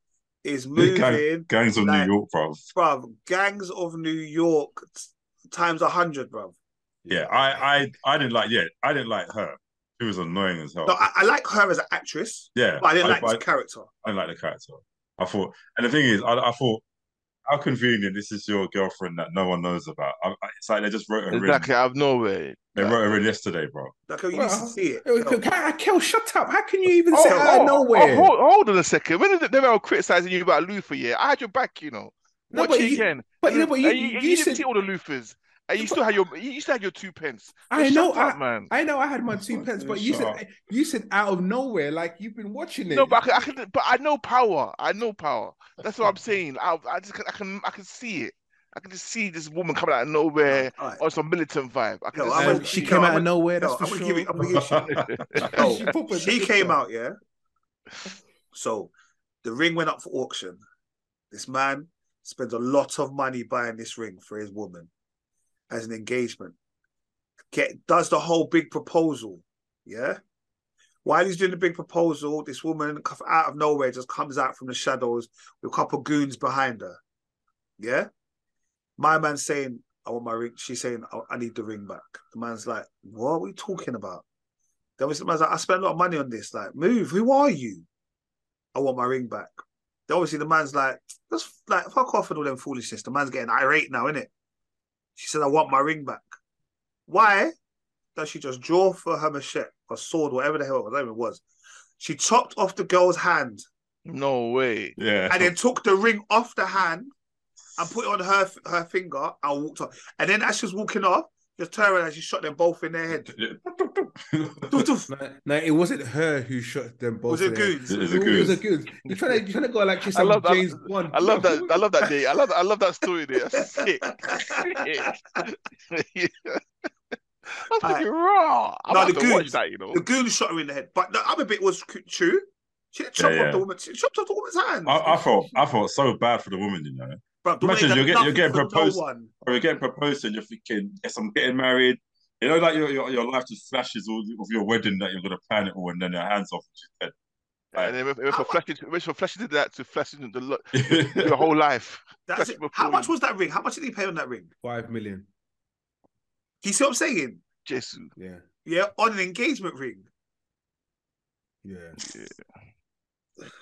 [SPEAKER 2] is moving
[SPEAKER 1] *laughs* gangs of
[SPEAKER 2] like-
[SPEAKER 1] New York, bro.
[SPEAKER 2] from gangs of New York t- times a hundred, bro.
[SPEAKER 1] Yeah, I, I, I didn't like. Yeah, I didn't like her. She was annoying
[SPEAKER 5] Oh.
[SPEAKER 1] as hell.
[SPEAKER 2] No, I, I like her as an actress,
[SPEAKER 1] yeah,
[SPEAKER 2] but I didn't like
[SPEAKER 1] I,
[SPEAKER 2] this character.
[SPEAKER 1] I didn't like the character. I thought, and the thing is, I, I thought, how convenient this is your girlfriend that no one knows about. I, I, it's like they just wrote her
[SPEAKER 3] Exactly, out of nowhere.
[SPEAKER 1] in. They wrote her in yesterday,
[SPEAKER 2] *laughs*
[SPEAKER 1] bro.
[SPEAKER 2] Like, oh, you need to
[SPEAKER 5] Well,
[SPEAKER 2] see it.
[SPEAKER 5] It was-
[SPEAKER 2] Yo,
[SPEAKER 5] Kel, Oh, Kel, shut up. How can you even say
[SPEAKER 3] Oh,
[SPEAKER 5] out
[SPEAKER 3] oh,
[SPEAKER 5] of nowhere?
[SPEAKER 3] oh, hold, hold on a second. When did they were criticizing you about Luther? Yeah, I had your back, you know.
[SPEAKER 5] No,
[SPEAKER 3] Watch
[SPEAKER 5] but
[SPEAKER 3] it
[SPEAKER 5] you-
[SPEAKER 3] again.
[SPEAKER 5] but you know,
[SPEAKER 3] And
[SPEAKER 5] but you,
[SPEAKER 3] and you,
[SPEAKER 5] you,
[SPEAKER 3] and you didn't
[SPEAKER 5] said,
[SPEAKER 3] see all the Luthers, and you
[SPEAKER 5] But-
[SPEAKER 3] still had your you you still had your two pence.
[SPEAKER 5] I
[SPEAKER 3] Shut
[SPEAKER 5] know,
[SPEAKER 3] up,
[SPEAKER 5] I,
[SPEAKER 3] man.
[SPEAKER 5] I know, I had my two pence, but you
[SPEAKER 1] Shut
[SPEAKER 5] said,
[SPEAKER 1] up.
[SPEAKER 5] you said out of nowhere, like you've been watching it.
[SPEAKER 3] No, but I, can, I can, but I know power. I know power. That's
[SPEAKER 5] *laughs*
[SPEAKER 3] what I'm saying. I, I just can, I can I can see it. I can just see this woman coming out of nowhere
[SPEAKER 2] all right.
[SPEAKER 3] on some militant vibe. I can
[SPEAKER 2] Yo,
[SPEAKER 3] just
[SPEAKER 2] I
[SPEAKER 5] And
[SPEAKER 2] went-
[SPEAKER 5] she
[SPEAKER 2] yo,
[SPEAKER 5] came
[SPEAKER 2] I
[SPEAKER 5] out of
[SPEAKER 2] went-
[SPEAKER 5] nowhere.
[SPEAKER 2] yo,
[SPEAKER 5] That's for
[SPEAKER 2] I'm
[SPEAKER 5] sure.
[SPEAKER 2] gonna give you- I'm gonna give you-
[SPEAKER 3] *laughs*
[SPEAKER 5] Oh,
[SPEAKER 2] Yo,
[SPEAKER 5] proper-
[SPEAKER 2] she
[SPEAKER 5] *laughs*
[SPEAKER 2] came out, yeah. So the ring went up for auction. This man spends a lot of money buying this ring for his woman as an engagement. Get does the whole big proposal, yeah. While he's doing the big proposal, this woman c- out of nowhere just comes out from the shadows with a couple goons behind her, yeah. My man's saying, "I want my ring." She's saying, "I, I need the ring back." The man's like, "What are we talking about?" Then the man's like, "I spent a lot of money on this. Like, move. Who are you?" I want my ring back. Then obviously the man's like, just like fuck off with all them foolishness. The man's getting irate now, innit? She said, I want my ring back. Why does she just draw for her machete or sword, whatever the hell it was, whatever it was? She chopped off the girl's hand
[SPEAKER 3] No way.
[SPEAKER 1] Yeah,
[SPEAKER 2] and then took the ring off the hand and put it on her her finger and walked off. And then as she was walking off, just turned around and she shot them both in their
[SPEAKER 1] *laughs*
[SPEAKER 2] head. Doof, doof.
[SPEAKER 5] No, no, it wasn't her who shot them
[SPEAKER 2] *laughs*
[SPEAKER 5] both.
[SPEAKER 2] was it
[SPEAKER 5] there.
[SPEAKER 2] goons?
[SPEAKER 1] It
[SPEAKER 5] It was
[SPEAKER 1] is a
[SPEAKER 5] a
[SPEAKER 1] goon.
[SPEAKER 5] good. You're trying to, you're trying to go like she's
[SPEAKER 3] I
[SPEAKER 5] some
[SPEAKER 3] love that-
[SPEAKER 5] James Bond.
[SPEAKER 3] I love that. I love that day. I love I love that story there.
[SPEAKER 1] *laughs*
[SPEAKER 3] That's sick. *laughs* That's
[SPEAKER 2] Alright.
[SPEAKER 3] fucking raw. I'm
[SPEAKER 2] No,
[SPEAKER 3] about
[SPEAKER 2] the
[SPEAKER 3] to watch
[SPEAKER 2] goons-
[SPEAKER 3] that, you know.
[SPEAKER 2] The goon shot her in the head. But the other bit was c- true. She didn't
[SPEAKER 1] Yeah,
[SPEAKER 2] chop off
[SPEAKER 1] yeah.
[SPEAKER 2] the woman. She chopped off the woman's hand.
[SPEAKER 1] I, I felt, I felt so bad for the woman, you know.
[SPEAKER 2] Bruv, the woman
[SPEAKER 1] Imagine
[SPEAKER 2] done
[SPEAKER 1] you're getting- you're
[SPEAKER 2] nothing
[SPEAKER 1] getting
[SPEAKER 2] for no
[SPEAKER 1] proposed.
[SPEAKER 2] one.
[SPEAKER 1] Or you're getting proposed and you're thinking, yes, I'm getting married. You know, like your your, your life just flashes all of your wedding that you're gonna plan it all, and then your hands off. and
[SPEAKER 3] And then if, if
[SPEAKER 2] How
[SPEAKER 3] a
[SPEAKER 2] mu-
[SPEAKER 1] Ah.
[SPEAKER 3] flash, into- if a flash into that to flash into
[SPEAKER 1] *laughs*
[SPEAKER 3] the lo-
[SPEAKER 1] she's dead.
[SPEAKER 3] your whole life.
[SPEAKER 2] That's
[SPEAKER 3] That's
[SPEAKER 2] it.
[SPEAKER 3] before
[SPEAKER 2] How much
[SPEAKER 3] you-
[SPEAKER 2] was that ring? How much did he pay on that ring?
[SPEAKER 5] *laughs* Five million.
[SPEAKER 2] Do you see what I'm saying?
[SPEAKER 3] Jesus.
[SPEAKER 5] Yeah,
[SPEAKER 2] Yeah, on an engagement ring.
[SPEAKER 5] yeah.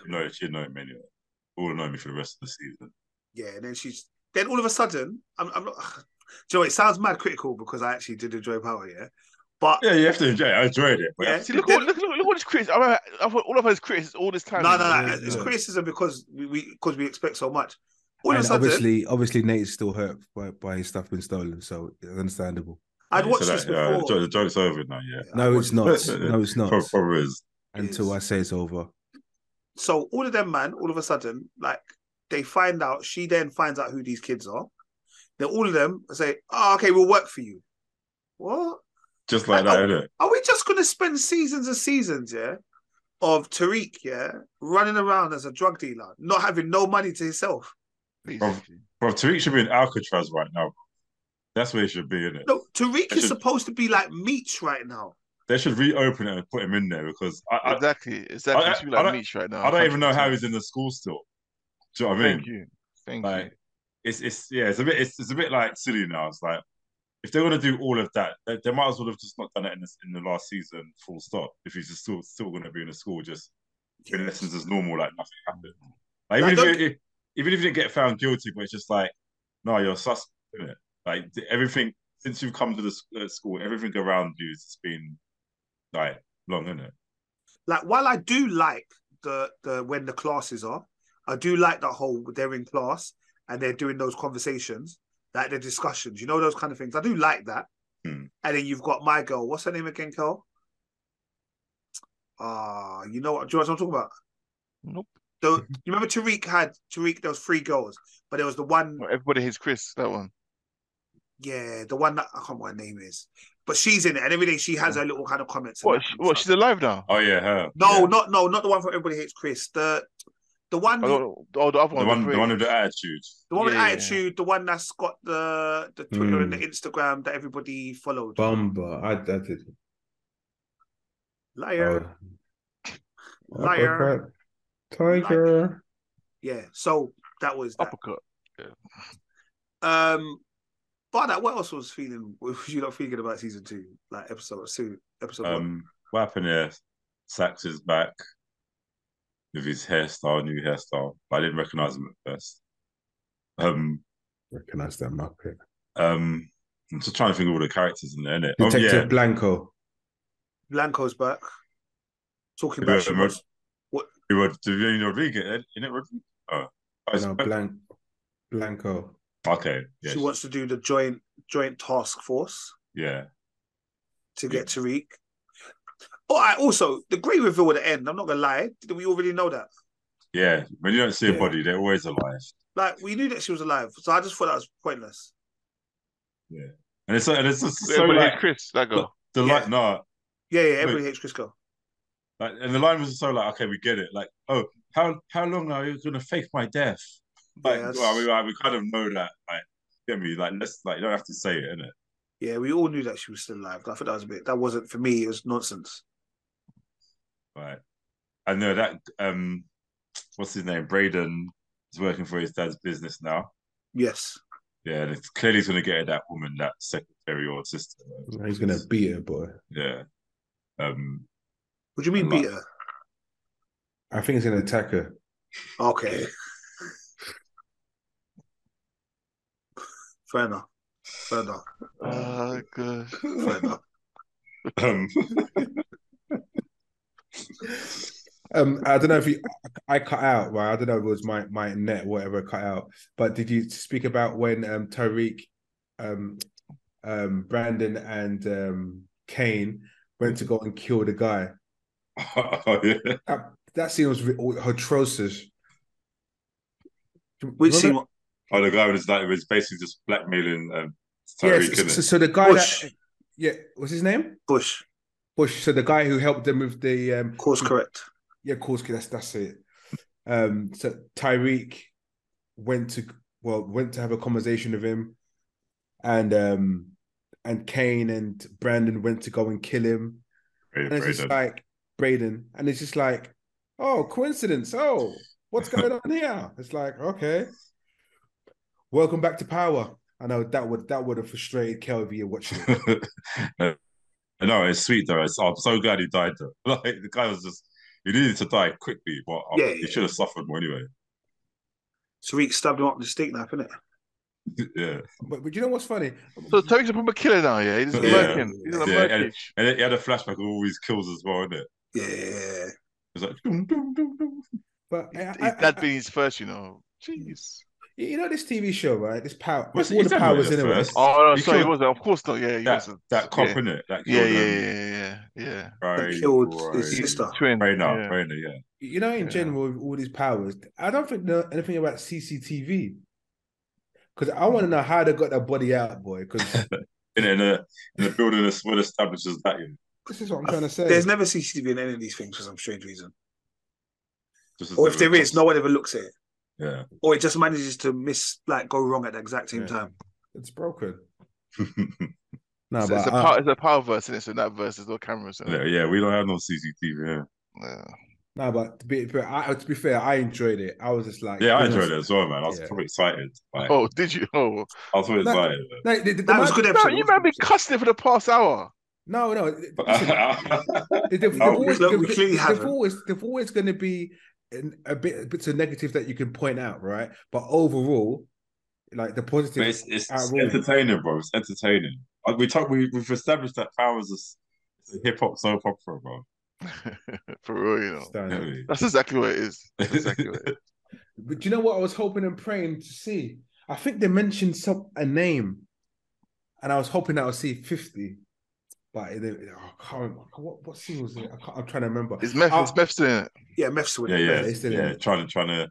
[SPEAKER 1] no, she annoyed me anyway. All annoy me for the rest of the season.
[SPEAKER 2] yeah, and then she's then all of a sudden, I'm, I'm not. *sighs* Do you know, what, it sounds mad critical because I actually did enjoy Power, yeah, but
[SPEAKER 1] Yeah, you have to enjoy it. I enjoyed it. But
[SPEAKER 2] Yeah.
[SPEAKER 3] See, look, look, look, look, look at this criticism. I remember, all of his criticism all this time.
[SPEAKER 2] no, no, no,
[SPEAKER 5] Yeah,
[SPEAKER 2] it's
[SPEAKER 5] yeah.
[SPEAKER 2] criticism because we because we, expect so much. All of a
[SPEAKER 5] and
[SPEAKER 2] sudden,
[SPEAKER 5] obviously, obviously, Nate is still hurt by, by his stuff being stolen, so it's understandable.
[SPEAKER 2] I'd
[SPEAKER 1] Yeah,
[SPEAKER 2] watched
[SPEAKER 1] so
[SPEAKER 2] this
[SPEAKER 1] that- yeah, the
[SPEAKER 2] before.
[SPEAKER 1] joke- the joke's over now, yeah.
[SPEAKER 2] Yeah, I'd
[SPEAKER 5] No,
[SPEAKER 2] watched
[SPEAKER 5] it's not.
[SPEAKER 1] *laughs*
[SPEAKER 5] No, it's not.
[SPEAKER 1] Pro- Problem is,
[SPEAKER 5] Until I say it's over.
[SPEAKER 2] So all of them, man, all of a sudden, like they find out. She then finds out who these kids are. Then all of them say, "Oh, okay, we'll work for you." What?
[SPEAKER 1] just like
[SPEAKER 2] Like,
[SPEAKER 1] that, isn't it?
[SPEAKER 2] Are we just going to spend seasons and seasons, yeah, of Tariq, yeah, running around as a drug dealer, not having no money to himself?
[SPEAKER 3] Basically.
[SPEAKER 1] Bro, Tariq should be in Alcatraz right now. That's where he should be, in it?
[SPEAKER 2] No, Tariq
[SPEAKER 1] I
[SPEAKER 2] is
[SPEAKER 1] should-
[SPEAKER 2] supposed to be like Meech right now.
[SPEAKER 1] They should reopen it and put him in there because I, I,
[SPEAKER 3] Exactly, exactly.
[SPEAKER 1] I-
[SPEAKER 3] It's you
[SPEAKER 1] I
[SPEAKER 3] like
[SPEAKER 1] don't-
[SPEAKER 3] Meech right now.
[SPEAKER 1] I don't even know how
[SPEAKER 3] 100%.
[SPEAKER 1] he's in the school still. Do you know what I mean?
[SPEAKER 3] Thank you, thank you.
[SPEAKER 1] Like it's it's yeah, it's a bit it's, it's a bit like silly now. It's like if they're gonna do all of that, they, they might as well have just not done it in, this, in the last season, full stop. If he's just still still gonna be in the school, just doing lessons as normal, like nothing happened. Like
[SPEAKER 2] Like,
[SPEAKER 1] even if,
[SPEAKER 2] don't-
[SPEAKER 1] you, if even if you didn't get found guilty, but it's just like no, you're a suspect. Isn't it? Like th- everything since you've come to the s- uh, school, everything around you has been like long, isn't it?
[SPEAKER 2] Like while I do like the the when the classes are, I do like that whole they're in class and they're doing those conversations, like the discussions, you know, those kind of things. I do like that.
[SPEAKER 1] Hmm.
[SPEAKER 2] And then you've got my girl. What's her name again, Kel? Ah, you know what? Do you know what I'm talking about?
[SPEAKER 3] Nope.
[SPEAKER 2] The,
[SPEAKER 3] *laughs*
[SPEAKER 2] you remember Tariq had Tariq? There was three girls, but there was the one,
[SPEAKER 3] Not Everybody hates Chris. That one.
[SPEAKER 2] yeah, the one that I can't remember what her name is, but she's in it, and every day she has her little kind of comments. and
[SPEAKER 3] What?
[SPEAKER 2] that
[SPEAKER 3] She,
[SPEAKER 2] kind of
[SPEAKER 3] what?
[SPEAKER 2] stuff.
[SPEAKER 3] She's alive now.
[SPEAKER 1] Oh yeah, her.
[SPEAKER 2] No,
[SPEAKER 1] Yeah.
[SPEAKER 2] not no, not the one from Everybody Hates Chris. The the one,
[SPEAKER 3] I
[SPEAKER 2] the one
[SPEAKER 3] don't, oh, the other
[SPEAKER 1] the
[SPEAKER 3] one.
[SPEAKER 1] one,
[SPEAKER 3] the
[SPEAKER 1] the one
[SPEAKER 3] British.
[SPEAKER 1] with the attitude.
[SPEAKER 2] with
[SPEAKER 3] yeah, Hmm. yeah, yeah.
[SPEAKER 2] attitude, the one that's got the the Twitter and the Instagram that everybody followed.
[SPEAKER 5] Bumba, I, I did.
[SPEAKER 2] Liar,
[SPEAKER 5] Oh.
[SPEAKER 2] Liar.
[SPEAKER 5] Tiger.
[SPEAKER 2] yeah. So that was that.
[SPEAKER 3] uppercut. Oh.
[SPEAKER 2] Um, but that what else was feeling? *laughs* Was you not thinking about season two, like episode two, episode one?
[SPEAKER 1] Um, what happened there? Sax is back with his hairstyle, new hairstyle. But I didn't recognize him at first. Um,
[SPEAKER 5] Recognize that Muppet.
[SPEAKER 1] um, I'm just trying to think of all the characters in there, innit? Oh,
[SPEAKER 5] Detective
[SPEAKER 1] yeah.
[SPEAKER 5] Blanco.
[SPEAKER 2] Blanco's back. Talking
[SPEAKER 1] Yeah,
[SPEAKER 2] about she
[SPEAKER 1] I'm not-
[SPEAKER 2] wants-
[SPEAKER 1] You were Davina Rodriguez, eh? innit? Rodriguez? Oh, Oh, it's-
[SPEAKER 5] No, Blank. Blanco.
[SPEAKER 1] okay. Yeah.
[SPEAKER 2] she wants to do the joint joint task force.
[SPEAKER 1] yeah.
[SPEAKER 2] to get Tariq. Oh, I also the great reveal at the end. I'm not gonna lie. Did we already know that?
[SPEAKER 1] Yeah. When you don't see
[SPEAKER 5] Yeah.
[SPEAKER 1] a body, they're always alive.
[SPEAKER 2] Like we knew that she was alive, so I just thought that was pointless.
[SPEAKER 1] And it's, and it's just so
[SPEAKER 3] Everybody
[SPEAKER 1] like,
[SPEAKER 3] hates Chris. That girl.
[SPEAKER 1] the
[SPEAKER 2] Yeah.
[SPEAKER 1] like, no,
[SPEAKER 2] Yeah, yeah. Everybody hates Crisco.
[SPEAKER 1] like, and the line was just so like, okay, we get it. Like, oh, how how long are you gonna fake my death? Like,
[SPEAKER 2] Yeah,
[SPEAKER 1] well, we,
[SPEAKER 2] that's-
[SPEAKER 1] like, we kind of know that. Like, get me? Like, let's like, you don't have to say it, innit?
[SPEAKER 2] Yeah, we all knew that she was still alive. I thought that was a bit. That wasn't for me. It was nonsense.
[SPEAKER 1] Right. I know that. Um, what's his name? Braden is working for his dad's business now.
[SPEAKER 2] Yes.
[SPEAKER 1] Yeah, and it's clearly he's gonna get at that woman, that secretary or sister.
[SPEAKER 5] He's gonna beat her, boy.
[SPEAKER 1] Yeah. Um,
[SPEAKER 2] What do you mean
[SPEAKER 1] Like-
[SPEAKER 2] beat her?
[SPEAKER 5] I think he's gonna attack her.
[SPEAKER 2] Okay. *laughs* Fair enough. Fair enough.
[SPEAKER 3] Oh, good.
[SPEAKER 2] Fair enough.
[SPEAKER 1] um, *laughs*
[SPEAKER 5] Um, I don't know if you, I cut out, right? I don't know if it was my my net, whatever, cut out. But did you speak about when um Tariq, um, um, Brandon and um Kane went to go and kill the guy?
[SPEAKER 1] oh, yeah.
[SPEAKER 5] That that scene was re- oh, atrocious.
[SPEAKER 2] Which
[SPEAKER 5] Remember-
[SPEAKER 2] scene?
[SPEAKER 1] oh, the guy was like was basically just blackmailing um,
[SPEAKER 5] Yeah,
[SPEAKER 1] Tariq,
[SPEAKER 5] so,
[SPEAKER 1] innit?
[SPEAKER 5] so- so the guy
[SPEAKER 2] Bush.
[SPEAKER 5] that, yeah, what's his name?
[SPEAKER 2] Bush.
[SPEAKER 5] Bush. So the guy who helped them with the um,
[SPEAKER 2] Course correct.
[SPEAKER 5] Yeah, Korsky, that's that's it. Um, so Tyreek went to well went to have a conversation with him, and um, and Kane and Brandon went to go and kill him,
[SPEAKER 1] Braden,
[SPEAKER 5] and it's just
[SPEAKER 1] Braden.
[SPEAKER 5] like Braden, and it's just like, oh, coincidence. Oh, what's going on here? It's like okay, welcome back to power. I know that would that would have frustrated Kelvin watching
[SPEAKER 1] *laughs*
[SPEAKER 5] it.
[SPEAKER 1] Uh, no, it's sweet though. It's, I'm so glad he died though. *laughs* Like the guy was just he needed to die quickly, but um,
[SPEAKER 2] Yeah,
[SPEAKER 1] he
[SPEAKER 2] yeah.
[SPEAKER 1] should have suffered more anyway.
[SPEAKER 2] Tariq stabbed him up with a steak knife, innit?
[SPEAKER 1] *laughs* yeah.
[SPEAKER 5] But, but you know what's funny?
[SPEAKER 3] So Tariq's a proper killer now, yeah. He's just
[SPEAKER 1] Yeah.
[SPEAKER 3] lurking. He's on a
[SPEAKER 1] Yeah,
[SPEAKER 3] lurkage.
[SPEAKER 1] and, and it, he had a flashback of all his kills as well, innit? It
[SPEAKER 2] Yeah.
[SPEAKER 1] was like, dum, dum, dum, dum.
[SPEAKER 5] But I,
[SPEAKER 3] His
[SPEAKER 5] I, I,
[SPEAKER 3] dad being his first, you know. Jeez.
[SPEAKER 5] you know this TV show, right? This power,
[SPEAKER 1] Was
[SPEAKER 5] all
[SPEAKER 1] it-
[SPEAKER 5] the
[SPEAKER 1] is that
[SPEAKER 5] powers in
[SPEAKER 1] really the
[SPEAKER 5] it. right?
[SPEAKER 1] first?
[SPEAKER 3] Oh no,
[SPEAKER 1] He
[SPEAKER 3] sorry, he
[SPEAKER 1] killed-
[SPEAKER 3] wasn't. Of course not. Yeah, he
[SPEAKER 1] that,
[SPEAKER 3] wasn't.
[SPEAKER 1] that cop,
[SPEAKER 3] yeah.
[SPEAKER 1] innit? That
[SPEAKER 3] Yeah,
[SPEAKER 1] killed
[SPEAKER 3] yeah,
[SPEAKER 1] him.
[SPEAKER 3] yeah, yeah, yeah.
[SPEAKER 1] Right,
[SPEAKER 2] That killed his
[SPEAKER 1] right.
[SPEAKER 2] sister.
[SPEAKER 3] Twin.
[SPEAKER 1] Rainer,
[SPEAKER 3] yeah.
[SPEAKER 1] Rainer, yeah.
[SPEAKER 5] You know, in
[SPEAKER 3] Yeah.
[SPEAKER 5] general, with all these powers, I don't think know anything about CCTV. Because I want to know how they got that body out, boy. Because
[SPEAKER 1] In, in, a, in a building as well established as that, you know,
[SPEAKER 5] this is what I'm trying to say.
[SPEAKER 2] There's never CCTV in any of these things for some strange reason.
[SPEAKER 1] just as
[SPEAKER 2] Or if
[SPEAKER 1] they were
[SPEAKER 2] there is,
[SPEAKER 1] just-
[SPEAKER 2] no one ever looks at it.
[SPEAKER 1] *laughs* Yeah.
[SPEAKER 2] Or it just manages to miss, like, go wrong at the exact same
[SPEAKER 5] Yeah.
[SPEAKER 2] time.
[SPEAKER 5] It's broken. No,
[SPEAKER 3] So
[SPEAKER 5] but
[SPEAKER 3] it's, a
[SPEAKER 5] I-
[SPEAKER 3] power, it's a power verse, and so in that verse there's no cameras. In
[SPEAKER 1] yeah,
[SPEAKER 3] it.
[SPEAKER 1] yeah, we don't have no CCTV.
[SPEAKER 3] Yeah.
[SPEAKER 5] no, but to be, fair, I, to be fair, I enjoyed it. I was just like,
[SPEAKER 1] Yeah, yeah I enjoyed it as well, man. I was
[SPEAKER 5] Yeah.
[SPEAKER 1] probably excited. Like,
[SPEAKER 3] Oh, did you? Oh,
[SPEAKER 1] I was probably
[SPEAKER 5] No.
[SPEAKER 1] excited. man.
[SPEAKER 5] No, the- the-
[SPEAKER 2] That was
[SPEAKER 5] the-
[SPEAKER 2] good
[SPEAKER 3] no,
[SPEAKER 2] episode.
[SPEAKER 3] you might be cussing for the past hour.
[SPEAKER 5] No,
[SPEAKER 1] *laughs*
[SPEAKER 5] no.
[SPEAKER 1] But- uh,
[SPEAKER 5] listen,
[SPEAKER 1] *laughs*
[SPEAKER 5] They- They've, they've
[SPEAKER 1] Oh,
[SPEAKER 5] always,
[SPEAKER 2] we-
[SPEAKER 5] they've,
[SPEAKER 2] we clearly
[SPEAKER 5] they've
[SPEAKER 2] haven't.
[SPEAKER 5] always, they've always going to be an, a bit bits of negative that you can point out, right? But overall, like the positive,
[SPEAKER 1] but it's, it's
[SPEAKER 5] outruling.
[SPEAKER 1] entertaining, bro. It's entertaining. Like, we talk, we, we've established that Powers is it's a hip hop soap opera, bro.
[SPEAKER 3] *laughs* for real, you know.
[SPEAKER 5] Stan.
[SPEAKER 1] You know what I mean?
[SPEAKER 3] That's exactly what it is. That's exactly what it is.
[SPEAKER 5] But do you know what I was hoping and praying to see? I think they mentioned some a name, and I was hoping that I'll see fifty. But it, it- oh, I can't remember what what scene was it. I can't, I'm trying to remember.
[SPEAKER 3] It's meth.
[SPEAKER 5] Oh,
[SPEAKER 3] It's meth in it.
[SPEAKER 2] Yeah, Meph's
[SPEAKER 1] *laughs* Yeah,
[SPEAKER 2] winning.
[SPEAKER 1] yeah,
[SPEAKER 5] It's
[SPEAKER 1] yeah.
[SPEAKER 5] still in it.
[SPEAKER 1] Trying to, trying to.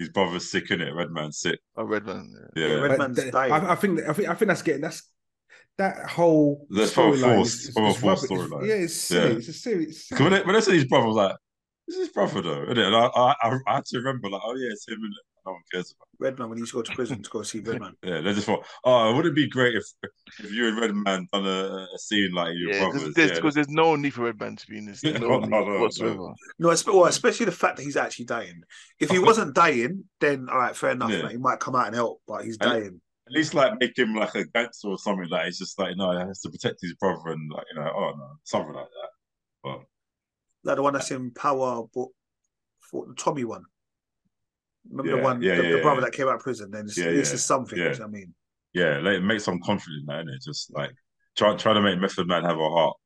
[SPEAKER 1] His brother's sick in it. Redman's sick.
[SPEAKER 3] Oh, Redman. Yeah.
[SPEAKER 1] Yeah,
[SPEAKER 2] Yeah, Red-
[SPEAKER 5] but
[SPEAKER 2] Redman's
[SPEAKER 5] th-
[SPEAKER 2] dying.
[SPEAKER 5] I, I think I think I think that's getting that's that whole
[SPEAKER 1] That's probably
[SPEAKER 5] storyline
[SPEAKER 1] forced.
[SPEAKER 5] is-
[SPEAKER 1] Probably
[SPEAKER 5] is- is
[SPEAKER 1] forced
[SPEAKER 5] rubbish.
[SPEAKER 1] storyline.
[SPEAKER 5] Yeah, it's silly.
[SPEAKER 1] Yeah.
[SPEAKER 5] It's a silly. It's silly.
[SPEAKER 1] Because when, I- when I said his brother, I was like, "This is his brother, though." innit? And I, I, I, I had to remember, like, "Oh yeah, it's him." And no one cares about.
[SPEAKER 2] Redman, when he used to go to prison to go see Redman.
[SPEAKER 1] It. Yeah, they just thought, "Oh, wouldn't it be great if if you and Redman done a, a scene like your
[SPEAKER 3] Yeah,
[SPEAKER 1] brothers?"
[SPEAKER 3] because there's,
[SPEAKER 1] yeah.
[SPEAKER 3] 'cause there's no need for Redman to be in this.
[SPEAKER 1] *laughs* Yeah,
[SPEAKER 3] No
[SPEAKER 1] no,
[SPEAKER 3] need
[SPEAKER 1] no, no.
[SPEAKER 3] whatsoever.
[SPEAKER 2] No, espe- well, especially the fact that he's actually dying. If he wasn't dying, then all right, fair enough.
[SPEAKER 1] Yeah.
[SPEAKER 2] mate, he might come out and help, but he's
[SPEAKER 1] And-
[SPEAKER 2] dying.
[SPEAKER 1] At least like make him like a gangster or something. Like it's just like no, he has to protect his brother and like you know, oh no, something like that.
[SPEAKER 2] Like the one that's in Power, but for the Tommy one. Remember the
[SPEAKER 1] Yeah,
[SPEAKER 2] one,
[SPEAKER 1] yeah,
[SPEAKER 2] the, the
[SPEAKER 1] yeah,
[SPEAKER 2] brother
[SPEAKER 1] yeah.
[SPEAKER 2] that came out of prison. Then it's,
[SPEAKER 1] Yeah,
[SPEAKER 2] this
[SPEAKER 1] yeah,
[SPEAKER 2] is something.
[SPEAKER 1] yeah.
[SPEAKER 2] You know what I mean,
[SPEAKER 1] Yeah, like make some confident man. It just like try try to make Method Man have a heart.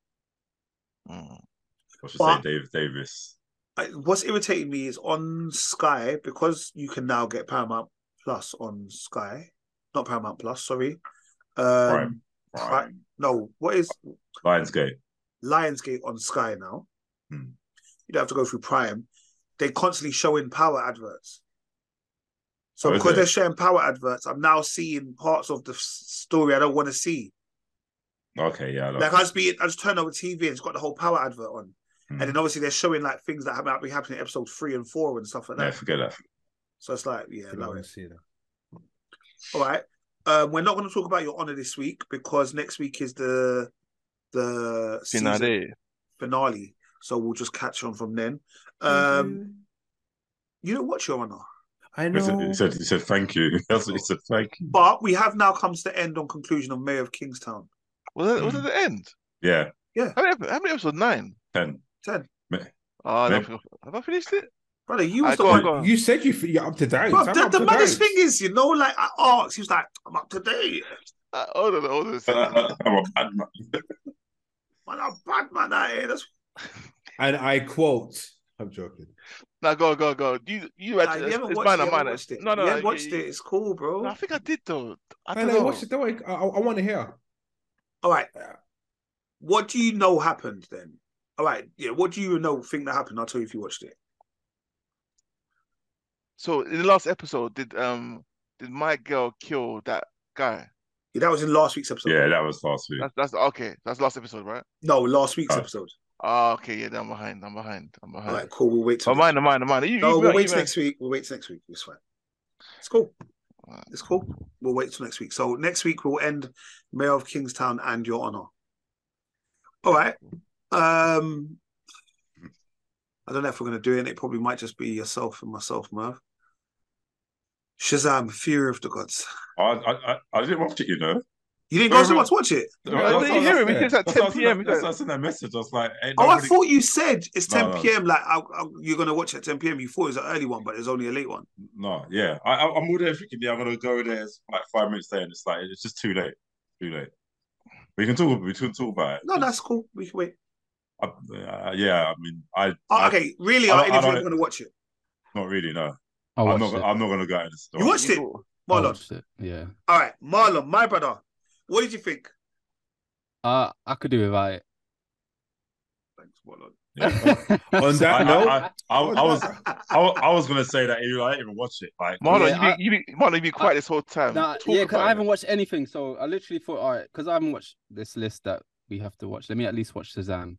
[SPEAKER 3] Mm.
[SPEAKER 1] I should
[SPEAKER 2] But-
[SPEAKER 1] say Dave Davis.
[SPEAKER 2] I, what's irritating me is on Sky because you can now get Paramount Plus on Sky, not Paramount Plus. Sorry, um,
[SPEAKER 1] Prime.
[SPEAKER 2] Pri-
[SPEAKER 1] Right.
[SPEAKER 2] No, what is
[SPEAKER 1] Lionsgate.
[SPEAKER 2] Lionsgate on Sky now.
[SPEAKER 1] Hmm.
[SPEAKER 2] You don't have to go through Prime. They constantly show in power adverts. So
[SPEAKER 1] Oh, is
[SPEAKER 2] because
[SPEAKER 1] it?
[SPEAKER 2] they're showing power adverts, I'm now seeing parts of the s- story I don't want to see.
[SPEAKER 1] Okay, yeah, I know.
[SPEAKER 2] Like I just be, I just turn over TV and it's got the whole power advert on, and
[SPEAKER 1] Hmm.
[SPEAKER 2] then obviously they're showing like things that have might be happening in episode three and four and stuff like
[SPEAKER 1] yeah,
[SPEAKER 2] that.
[SPEAKER 1] forget that.
[SPEAKER 2] So it's like, yeah,
[SPEAKER 5] I
[SPEAKER 2] no.
[SPEAKER 5] wanna see that.
[SPEAKER 2] All right, um, we're not going to talk about your honor this week because next week is the the season
[SPEAKER 3] Finale.
[SPEAKER 2] finale. So we'll just catch on from then. Um, You know what, Your Honor?
[SPEAKER 5] I
[SPEAKER 1] He said,
[SPEAKER 5] know.
[SPEAKER 1] he said, he said, thank you. *laughs* That's what he said, thank you.
[SPEAKER 2] But we have now come to the end on conclusion of Mayor of Kingstown.
[SPEAKER 3] Was that, was
[SPEAKER 1] Hmm.
[SPEAKER 3] that the end?
[SPEAKER 1] Yeah,
[SPEAKER 3] How many, ep- how many episode nine?
[SPEAKER 1] *laughs* 10.
[SPEAKER 2] 10.
[SPEAKER 3] Oh,
[SPEAKER 1] Maybe-
[SPEAKER 3] no, have I finished it?
[SPEAKER 2] Brother, you
[SPEAKER 3] I
[SPEAKER 2] was the
[SPEAKER 3] got-
[SPEAKER 2] one.
[SPEAKER 3] got-
[SPEAKER 5] You said you, you're up to date.
[SPEAKER 2] Bro,
[SPEAKER 5] I'm
[SPEAKER 2] the
[SPEAKER 5] up
[SPEAKER 2] the
[SPEAKER 5] to
[SPEAKER 2] maddest
[SPEAKER 5] date.
[SPEAKER 2] thing is, you know, like I asked, he was like, I'm up to date.
[SPEAKER 3] Uh, hold on, hold on
[SPEAKER 1] *laughs*
[SPEAKER 3] a second.
[SPEAKER 1] I'm a bad man.
[SPEAKER 2] Man, I'm bad man out here. That's
[SPEAKER 5] And I quote, I'm joking.
[SPEAKER 3] no, go, go, go. You, you
[SPEAKER 2] Nah,
[SPEAKER 3] had
[SPEAKER 2] you haven't
[SPEAKER 3] it's mine,
[SPEAKER 2] watched, you
[SPEAKER 3] I'm
[SPEAKER 2] haven't
[SPEAKER 3] mine.
[SPEAKER 2] watched it.
[SPEAKER 3] No, no, no,
[SPEAKER 2] you haven't watched
[SPEAKER 3] you-
[SPEAKER 2] it. It's cool, bro.
[SPEAKER 3] I think I did though. I
[SPEAKER 5] No,
[SPEAKER 3] don't
[SPEAKER 5] no,
[SPEAKER 3] know.
[SPEAKER 5] watch it. Don't worry. I, I, I want to hear.
[SPEAKER 2] All right. What do you know happened then? All right. Yeah. What do you know think that happened? I'll tell you if you watched it.
[SPEAKER 3] So in the last episode, did um did my girl kill that guy?
[SPEAKER 2] Yeah, that was in last week's episode.
[SPEAKER 1] Yeah, that was last week.
[SPEAKER 3] That's that's okay. That's last episode, right?
[SPEAKER 2] No, last week's
[SPEAKER 1] Oh.
[SPEAKER 2] episode.
[SPEAKER 3] Oh, okay, yeah, then I'm behind. I'm behind. I'm
[SPEAKER 2] All
[SPEAKER 3] behind.
[SPEAKER 2] right. Cool. We'll wait till.
[SPEAKER 3] Oh, mine, mine, mine. *laughs* You,
[SPEAKER 2] no,
[SPEAKER 3] you,
[SPEAKER 2] we'll
[SPEAKER 3] you,
[SPEAKER 2] wait till
[SPEAKER 3] you-
[SPEAKER 2] next week. We'll wait till next week. It's fine. It's cool. It's cool. We'll wait till next week. So next week we'll end Mayor of Kingstown and Your Honor. All right. Um I don't know if we're gonna do it. It probably might just be yourself and myself, Merv. Shazam, Fury of the Gods.
[SPEAKER 1] I, I, I, I didn't watch it, you know.
[SPEAKER 2] You didn't go to watch, watch it.
[SPEAKER 3] I
[SPEAKER 1] No, that's
[SPEAKER 3] didn't
[SPEAKER 1] what
[SPEAKER 3] hear him. He
[SPEAKER 1] said.
[SPEAKER 3] says at
[SPEAKER 1] That's what I
[SPEAKER 3] 10 p.m.
[SPEAKER 1] sent that- That's what I sent that message. I was like, ain't
[SPEAKER 2] Oh, I
[SPEAKER 1] nobody-
[SPEAKER 2] thought you said it's
[SPEAKER 1] No,
[SPEAKER 2] 10
[SPEAKER 1] no.
[SPEAKER 2] p.m. Like I, I, you're gonna watch at 10 p.m. You thought it was an early one, but it's only a late one.
[SPEAKER 1] No, yeah, I, I- I'm all there thinking, yeah, I'm gonna go there. It's like five minutes there, and it's like it's just too late, too late. We can talk. We can talk about it.
[SPEAKER 2] No, that's cool. We can wait.
[SPEAKER 1] I, uh, yeah, I mean, I,
[SPEAKER 2] Oh,
[SPEAKER 1] I-
[SPEAKER 2] okay, really?
[SPEAKER 1] I
[SPEAKER 2] Are
[SPEAKER 1] don't-
[SPEAKER 2] any of
[SPEAKER 1] I
[SPEAKER 2] you
[SPEAKER 1] don't-
[SPEAKER 2] gonna watch it?
[SPEAKER 1] not really. No,
[SPEAKER 4] I
[SPEAKER 1] I'm
[SPEAKER 4] watched
[SPEAKER 1] not.
[SPEAKER 4] it.
[SPEAKER 1] I'm not gonna go out in the store.
[SPEAKER 3] oh,
[SPEAKER 2] You watched it,
[SPEAKER 4] I
[SPEAKER 2] Marlon.
[SPEAKER 4] watched it. Yeah.
[SPEAKER 2] All right, Marlon, my brother. What did you think?
[SPEAKER 4] Uh, I could do without it.
[SPEAKER 2] Thanks, Marlon.
[SPEAKER 1] *laughs* Yeah.
[SPEAKER 5] *laughs* On
[SPEAKER 4] *laughs*
[SPEAKER 5] that
[SPEAKER 1] I,
[SPEAKER 5] note,
[SPEAKER 1] I, I, I, I was, I, wa- I was gonna say that you know, I didn't even watch it. Like,
[SPEAKER 3] Marlon,
[SPEAKER 4] Yeah,
[SPEAKER 3] you, be, you be, Marlon, you be quiet this whole time.
[SPEAKER 4] Nah,
[SPEAKER 3] Talk
[SPEAKER 4] yeah, because
[SPEAKER 3] about
[SPEAKER 4] I
[SPEAKER 3] it.
[SPEAKER 4] haven't watched anything, so I literally thought, all right, because I haven't watched this list that we have to watch. Let me at least watch Suzanne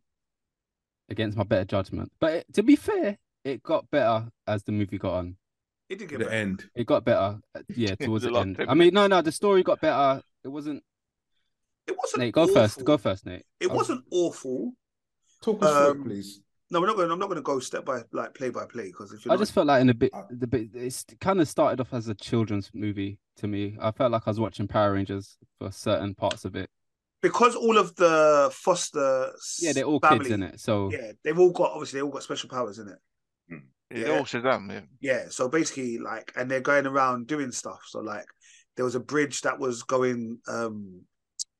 [SPEAKER 4] against my better judgment. But it, to be fair, it got better as the movie got on.
[SPEAKER 2] It did get
[SPEAKER 5] the
[SPEAKER 2] better.
[SPEAKER 5] end.
[SPEAKER 4] It got better, uh, yeah, towards
[SPEAKER 3] The
[SPEAKER 4] the
[SPEAKER 3] last
[SPEAKER 4] end.
[SPEAKER 3] ten
[SPEAKER 4] I mean, no, no, the story got better. It wasn't.
[SPEAKER 2] It wasn't.
[SPEAKER 4] Nate, go
[SPEAKER 2] awful.
[SPEAKER 4] first. Go Oh. first, Nate.
[SPEAKER 2] It
[SPEAKER 4] I was-
[SPEAKER 2] wasn't awful.
[SPEAKER 5] Talk us through
[SPEAKER 2] Um,
[SPEAKER 5] it, please.
[SPEAKER 2] No, we're not going. I'm not going to go step by like play by play because if you're
[SPEAKER 4] I
[SPEAKER 2] not,
[SPEAKER 4] just felt like in a bit,
[SPEAKER 2] Uh,
[SPEAKER 5] I-
[SPEAKER 4] the bit it's kind of started off as a children's movie to me. I felt like I was watching Power Rangers for certain parts of it.
[SPEAKER 2] because all of the foster
[SPEAKER 4] Yeah, they're all
[SPEAKER 2] family,
[SPEAKER 4] kids in it, so
[SPEAKER 2] Yeah, they've all got obviously they all got special powers in it.
[SPEAKER 3] Yeah, they're all Oh, Shazam, yeah.
[SPEAKER 2] Yeah, so basically like, and they're going around doing stuff. So like, there was a bridge that was going um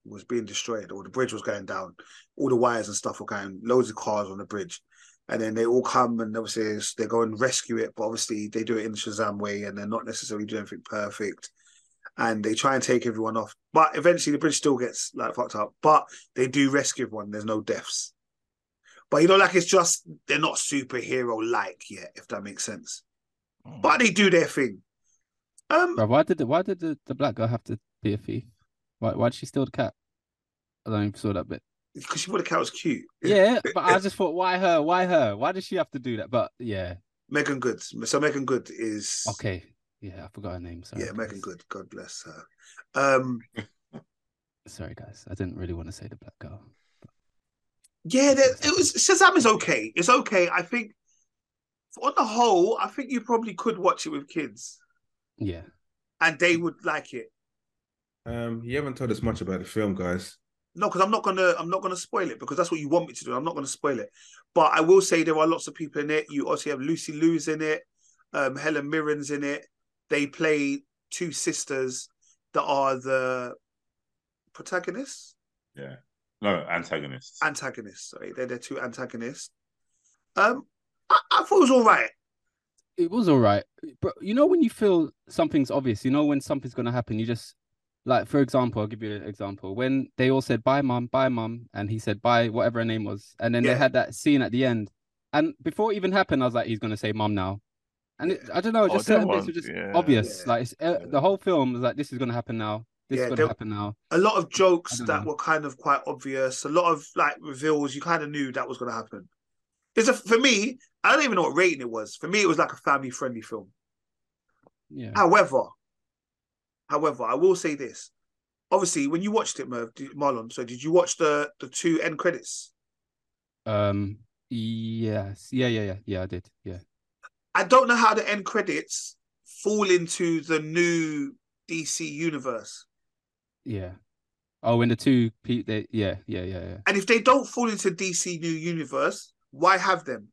[SPEAKER 2] was being destroyed, or the bridge was going down. All the wires and stuff were going. Loads of cars on the bridge, and then they all come and obviously it's- they go and rescue it. But obviously they do it in the Shazam way, and they're not necessarily doing anything perfect. And they try and take everyone off, but eventually the bridge still gets like fucked up. But they do rescue everyone. There's no deaths. But you know, like it's just they're not superhero like yet, if that makes sense. But they do their thing. Um,
[SPEAKER 4] Bruh, why did the why did the, the black girl have to be a thief? Why why did she steal the cat? I don't even saw that bit.
[SPEAKER 2] because she thought the cat was cute.
[SPEAKER 4] Yeah, but
[SPEAKER 2] *laughs*
[SPEAKER 4] I just thought, why her? Why her? Why does she have to do that? But yeah,
[SPEAKER 2] Megan Good. So Megan Good is
[SPEAKER 4] okay, yeah, I forgot her name. Sorry.
[SPEAKER 2] yeah, Megan
[SPEAKER 4] guys.
[SPEAKER 2] Good. God bless her. Um,
[SPEAKER 4] Sorry, guys, I didn't really want to say the black girl.
[SPEAKER 2] yeah, there, it was Shazam is okay. It's okay. I think on the whole, I think you probably could watch it with kids,
[SPEAKER 4] Yeah,
[SPEAKER 2] and they would like it.
[SPEAKER 5] Um, you haven't told us much about the film, guys.
[SPEAKER 2] No, because I'm not gonna I'm not gonna spoil it because that's what you want me to do. I'm not gonna spoil it. But I will say there are lots of people in it. You obviously have Lucy Liu's in it, um, Helen Mirren's in it. They play two sisters that are the protagonists,
[SPEAKER 1] yeah, no antagonists.
[SPEAKER 2] antagonists. Sorry, they're their two antagonists. Um, I, I thought it was all right.
[SPEAKER 4] it was all right, but you know when you feel something's obvious, you know when something's gonna happen, you just like, for example, I'll give you an example. When they all said bye, mum, bye, mum, and he said bye, whatever her name was, and then
[SPEAKER 2] Yeah.
[SPEAKER 4] they had that scene at the end, and before it even happened, I was like, he's gonna say mum now, and it, I don't know,
[SPEAKER 3] Oh,
[SPEAKER 4] just
[SPEAKER 3] that
[SPEAKER 4] certain bits
[SPEAKER 3] one,
[SPEAKER 4] were just
[SPEAKER 3] yeah.
[SPEAKER 4] obvious.
[SPEAKER 2] Yeah.
[SPEAKER 4] Like it's, uh,
[SPEAKER 1] Yeah.
[SPEAKER 4] the whole film was like, this is gonna happen now, this
[SPEAKER 2] Yeah,
[SPEAKER 4] is gonna
[SPEAKER 2] there-
[SPEAKER 4] happen now.
[SPEAKER 2] A lot of jokes
[SPEAKER 4] I don't
[SPEAKER 2] that
[SPEAKER 4] know.
[SPEAKER 2] were kind of quite obvious. A lot of like reveals. You kind of knew that was going to happen. It's a for me. I don't even know what rating it was. For me, it was like a family friendly film.
[SPEAKER 4] Yeah,
[SPEAKER 2] However, however, I will say this. Obviously, when you watched it, Merv, did, Marlon, so did you watch the the two end credits?
[SPEAKER 4] um, yes, yeah, yeah, yeah, yeah, I did, yeah.
[SPEAKER 2] I don't know how the end credits fall into the new DC universe.
[SPEAKER 4] Yeah. Oh, and the two pe they yeah, yeah, yeah, yeah.
[SPEAKER 2] And if they don't fall into DC new universe, why have them?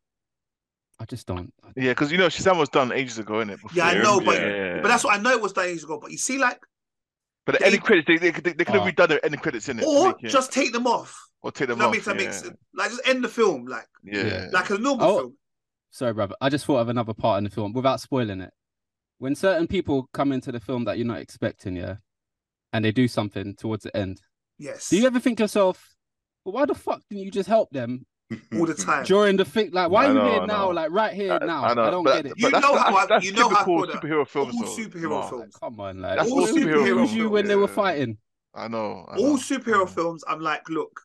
[SPEAKER 4] I just don't. I-
[SPEAKER 3] Yeah, because you know Shazam was done ages ago, innit? Before.
[SPEAKER 2] Yeah, I
[SPEAKER 1] Yeah,
[SPEAKER 2] know, but
[SPEAKER 1] yeah.
[SPEAKER 2] but that's what I know it was done ages ago. But you see, like,
[SPEAKER 3] But the
[SPEAKER 2] they-
[SPEAKER 3] ending credits, they, they, they, they could have
[SPEAKER 4] Oh.
[SPEAKER 3] redone the ending credits in it.
[SPEAKER 2] or just take them off.
[SPEAKER 3] or take
[SPEAKER 2] You
[SPEAKER 3] them
[SPEAKER 2] know what I
[SPEAKER 3] off.
[SPEAKER 2] mean? If that
[SPEAKER 3] yeah.
[SPEAKER 2] makes sense. like just end the film, like
[SPEAKER 3] yeah.
[SPEAKER 4] Yeah.
[SPEAKER 2] like a normal
[SPEAKER 4] Oh,
[SPEAKER 2] film.
[SPEAKER 4] Sorry, brother. I just thought of another part in the film without spoiling it. When certain people come into the film that you're not expecting, yeah, and they do something towards the end,
[SPEAKER 2] Yes,
[SPEAKER 4] do you ever think to yourself, well, why the fuck didn't you just help them
[SPEAKER 2] all
[SPEAKER 3] Mm-hmm.
[SPEAKER 2] the time.
[SPEAKER 4] during the thing? Like, why
[SPEAKER 3] I
[SPEAKER 4] are you
[SPEAKER 3] know, I
[SPEAKER 4] here now?
[SPEAKER 3] know.
[SPEAKER 4] Like, right here
[SPEAKER 3] I-
[SPEAKER 4] now.
[SPEAKER 3] I
[SPEAKER 4] I,
[SPEAKER 3] know,
[SPEAKER 4] don't
[SPEAKER 3] but,
[SPEAKER 4] get it.
[SPEAKER 2] You
[SPEAKER 3] But that's,
[SPEAKER 2] know
[SPEAKER 3] that's,
[SPEAKER 2] how I-
[SPEAKER 3] that's
[SPEAKER 2] you know how I
[SPEAKER 3] typical
[SPEAKER 2] feel that-
[SPEAKER 3] superhero
[SPEAKER 2] all
[SPEAKER 3] films. though.
[SPEAKER 2] superhero
[SPEAKER 3] Nah.
[SPEAKER 4] Like,
[SPEAKER 2] films.
[SPEAKER 4] come on, like,
[SPEAKER 3] That's
[SPEAKER 4] who
[SPEAKER 2] all
[SPEAKER 4] was you, who
[SPEAKER 2] superhero
[SPEAKER 4] was you when they were
[SPEAKER 3] films, yeah.
[SPEAKER 4] fighting?
[SPEAKER 3] I know. I Mm-hmm. know.
[SPEAKER 2] all superhero films, I'm like, look,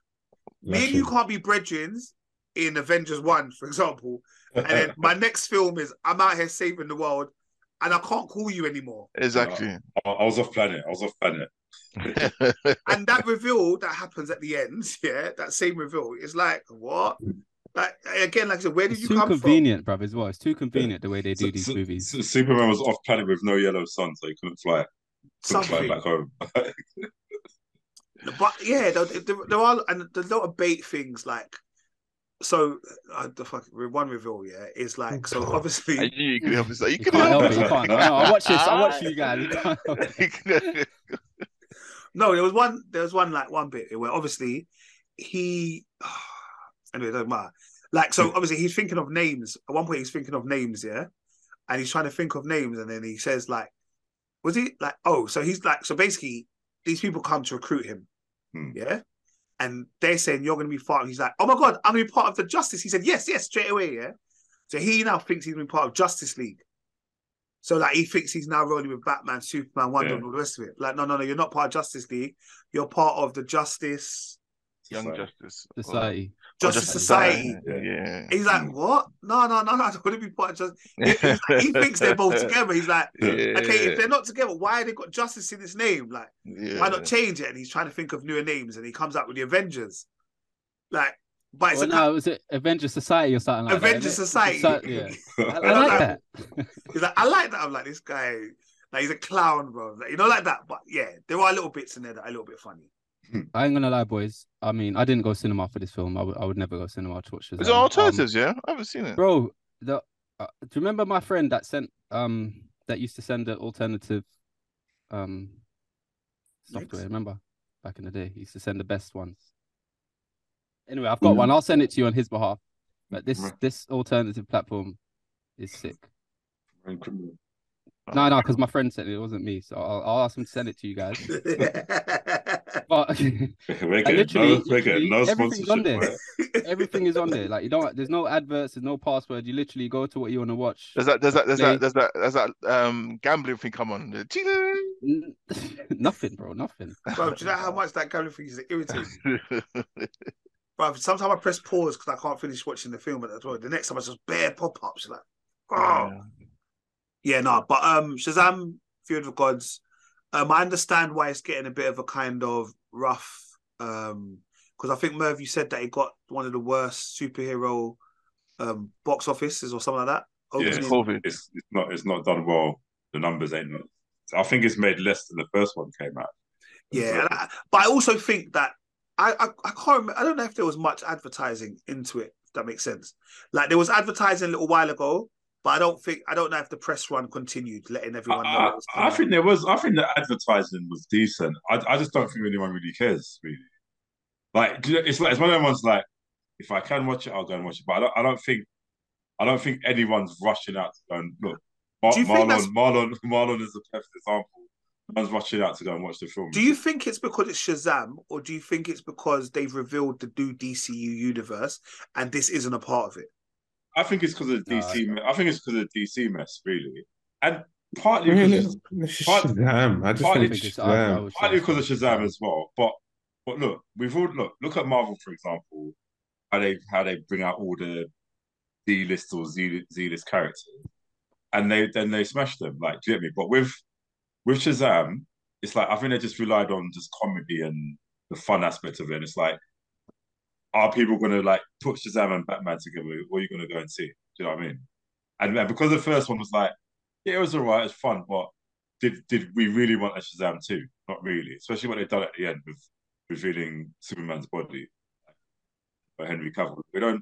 [SPEAKER 2] me and you
[SPEAKER 5] Lashing.
[SPEAKER 2] can't be brethren in Avengers One, for example. And
[SPEAKER 3] *laughs*
[SPEAKER 2] then my next film is I'm out here saving the world, and I can't call you anymore.
[SPEAKER 3] Exactly.
[SPEAKER 1] *laughs* I, I was off planet. I was off planet.
[SPEAKER 3] *laughs*
[SPEAKER 2] And that reveal that happens at the end, *laughs* yeah, that same reveal is like what? Like again, like I said, where did
[SPEAKER 4] It's
[SPEAKER 2] you
[SPEAKER 4] too
[SPEAKER 2] come
[SPEAKER 4] convenient, brother, as well. It's too convenient the way they do
[SPEAKER 1] Su-
[SPEAKER 4] these
[SPEAKER 1] su-
[SPEAKER 4] movies.
[SPEAKER 1] su- Superman was off planet with no yellow sun, so he couldn't fly.
[SPEAKER 2] from?
[SPEAKER 1] Couldn't fly
[SPEAKER 2] Something.
[SPEAKER 1] back home.
[SPEAKER 2] But yeah, there, there- there are and there's a lot of bait things like. So uh, the fuck, one reveal, yeah, is like so. Obviously,
[SPEAKER 3] I knew you could help us. You
[SPEAKER 4] You
[SPEAKER 3] could
[SPEAKER 4] can't help
[SPEAKER 3] help
[SPEAKER 4] it. You can't. No, I watch this. I
[SPEAKER 3] *laughs*
[SPEAKER 4] watch
[SPEAKER 3] Ah.
[SPEAKER 4] you guys. *laughs* You can't help it.
[SPEAKER 3] You could-
[SPEAKER 2] No, there was one. There was one like one bit where obviously he. *sighs* anyway, it doesn't matter. Like so, obviously he's thinking of names. At one point, he's thinking of names, yeah, and he's trying to think of names, and then he says like, "Was he like oh?" So he's like, so basically, these people come to recruit him,
[SPEAKER 1] Hmm.
[SPEAKER 2] yeah, and they're saying you're going to be part. He's like, "Oh my god, I'm going to be part of the Justice." He said, "Yes, yes," straight away, yeah. So he now thinks he's been part of Justice League. So like he thinks he's now rolling with Batman, Superman, Wonder
[SPEAKER 1] Yeah.
[SPEAKER 2] Woman, all the rest of it. Like, no, no, no, you're not part of Justice League. You're part of the Justice
[SPEAKER 3] Young
[SPEAKER 1] Society. *laughs*
[SPEAKER 3] Justice. or-
[SPEAKER 4] Society.
[SPEAKER 3] or
[SPEAKER 2] Justice
[SPEAKER 4] Justice
[SPEAKER 2] Society.
[SPEAKER 3] Yeah.
[SPEAKER 2] He's like, what? No, no, no, no. I don't want to be part of Justice. He's like- he thinks they're both together. He's like, okay, if they're not together, why they got Justice in his name? Like,
[SPEAKER 3] yeah.
[SPEAKER 2] why not change it? And he's trying to think of newer names, and he comes out with the Avengers. Like, but it's
[SPEAKER 4] Well,
[SPEAKER 2] a kind
[SPEAKER 4] no, was it Avengers Society or something like
[SPEAKER 2] Avengers
[SPEAKER 4] that? innit?
[SPEAKER 2] Society.
[SPEAKER 4] So-
[SPEAKER 2] *laughs*
[SPEAKER 4] yeah. I, I like that. *laughs*
[SPEAKER 2] He's like, I like that. I'm like, this guy, like, he's a clown, bro. Like, you know, like that. But yeah, there are little bits in there that are a little bit funny.
[SPEAKER 4] I ain't gonna lie, boys. I mean, I didn't go cinema for this film. I would, I would never go cinema to watch this. Um,
[SPEAKER 3] Is
[SPEAKER 2] Um,
[SPEAKER 3] it alternatives? yeah, I haven't seen it.
[SPEAKER 4] bro? The, uh, do you remember my friend that sent um that used to send an alternative um
[SPEAKER 2] Links?
[SPEAKER 4] software? Remember back in the day, he used to send the best ones. Anyway, I've got one. I'll send it to you on his behalf. But this
[SPEAKER 1] Right.
[SPEAKER 4] this alternative platform is sick.
[SPEAKER 1] *laughs* And criminal.
[SPEAKER 4] No, no, because my friend sent it. It wasn't me, so I'll, I'll ask him to send it to you guys. But *laughs*
[SPEAKER 1] We're
[SPEAKER 4] I
[SPEAKER 1] getting
[SPEAKER 4] literally-
[SPEAKER 1] no, we're getting no
[SPEAKER 4] literally everything's on
[SPEAKER 1] sponsorship.
[SPEAKER 4] there. *laughs*
[SPEAKER 1] right?
[SPEAKER 4] everything is on there. Like you don't. There's no adverts. There's no password. You literally go to what you want to watch.
[SPEAKER 3] Does that does that does
[SPEAKER 4] Play.
[SPEAKER 3] that does that does that um gambling thing come on? The
[SPEAKER 1] *laughs*
[SPEAKER 3] ting-
[SPEAKER 4] N- *laughs* nothing, bro. Nothing.
[SPEAKER 2] bro, do you know how much that gambling thing is irritating? Bro, sometimes I press pause because I can't finish watching the film at that point. The next time I just bare pop ups like, oh yeah, no. But um, Shazam, Fury of the Gods. Um, I understand why it's getting a bit of a kind of rough. Um, because I think Merv, you said that it got one of the worst superhero, um, box offices or something like that.
[SPEAKER 1] Yeah.
[SPEAKER 2] Opening.
[SPEAKER 3] COVID.
[SPEAKER 1] It's, it's not it's not done well. The numbers ain't. I think it's made less than the first one came out.
[SPEAKER 2] Yeah, and I, but I also think that I, I I can't remember. I don't know if there was much advertising into it. If that makes sense. Like there was advertising a little while ago, but I don't think I don't know if the press run continued, letting
[SPEAKER 1] I,
[SPEAKER 2] everyone know.
[SPEAKER 1] I,
[SPEAKER 2] it was
[SPEAKER 1] I think there was. I think the advertising was decent. I, I just don't think anyone really cares. Really, like do you know, it's like it's one of everyone's like, if I can watch it, I'll go and watch it. But I don't. I don't think. I don't think anyone's rushing out to go and look. Mar-
[SPEAKER 2] Do you think that's-
[SPEAKER 1] Marlon, Marlon, *laughs* Marlon is the perfect example. No one's rushing out to go and watch the film.
[SPEAKER 2] Do you think it's because it's Shazam, or do you think it's because they've revealed the new DCU universe and this isn't a part of it?
[SPEAKER 1] I think it's because of the
[SPEAKER 4] No,
[SPEAKER 1] DC. me- I think it's because of the DC mess, really, and partly
[SPEAKER 5] Really?
[SPEAKER 1] because
[SPEAKER 5] It's just
[SPEAKER 1] part-
[SPEAKER 5] Shazam. I just
[SPEAKER 1] partly
[SPEAKER 5] think it's
[SPEAKER 4] just- I- I
[SPEAKER 5] Shazam.
[SPEAKER 4] was-
[SPEAKER 1] partly because of Shazam as well. But but look, we've all look look at Marvel for example, how they how they bring out all the D list or Z Z list characters, and they then they smash them. Like, do you get me? But with with Shazam, it's like I think they just relied on just comedy and the fun aspect of it. And it's like, are people going to like put Shazam and Batman together? What are you going to go and see? Do you know what I mean? And then because the first one was like, yeah, it was alright, it was fun, but did did we really want a Shazam too? Not really, especially what they've done at the end with revealing Superman's body uh, by Henry Cavill. We don't.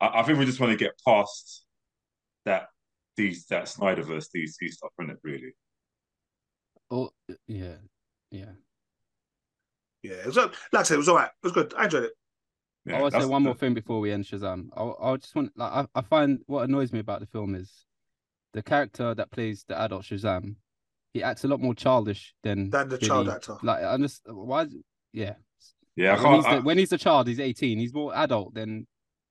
[SPEAKER 1] I, I think we just want to get past that these that Snyderverse DC stuff, isn't it? Really.
[SPEAKER 4] Oh, yeah, yeah.
[SPEAKER 2] Yeah, it was like I said, it was all right. It was good. I enjoyed it.
[SPEAKER 4] I want to say
[SPEAKER 1] that's-
[SPEAKER 4] one more thing before we end Shazam. I, I just want, like, I, I find what annoys me about the film is the character that plays the adult Shazam. He acts a lot more childish than
[SPEAKER 2] Than the child actor.
[SPEAKER 4] Like, I'm just why? is- Yeah,
[SPEAKER 1] Yeah, I
[SPEAKER 4] when, he's
[SPEAKER 1] can't.
[SPEAKER 4] the,
[SPEAKER 1] I,
[SPEAKER 4] when he's the child, he's 18. He's more adult than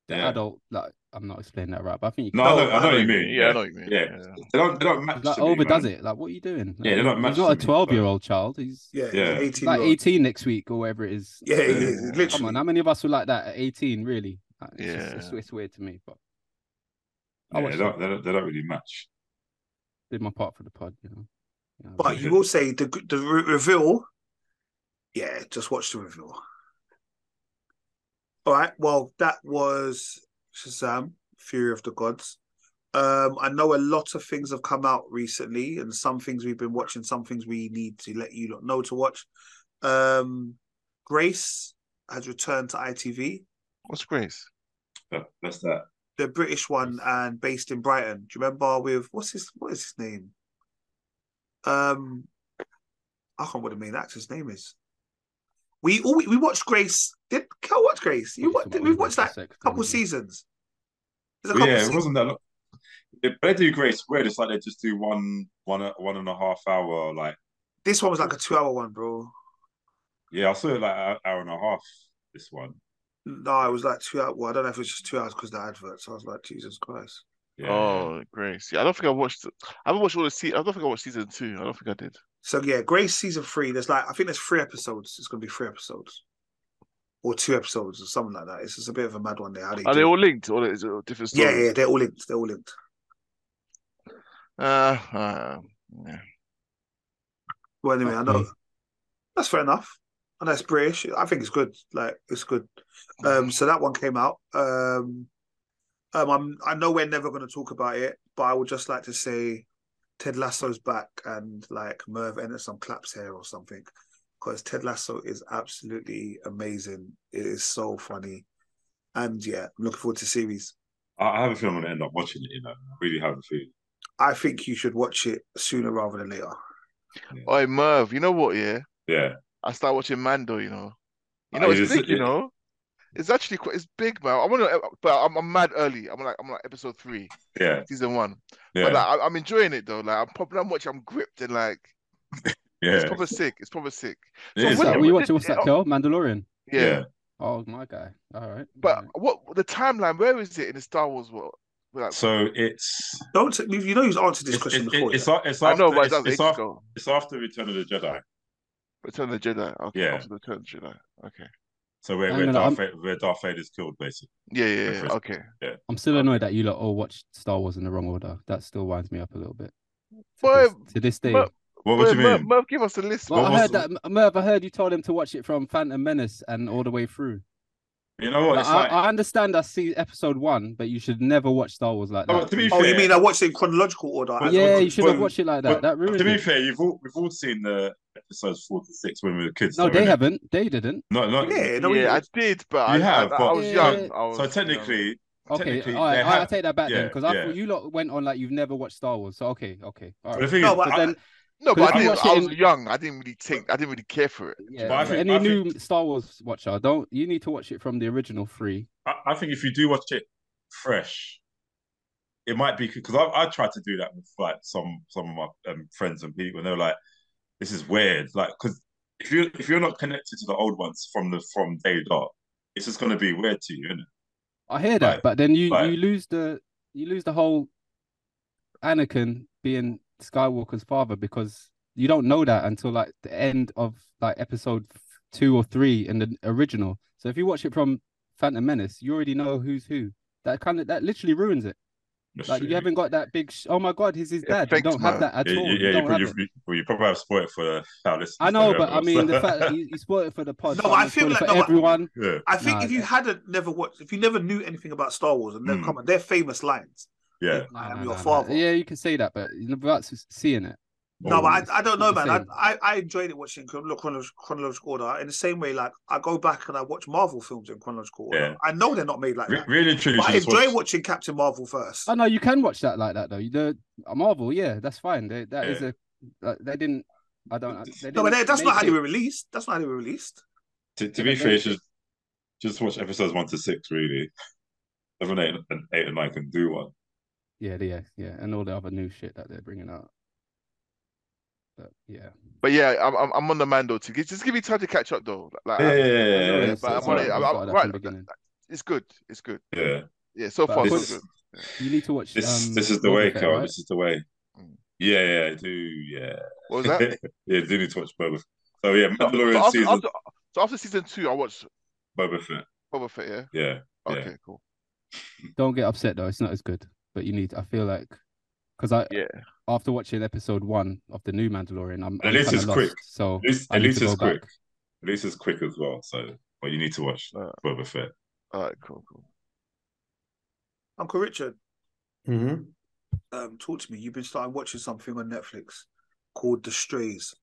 [SPEAKER 4] the
[SPEAKER 1] Yeah.
[SPEAKER 4] adult. Like, I'm not explaining that right, but I think you
[SPEAKER 1] no,
[SPEAKER 4] can-
[SPEAKER 1] I know, I know what you mean.
[SPEAKER 3] Yeah, Oh, I know what you mean.
[SPEAKER 1] Yeah. They don't. They don't match.
[SPEAKER 4] He's like
[SPEAKER 1] to me,
[SPEAKER 4] overdoes
[SPEAKER 1] man.
[SPEAKER 4] it. Like, what are you doing?
[SPEAKER 1] Yeah, they're
[SPEAKER 4] Like,
[SPEAKER 1] not
[SPEAKER 4] he's
[SPEAKER 1] matching
[SPEAKER 4] not a
[SPEAKER 1] me, but-
[SPEAKER 4] 12 year old child. He's
[SPEAKER 2] Yeah,
[SPEAKER 1] Yeah.
[SPEAKER 2] yeah. eighteen.
[SPEAKER 4] like
[SPEAKER 2] year old.
[SPEAKER 4] 18 next week or whatever it is.
[SPEAKER 2] Yeah, it is,
[SPEAKER 3] Yeah.
[SPEAKER 2] literally.
[SPEAKER 4] Come on, how many of us were like that at 18, really? Like, It's, just, it's,
[SPEAKER 3] Yeah.
[SPEAKER 4] it's weird to me, but I
[SPEAKER 1] Yeah, they
[SPEAKER 4] watched
[SPEAKER 1] don't,
[SPEAKER 4] it.
[SPEAKER 1] they don't. They don't really match.
[SPEAKER 4] did my part for the pod, you know. You know,
[SPEAKER 2] But you will say the the re- reveal. Yeah, just watch the reveal. All right. Well, that was Shazam: Fury of the Gods. Um, I know a lot of things have come out recently, and some things we've been watching, some things we need to let you lot know to watch. Um, Grace has returned to ITV,
[SPEAKER 3] What's Grace?
[SPEAKER 1] That- That's that.
[SPEAKER 2] the British one, and based in Brighton. Do you remember with what's his what is his name? Um, I can't remember what the main actor's name is. We all we watched Grace. Did Kel watch Grace? You watched, we've watched that couple seasons. There's a
[SPEAKER 1] Well,
[SPEAKER 2] couple
[SPEAKER 1] yeah, it
[SPEAKER 2] seasons.
[SPEAKER 1] wasn't that long. If they do Grace weird, it's like they just do one, one, one and a half hour. Like,
[SPEAKER 2] This one was like a two-hour one, bro.
[SPEAKER 1] yeah, I saw it like an hour and a half. This one,
[SPEAKER 2] No, it was like two hours. Well, I don't know if it was just two hours because the adverts. I was like, Jesus Christ.
[SPEAKER 1] yeah.
[SPEAKER 3] Oh, Grace. Yeah, I don't think I watched. I haven't watched all the se- I don't think I watched season two. I don't think I did.
[SPEAKER 2] So yeah, Grace season three. There's like I think there's three episodes. It's gonna be three episodes, or two episodes, or something like that. It's just a bit of a mad one there. How do you
[SPEAKER 3] Are
[SPEAKER 2] do
[SPEAKER 3] they
[SPEAKER 2] it?
[SPEAKER 3] all linked or is it a different
[SPEAKER 2] yeah,
[SPEAKER 3] story?
[SPEAKER 2] yeah, they're all linked. They're all linked.
[SPEAKER 3] Uh, uh, yeah.
[SPEAKER 2] Well, anyway, I know
[SPEAKER 4] Okay.
[SPEAKER 2] that's fair enough. And that's British. I think it's good. Like it's good. Um, so that one came out. Um, um, I'm I know we're never going to talk about it, but I would just like to say, Ted Lasso's back, and like Merv entered some claps here or something, because Ted Lasso is absolutely amazing. It is so funny, and yeah, I'm looking forward to series.
[SPEAKER 1] I, I have a feeling I'm gonna end up watching it. You know, I really have a feeling.
[SPEAKER 2] I think you should watch it sooner rather than later.
[SPEAKER 3] Oi, Merv, you know what? Yeah,
[SPEAKER 1] Yeah,
[SPEAKER 3] I started watching Mando. You know, you
[SPEAKER 1] Oh,
[SPEAKER 3] know it's
[SPEAKER 1] is
[SPEAKER 3] big. You
[SPEAKER 1] it?
[SPEAKER 3] know, it's actually quite. It's big, man. I want to, but I'm, I'm mad early. I'm like, I'm like episode three,
[SPEAKER 1] yeah,
[SPEAKER 3] season one.
[SPEAKER 1] yeah,
[SPEAKER 3] But like, I, I'm enjoying it though. Like, I'm probably I'm watching. I'm gripped and like,
[SPEAKER 1] yeah.
[SPEAKER 3] it's proper sick. It's proper sick.
[SPEAKER 1] It
[SPEAKER 3] so
[SPEAKER 1] is,
[SPEAKER 4] What's
[SPEAKER 3] when-
[SPEAKER 4] that?
[SPEAKER 1] yeah.
[SPEAKER 4] What you watching?
[SPEAKER 3] when-
[SPEAKER 4] What's that, Kel? Mandalorian.
[SPEAKER 3] Yeah.
[SPEAKER 1] Yeah.
[SPEAKER 4] Oh, my guy. All right.
[SPEAKER 3] But what the timeline? Where is it in the Star Wars world? Like,
[SPEAKER 1] So it's
[SPEAKER 2] Don't t- you know you've answered this
[SPEAKER 1] it's
[SPEAKER 2] question
[SPEAKER 1] it's,
[SPEAKER 2] before?
[SPEAKER 1] it's,
[SPEAKER 2] yeah?
[SPEAKER 1] a- it's
[SPEAKER 3] I
[SPEAKER 1] after
[SPEAKER 3] know, but it
[SPEAKER 1] it's,
[SPEAKER 3] does
[SPEAKER 1] it's
[SPEAKER 3] ages
[SPEAKER 1] after
[SPEAKER 3] ago.
[SPEAKER 1] it's after Return of the Jedi.
[SPEAKER 3] Return of the Jedi. Okay,
[SPEAKER 1] Yeah.
[SPEAKER 3] after the Return of the Jedi. Okay.
[SPEAKER 1] So where
[SPEAKER 4] Hang
[SPEAKER 1] where
[SPEAKER 4] on, I'm-
[SPEAKER 1] Darth, Vader, where Darth Vader's killed, basically.
[SPEAKER 3] Yeah, yeah, yeah.
[SPEAKER 1] Interesting.
[SPEAKER 3] Okay.
[SPEAKER 4] I'm still annoyed that you lot all watched Star Wars in the wrong order. That still winds me up a little bit. To
[SPEAKER 3] But-
[SPEAKER 4] this, to this day.
[SPEAKER 3] but-
[SPEAKER 1] What would you
[SPEAKER 3] Merv,
[SPEAKER 1] mean?
[SPEAKER 3] Merv, give us a list.
[SPEAKER 4] Well,
[SPEAKER 1] What
[SPEAKER 4] I
[SPEAKER 1] was-
[SPEAKER 4] heard that Merv, I heard you told him to watch it from Phantom Menace and all the way through.
[SPEAKER 1] You know what?
[SPEAKER 4] Like,
[SPEAKER 1] It's
[SPEAKER 4] I,
[SPEAKER 1] like
[SPEAKER 4] I understand I see episode one, but you should never watch Star Wars like
[SPEAKER 1] Oh,
[SPEAKER 4] that.
[SPEAKER 1] to be
[SPEAKER 2] Oh, you
[SPEAKER 1] fair-
[SPEAKER 2] mean I watched it in chronological order? as
[SPEAKER 4] yeah,
[SPEAKER 2] well?
[SPEAKER 4] you should have
[SPEAKER 1] but-
[SPEAKER 4] watched it like that.
[SPEAKER 1] but-
[SPEAKER 4] that
[SPEAKER 1] to
[SPEAKER 4] ruined
[SPEAKER 1] be
[SPEAKER 4] it.
[SPEAKER 1] fair, you've all we've all seen the episodes four to six when we were kids.
[SPEAKER 4] No,
[SPEAKER 1] though,
[SPEAKER 4] they
[SPEAKER 1] innit?
[SPEAKER 4] haven't. They didn't.
[SPEAKER 1] No, no.
[SPEAKER 2] Yeah, no,
[SPEAKER 3] Yeah,
[SPEAKER 2] you-
[SPEAKER 3] I did, but I,
[SPEAKER 1] You have,
[SPEAKER 3] I, I
[SPEAKER 1] but-
[SPEAKER 3] was
[SPEAKER 4] Yeah.
[SPEAKER 3] young. I was,
[SPEAKER 1] So
[SPEAKER 3] you know.
[SPEAKER 1] technically,
[SPEAKER 4] Okay,
[SPEAKER 1] technically,
[SPEAKER 4] all right,
[SPEAKER 1] they
[SPEAKER 4] all right, I
[SPEAKER 1] have-
[SPEAKER 4] take that back then
[SPEAKER 1] yeah,
[SPEAKER 4] because I
[SPEAKER 1] yeah.
[SPEAKER 4] thought you lot went on like you've never watched Star Wars. So okay, okay, all
[SPEAKER 1] But
[SPEAKER 4] right.
[SPEAKER 1] the thing
[SPEAKER 2] No,
[SPEAKER 1] is,
[SPEAKER 2] but
[SPEAKER 4] So
[SPEAKER 2] I-
[SPEAKER 4] then,
[SPEAKER 3] no,
[SPEAKER 4] Because
[SPEAKER 3] but I
[SPEAKER 4] you
[SPEAKER 3] didn't.
[SPEAKER 4] watch
[SPEAKER 3] I
[SPEAKER 4] it
[SPEAKER 3] was
[SPEAKER 4] in-
[SPEAKER 3] young. I didn't really take. I didn't really care for it.
[SPEAKER 4] yeah,
[SPEAKER 1] But I
[SPEAKER 4] so
[SPEAKER 1] think-
[SPEAKER 4] any
[SPEAKER 1] I
[SPEAKER 4] new Star Wars watcher, don't you need to watch it from the original three?
[SPEAKER 1] I, I think if you do watch it fresh, it might be because I, I tried to do that with like some some of my um, friends and people, and they were like, "This is weird." Like, because if you if you're not connected to the old ones from the from day dot, it's just going to be weird to you, isn't it?
[SPEAKER 4] I hear that,
[SPEAKER 1] Right,
[SPEAKER 4] but then you
[SPEAKER 1] right.
[SPEAKER 4] you lose the you lose the whole Anakin being Skywalker's father because you don't know that until like the end of like episode f- two or three in the original. So if you watch it from Phantom Menace, you already know who's who. That kind of that literally ruins it.
[SPEAKER 1] That's
[SPEAKER 4] Like
[SPEAKER 1] true.
[SPEAKER 4] you haven't got that big. Sh- oh my god, he's his
[SPEAKER 3] It
[SPEAKER 4] dad. You
[SPEAKER 3] affects
[SPEAKER 4] don't have
[SPEAKER 3] man.
[SPEAKER 4] that at
[SPEAKER 1] Yeah,
[SPEAKER 4] all.
[SPEAKER 1] yeah,
[SPEAKER 4] You
[SPEAKER 1] yeah,
[SPEAKER 4] don't
[SPEAKER 1] but
[SPEAKER 4] have
[SPEAKER 1] you,
[SPEAKER 4] it.
[SPEAKER 1] you, well, you probably have spoiled for our listeners.
[SPEAKER 4] I know, but I
[SPEAKER 1] whoever,
[SPEAKER 4] mean
[SPEAKER 2] *laughs*
[SPEAKER 1] so-
[SPEAKER 4] the fact
[SPEAKER 1] *laughs*
[SPEAKER 4] that you, you spoiled it for the pod.
[SPEAKER 2] No,
[SPEAKER 4] so
[SPEAKER 2] but I
[SPEAKER 4] you
[SPEAKER 2] feel
[SPEAKER 4] spoiled it
[SPEAKER 2] like-
[SPEAKER 4] for
[SPEAKER 2] no, but-
[SPEAKER 4] everyone.
[SPEAKER 1] yeah,
[SPEAKER 2] I think
[SPEAKER 4] Nah,
[SPEAKER 2] if you
[SPEAKER 4] that-
[SPEAKER 2] hadn't never watched, if you never knew anything about Star Wars and then
[SPEAKER 1] Mm.
[SPEAKER 2] come on, they're famous lines.
[SPEAKER 1] yeah.
[SPEAKER 4] Nah,
[SPEAKER 2] I am
[SPEAKER 4] nah,
[SPEAKER 2] your
[SPEAKER 4] nah, nah.
[SPEAKER 2] father.
[SPEAKER 4] Yeah, you can say that, but without s- seeing it.
[SPEAKER 2] No,
[SPEAKER 4] Oh,
[SPEAKER 1] Mm.
[SPEAKER 2] but
[SPEAKER 4] it's-
[SPEAKER 2] I, I don't
[SPEAKER 4] it's
[SPEAKER 2] know,
[SPEAKER 4] the
[SPEAKER 2] man. I,
[SPEAKER 4] same.
[SPEAKER 2] I I enjoyed it watching chron- look, chronolog- chronological order in the same way. Like I go back and I watch Marvel films in chronological order.
[SPEAKER 1] Yeah.
[SPEAKER 2] I know they're not made like
[SPEAKER 1] Re-
[SPEAKER 2] that,
[SPEAKER 1] really, and truly,
[SPEAKER 2] but I
[SPEAKER 1] just watch-
[SPEAKER 2] enjoy watching Captain Marvel first.
[SPEAKER 4] Oh no, you can watch that like that though. You the a Marvel, yeah, that's fine. They, that is
[SPEAKER 1] Yeah.
[SPEAKER 4] a like, they didn't. I don't. They didn't
[SPEAKER 2] No, but they- that's
[SPEAKER 4] make
[SPEAKER 2] not how they
[SPEAKER 4] it-
[SPEAKER 2] were released. That's not how they were released.
[SPEAKER 1] To, to
[SPEAKER 4] Yeah,
[SPEAKER 1] be
[SPEAKER 4] but
[SPEAKER 1] fair,
[SPEAKER 4] they-
[SPEAKER 1] you should just watch episodes one to six, really. Seven, eight, and eight and nine can do one.
[SPEAKER 4] Yeah, yeah, yeah, and all the other new shit that they're bringing out. But yeah,
[SPEAKER 3] But yeah, I'm, I'm, I'm on the Mando to give, just give me time to catch up though. Like,
[SPEAKER 1] Yeah,
[SPEAKER 3] I-
[SPEAKER 1] yeah,
[SPEAKER 3] I
[SPEAKER 1] yeah, yeah.
[SPEAKER 3] know
[SPEAKER 1] yeah,
[SPEAKER 3] it,
[SPEAKER 1] it's-
[SPEAKER 3] but
[SPEAKER 1] it's
[SPEAKER 3] I'm on
[SPEAKER 1] all
[SPEAKER 3] it.
[SPEAKER 1] right.
[SPEAKER 3] I'm,
[SPEAKER 4] I've got
[SPEAKER 3] I'm
[SPEAKER 4] that
[SPEAKER 3] right.
[SPEAKER 4] from the beginning.
[SPEAKER 3] It's good. It's good.
[SPEAKER 1] Yeah.
[SPEAKER 3] Yeah, so
[SPEAKER 4] But
[SPEAKER 3] far
[SPEAKER 4] of
[SPEAKER 3] so
[SPEAKER 1] This,
[SPEAKER 3] good.
[SPEAKER 4] course- You need to watch.
[SPEAKER 1] this,
[SPEAKER 4] um,
[SPEAKER 1] this is the
[SPEAKER 4] Boba
[SPEAKER 1] way,
[SPEAKER 4] Fett,
[SPEAKER 1] Carl.
[SPEAKER 4] right?
[SPEAKER 1] This is the way.
[SPEAKER 3] Mm.
[SPEAKER 1] Yeah, yeah, I do. Yeah.
[SPEAKER 3] What was that?
[SPEAKER 1] yeah, do need to watch Boba Fett. So, yeah,
[SPEAKER 3] So,
[SPEAKER 1] Mandalorian
[SPEAKER 3] so after,
[SPEAKER 1] season,
[SPEAKER 3] after, so after season two, I watched
[SPEAKER 1] Boba Fett.
[SPEAKER 3] Boba Fett. Yeah.
[SPEAKER 1] Yeah. Yeah.
[SPEAKER 3] Okay, cool.
[SPEAKER 4] Don't get upset though. It's not as good, but you need. I feel like because I
[SPEAKER 3] Yeah.
[SPEAKER 4] after watching episode one of the new Mandalorian, I'm,
[SPEAKER 1] At
[SPEAKER 4] I'm
[SPEAKER 1] least
[SPEAKER 4] kind of
[SPEAKER 1] it's
[SPEAKER 4] lost.
[SPEAKER 1] quick.
[SPEAKER 4] So
[SPEAKER 1] At least,
[SPEAKER 4] I need
[SPEAKER 1] at
[SPEAKER 4] to
[SPEAKER 1] least
[SPEAKER 4] go
[SPEAKER 1] it's quick.
[SPEAKER 4] back.
[SPEAKER 1] At least it's quick as well. So, but you need to watch
[SPEAKER 3] Uh,
[SPEAKER 1] Boba Fett.
[SPEAKER 3] all right, cool, cool.
[SPEAKER 2] Uncle Richard,
[SPEAKER 5] Mm-hmm.
[SPEAKER 2] um, talk to me. You've been starting watching something on Netflix called The Strays.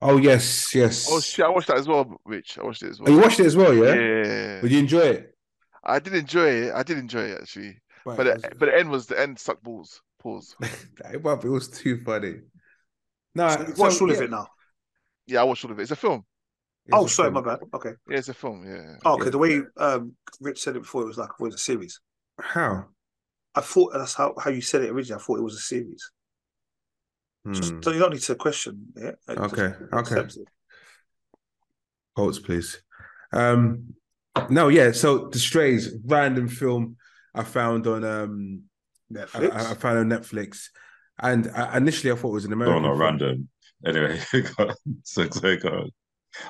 [SPEAKER 5] Oh yes, yes.
[SPEAKER 3] Oh shit, I watched that as well, Rich. I watched it as
[SPEAKER 5] Oh, you
[SPEAKER 3] well.
[SPEAKER 5] watched it as well, yeah?
[SPEAKER 3] Yeah, yeah, yeah.
[SPEAKER 5] Would you enjoy it?
[SPEAKER 3] I did enjoy it. I did enjoy it actually.
[SPEAKER 5] Right,
[SPEAKER 3] But
[SPEAKER 5] that's-
[SPEAKER 3] it, but the end was the end sucked balls. Pause.
[SPEAKER 5] it was- it was too funny. No,
[SPEAKER 2] So you've watched all of
[SPEAKER 5] yeah,
[SPEAKER 2] it now.
[SPEAKER 3] Yeah, I watched all of it. It's a film.
[SPEAKER 5] it's
[SPEAKER 2] Oh,
[SPEAKER 5] a
[SPEAKER 2] sorry, my
[SPEAKER 5] film.
[SPEAKER 2] bad. Okay.
[SPEAKER 3] Yeah, it's a film. Yeah.
[SPEAKER 2] Oh, okay.
[SPEAKER 5] Yeah.
[SPEAKER 2] The way um, Rich said it before, it was like it was a series.
[SPEAKER 5] How?
[SPEAKER 2] I thought that's how, how you said it originally. I thought it was a series. Just
[SPEAKER 5] Hmm.
[SPEAKER 2] so you don't need to question it. I just
[SPEAKER 5] Okay, okay.
[SPEAKER 2] accept it.
[SPEAKER 5] Colts, please. Um, no, yeah. So the Strays, random film I found on um, I,
[SPEAKER 2] Netflix.
[SPEAKER 5] I I found on Netflix, and I, initially I thought it was an
[SPEAKER 1] No,
[SPEAKER 5] American.
[SPEAKER 1] not
[SPEAKER 5] film.
[SPEAKER 1] random. Anyway, *laughs* go on. so, so go on.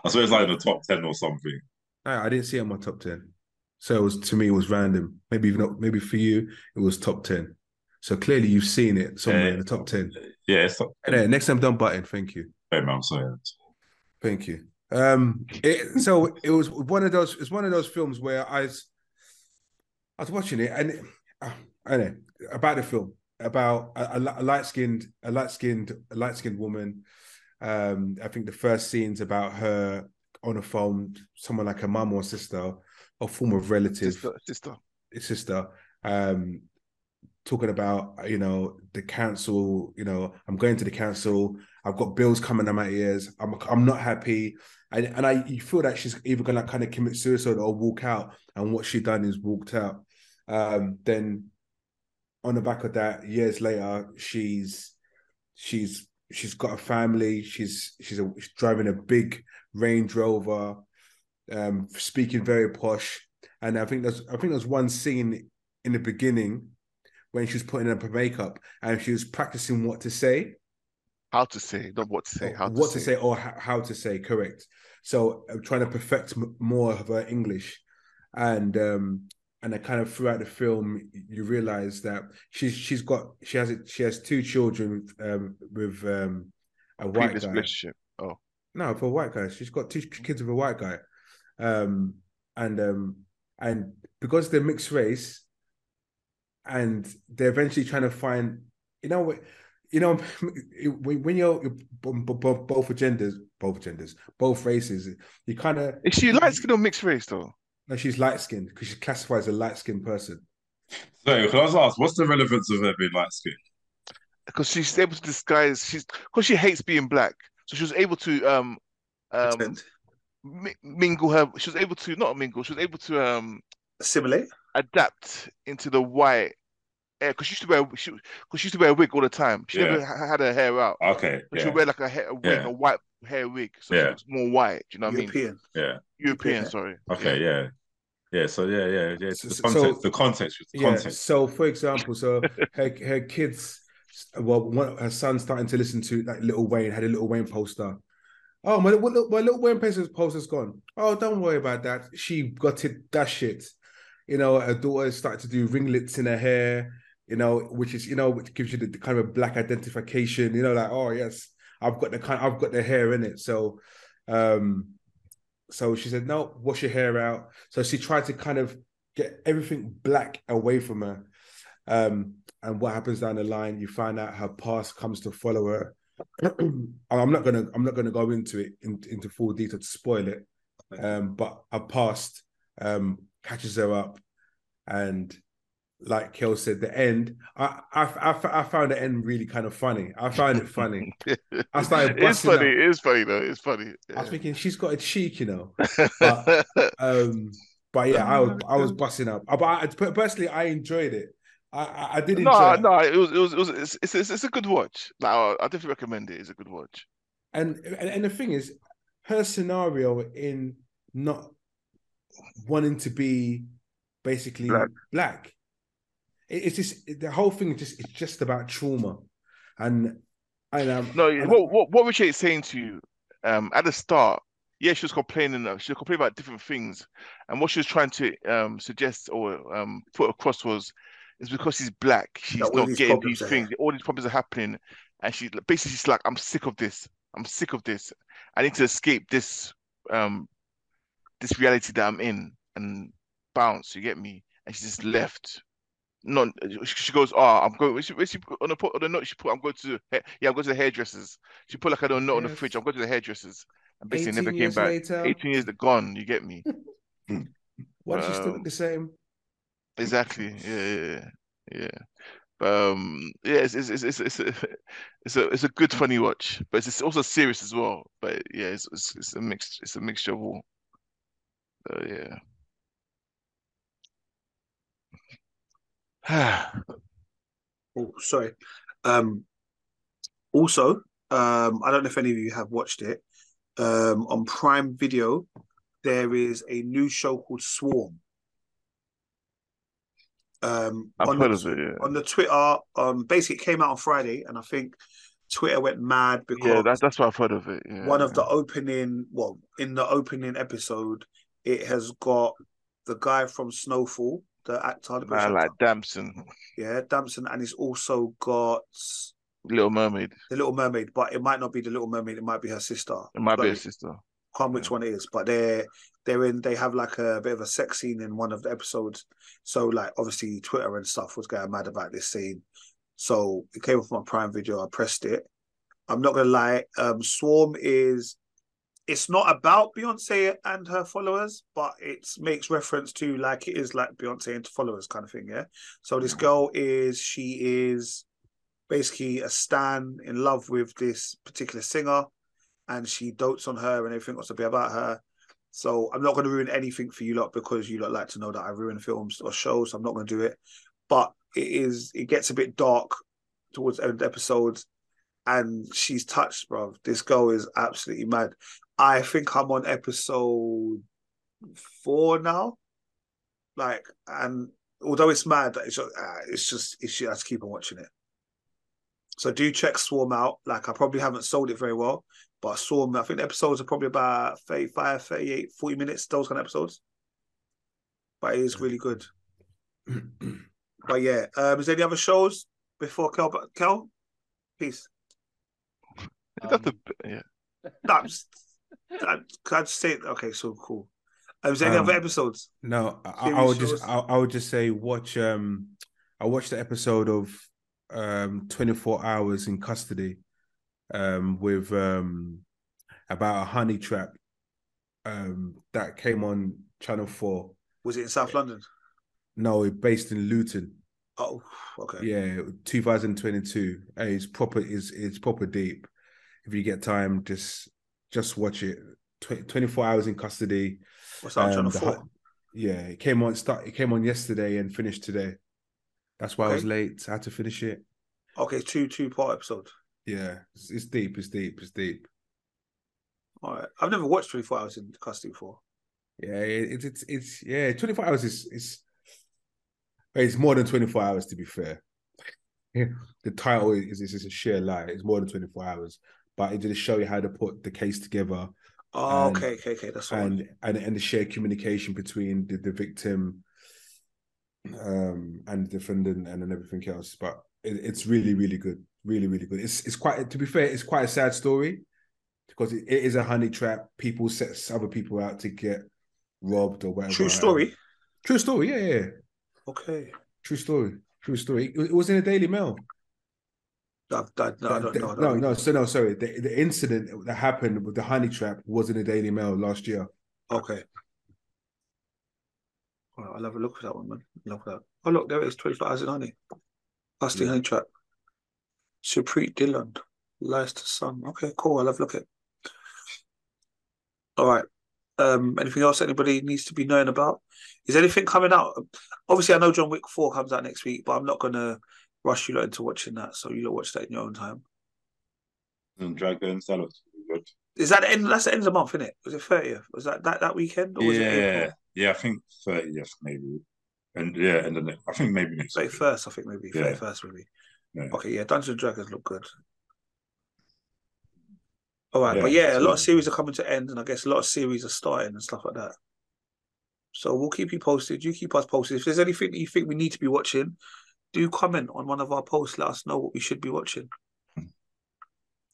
[SPEAKER 1] I swear it's like in the top ten or something.
[SPEAKER 5] No, I didn't see it on my top ten, so it was to me it was random. Maybe even not. Maybe for you it was top ten. So clearly you've seen it somewhere
[SPEAKER 2] Eh.
[SPEAKER 1] Yeah.
[SPEAKER 5] in the top ten.
[SPEAKER 1] Yeah, it's top
[SPEAKER 5] And then next time, don't button. Thank you.
[SPEAKER 1] ten, man. I'm sorry.
[SPEAKER 5] Thank you. Um, it, so it was one of those. It's one of those films where I was, I was watching it, and it- I don't know about the film about a, light skinned, a light skinned, a light skinned woman. Um, I think the first scenes about her on the phone, someone like her mum or sister or former relative
[SPEAKER 3] Sister, sister.
[SPEAKER 5] his sister um talking about you know the council you know i'm going to the council i've got bills coming out my ears i'm i'm not happy and and i you feel that she's either gonna kind of commit suicide or walk out and what she done is walked out um then on the back of that years later she's she's she's got a family she's she's, a, she's driving a big range rover um speaking very posh and I think there's I think there's one scene in the beginning when she was putting up her makeup and she was practicing what to say,
[SPEAKER 3] How to say? Not what to say.
[SPEAKER 5] or
[SPEAKER 3] How
[SPEAKER 5] Oh, what
[SPEAKER 3] to say?
[SPEAKER 5] or ho- how to say. Correct. So I'm trying to perfect m- more of her English, and um and I kind of throughout the film you realize that she's she's got she has it she has two children um, with um a white
[SPEAKER 3] Previous
[SPEAKER 5] guy.
[SPEAKER 3] relationship.
[SPEAKER 5] No, for a white guy. She's got two kids with a white guy. Um, and um, and because they're mixed race, and they're eventually trying to find, you know, what- you know, *laughs* when, when you're, you're bo- bo- bo- both genders, both genders, both races, you kind of
[SPEAKER 3] Is she light skinned or mixed race though?
[SPEAKER 5] no, she's light skinned because she's classified as a light skinned person.
[SPEAKER 1] So, can I just ask, what's the relevance of her being light skinned?
[SPEAKER 3] Because she's able to disguise. She's because she hates being black, so she was able to um um
[SPEAKER 2] Pretend.
[SPEAKER 3] mi- mingle her. She was able to not mingle. She was able to um
[SPEAKER 2] Assimilate.
[SPEAKER 3] adapt into the white. Because she used to wear, she, cause she used to wear a wig all the time. She never ha- had her hair out.
[SPEAKER 1] Okay,
[SPEAKER 3] But she
[SPEAKER 1] yeah,
[SPEAKER 3] wear like a, hair, a wig,
[SPEAKER 1] Yeah.
[SPEAKER 3] a white hair wig, so she
[SPEAKER 1] Yeah.
[SPEAKER 3] looks more white. Do you know what I mean?
[SPEAKER 2] European.
[SPEAKER 1] yeah,
[SPEAKER 3] European,
[SPEAKER 2] European.
[SPEAKER 3] sorry.
[SPEAKER 1] okay, yeah, yeah. So, yeah, yeah, yeah.
[SPEAKER 5] So-
[SPEAKER 1] The
[SPEAKER 5] so-
[SPEAKER 1] context,
[SPEAKER 5] so-
[SPEAKER 1] the context, the
[SPEAKER 5] Yeah.
[SPEAKER 1] context.
[SPEAKER 5] So, for example, so her her kids, well, one, her son starting to listen to like Little Wayne had a Little Wayne poster. Oh my! What, my Little Wayne poster's, poster's gone. Oh, don't worry about that. She got it. That shit. You know, her daughter started to do ringlets in her hair. You know, which is you know, which gives you the, the kind of black identification. You know, like oh yes, I've got the kind, I've got the hair in it. So, um, so she said no, wash your hair out. So she tried to kind of get everything black away from her. Um, and what happens down the line, you find out her past comes to follow her. *clears throat* And I'm not gonna I'm not gonna go into it in, into full detail to spoil it. Um, but her past um catches her up and like Kel said, the end. I I, I, I found the end really kind of funny. I found
[SPEAKER 3] *laughs*
[SPEAKER 5] it funny. I started
[SPEAKER 3] it's
[SPEAKER 5] busting up.
[SPEAKER 3] funny. It's funny though. It's funny.
[SPEAKER 5] I was
[SPEAKER 3] Yeah.
[SPEAKER 5] thinking she's got a cheek, you know. Um, but yeah, I was I was busting up. Uh, But I, but personally, I enjoyed it. I I, I did enjoy.
[SPEAKER 3] no,
[SPEAKER 5] it.
[SPEAKER 3] no, it was, it was, it was it's, it's, it's, it's a good watch. Like, I, I definitely recommend it. It's a good watch.
[SPEAKER 5] And, and and the thing is, her scenario in not wanting to be basically
[SPEAKER 3] Black.
[SPEAKER 5] black. It- it's just it- the whole thing. is Just it's just about trauma, and and um,
[SPEAKER 3] No,
[SPEAKER 5] and-
[SPEAKER 3] what, what, what Richard is saying to you, um, at the start, yeah, she was complaining. uh, She was complaining about different things, and what she was trying to um suggest or um put across was, it's because she's black. She's
[SPEAKER 2] all
[SPEAKER 3] not
[SPEAKER 2] these
[SPEAKER 3] getting
[SPEAKER 2] problems
[SPEAKER 3] these
[SPEAKER 2] are
[SPEAKER 3] things. All these problems are happening, and she basically she's like, I'm sick of this. I'm sick of this. I need to escape this um this reality that I'm in and bounce. You get me? And she just left. no, she- she goes, "Ah, I'm going." When she, when she put on the put on the note, she put, "I'm going to the ha- yeah, I'm going to the hairdressers." She put like a note on the fridge.
[SPEAKER 5] Yes.
[SPEAKER 3] I'm going to the hairdressers, and basically
[SPEAKER 5] 18
[SPEAKER 3] never came
[SPEAKER 5] years
[SPEAKER 3] back.
[SPEAKER 5] later,
[SPEAKER 3] Eighteen years they're gone. You get
[SPEAKER 5] *laughs*
[SPEAKER 3] me?
[SPEAKER 5] why does she still
[SPEAKER 3] um,
[SPEAKER 5] look the same? *clears throat*
[SPEAKER 3] Exactly. Yeah, yeah, yeah. yeah. Um, yeah, it's it's it's it's it's a it's a, it's a good funny watch, but it's, it's also serious as well. But yeah, it's it's, it's a mix. It's a mixture of all. So yeah.
[SPEAKER 2] Oh, sorry. Um, also, um, I don't know if any of you have watched it. Um, on Prime Video, there is a new show called Swarm. Um,
[SPEAKER 3] I've
[SPEAKER 2] on
[SPEAKER 3] heard
[SPEAKER 2] the,
[SPEAKER 3] of it. Yeah,
[SPEAKER 2] on the Twitter, um, basically it came out on Friday, and I think Twitter went mad because
[SPEAKER 3] yeah. That, that's what I've heard of it. Yeah.
[SPEAKER 2] one of the opening, well, in the opening episode, it has got the guy from Snowfall, the actor, the British
[SPEAKER 3] man like
[SPEAKER 2] actor,
[SPEAKER 3] Damson,
[SPEAKER 2] yeah, Damson, and it's also got
[SPEAKER 3] Little Mermaid.
[SPEAKER 2] the Little Mermaid, but it might not be the Little Mermaid. It might be her sister.
[SPEAKER 3] It might be
[SPEAKER 2] But um,
[SPEAKER 3] his sister.
[SPEAKER 2] can't remember which one it is, but they're they're in. They have like a bit of a sex scene in one of the episodes. So like obviously Twitter and stuff was going mad about this scene. So it came off my Prime Video. I pressed it. I'm not gonna lie. Um, Swarm is. It's not about Beyonce and her followers, but it makes reference to like it is like Beyonce and followers kind of thing. Yeah. So this girl is she is basically a stan in love with this particular singer and she dotes on her and everything wants to be about her. So I'm not going to ruin anything for you lot because you lot like to know that I ruin films or shows. I'm not going to do it, but it is it gets a bit dark towards the end of the episodes, and she's touched, bro. This girl is absolutely mad. I think I'm on episode four now, like, and although it's mad, it's just, uh, it's just it's just I just keep on watching it. So do check Swarm out. Like I probably haven't sold it very well, but Swarm, I think the episodes are probably about 35, 38, 40 minutes, those kind of episodes. But it is really good. But yeah, um, is there any other shows before Kel? Kel? Peace.
[SPEAKER 3] Is that the
[SPEAKER 4] Um,
[SPEAKER 3] yeah?
[SPEAKER 2] No, I'm just, I, can I just say, okay, so cool. Um, is there any
[SPEAKER 5] Um,
[SPEAKER 2] other episodes?
[SPEAKER 5] No, I, I
[SPEAKER 2] Series
[SPEAKER 5] would
[SPEAKER 2] shows.
[SPEAKER 5] just I, I would just say watch um I watched the episode of um 24 hours in custody um with um about a honey trap um that came on channel 4
[SPEAKER 2] Was it in South London?
[SPEAKER 5] no it based in Luton
[SPEAKER 2] Oh, okay.
[SPEAKER 5] yeah 2022 Uh, it's proper it's it's proper deep if you get time just just watch it Tw- 24 hours in custody
[SPEAKER 2] What's that on Channel
[SPEAKER 5] Um, the
[SPEAKER 2] 4?
[SPEAKER 5] hu- yeah, it came on start. It came on yesterday and finished today. That's why I was
[SPEAKER 2] Okay.
[SPEAKER 5] late. I had to finish it.
[SPEAKER 2] Okay, two two part episode.
[SPEAKER 5] Yeah, it's, it's deep. It's deep. It's deep.
[SPEAKER 2] All right. I've never watched 24 Hours in Custody before.
[SPEAKER 5] Yeah, it, it's it's it's yeah. Twenty four hours is is it's more than twenty four hours to be fair. *laughs* the title is is, is a sheer lie. It's more than twenty four hours, but it did show you how to put the case together
[SPEAKER 2] Oh,
[SPEAKER 5] And-
[SPEAKER 2] okay, okay, okay. That's all.
[SPEAKER 5] and and and the shared communication between the, the victim um and the defendant and then everything else but it, it's really really good really really good it's it's quite to be fair it's quite a sad story because it, it is a honey trap people sets other people out to get robbed or whatever
[SPEAKER 2] True story.
[SPEAKER 5] true story yeah yeah uh,
[SPEAKER 2] Okay.
[SPEAKER 5] true story true story it, it was in the daily mail
[SPEAKER 2] I've, I, no, I don't
[SPEAKER 5] That-
[SPEAKER 2] know. I
[SPEAKER 5] that-
[SPEAKER 2] don't
[SPEAKER 5] no
[SPEAKER 2] know.
[SPEAKER 5] no so no sorry the, the incident that happened with the honey trap was in the daily mail last year
[SPEAKER 2] Okay. All right, I'll have a look for that one, man. Look that. Oh, look, there it is 24 hours in honey. Plastic
[SPEAKER 5] Yeah.
[SPEAKER 2] honey trap. Supreet Dillon. Lies to Sun. Okay, cool. I'll have a look at All right. Um, anything else anybody needs to be knowing about? Is anything coming out? Obviously, I know John Wick 4 comes out next week, but I'm not going to rush you lot into watching that. So you lot watch that in your own time.
[SPEAKER 1] And Dragons, that looks really
[SPEAKER 2] Is that the end? That's the end of the month, isn't it? Was it 30th? Was that that, that weekend? Or
[SPEAKER 1] good.
[SPEAKER 2] was it
[SPEAKER 1] Yeah,
[SPEAKER 2] April?
[SPEAKER 1] yeah, I think 30th maybe. And yeah, and then it- I think maybe next week.
[SPEAKER 2] 31st, I think, maybe.
[SPEAKER 1] Yeah.
[SPEAKER 2] 31st, maybe.
[SPEAKER 1] Yeah.
[SPEAKER 2] Okay, yeah, Dungeons and Dragons look good. All right,
[SPEAKER 1] Yeah,
[SPEAKER 2] but yeah, a lot of
[SPEAKER 1] so-
[SPEAKER 2] series are coming to end, and I guess a lot of series are starting and stuff like that. So we'll keep you posted. You keep us posted. If there's anything that you think we need to be watching, do comment on one of our posts. Let us know what we should be watching.
[SPEAKER 1] Hmm.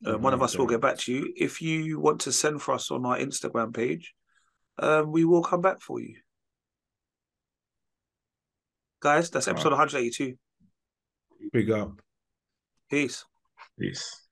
[SPEAKER 2] Um, one of us will get back to you. If you want to send for us on our Instagram page, um, we will come back for you. guys. That's
[SPEAKER 1] All
[SPEAKER 2] episode 182.
[SPEAKER 5] Big up.
[SPEAKER 2] Peace.
[SPEAKER 1] Peace.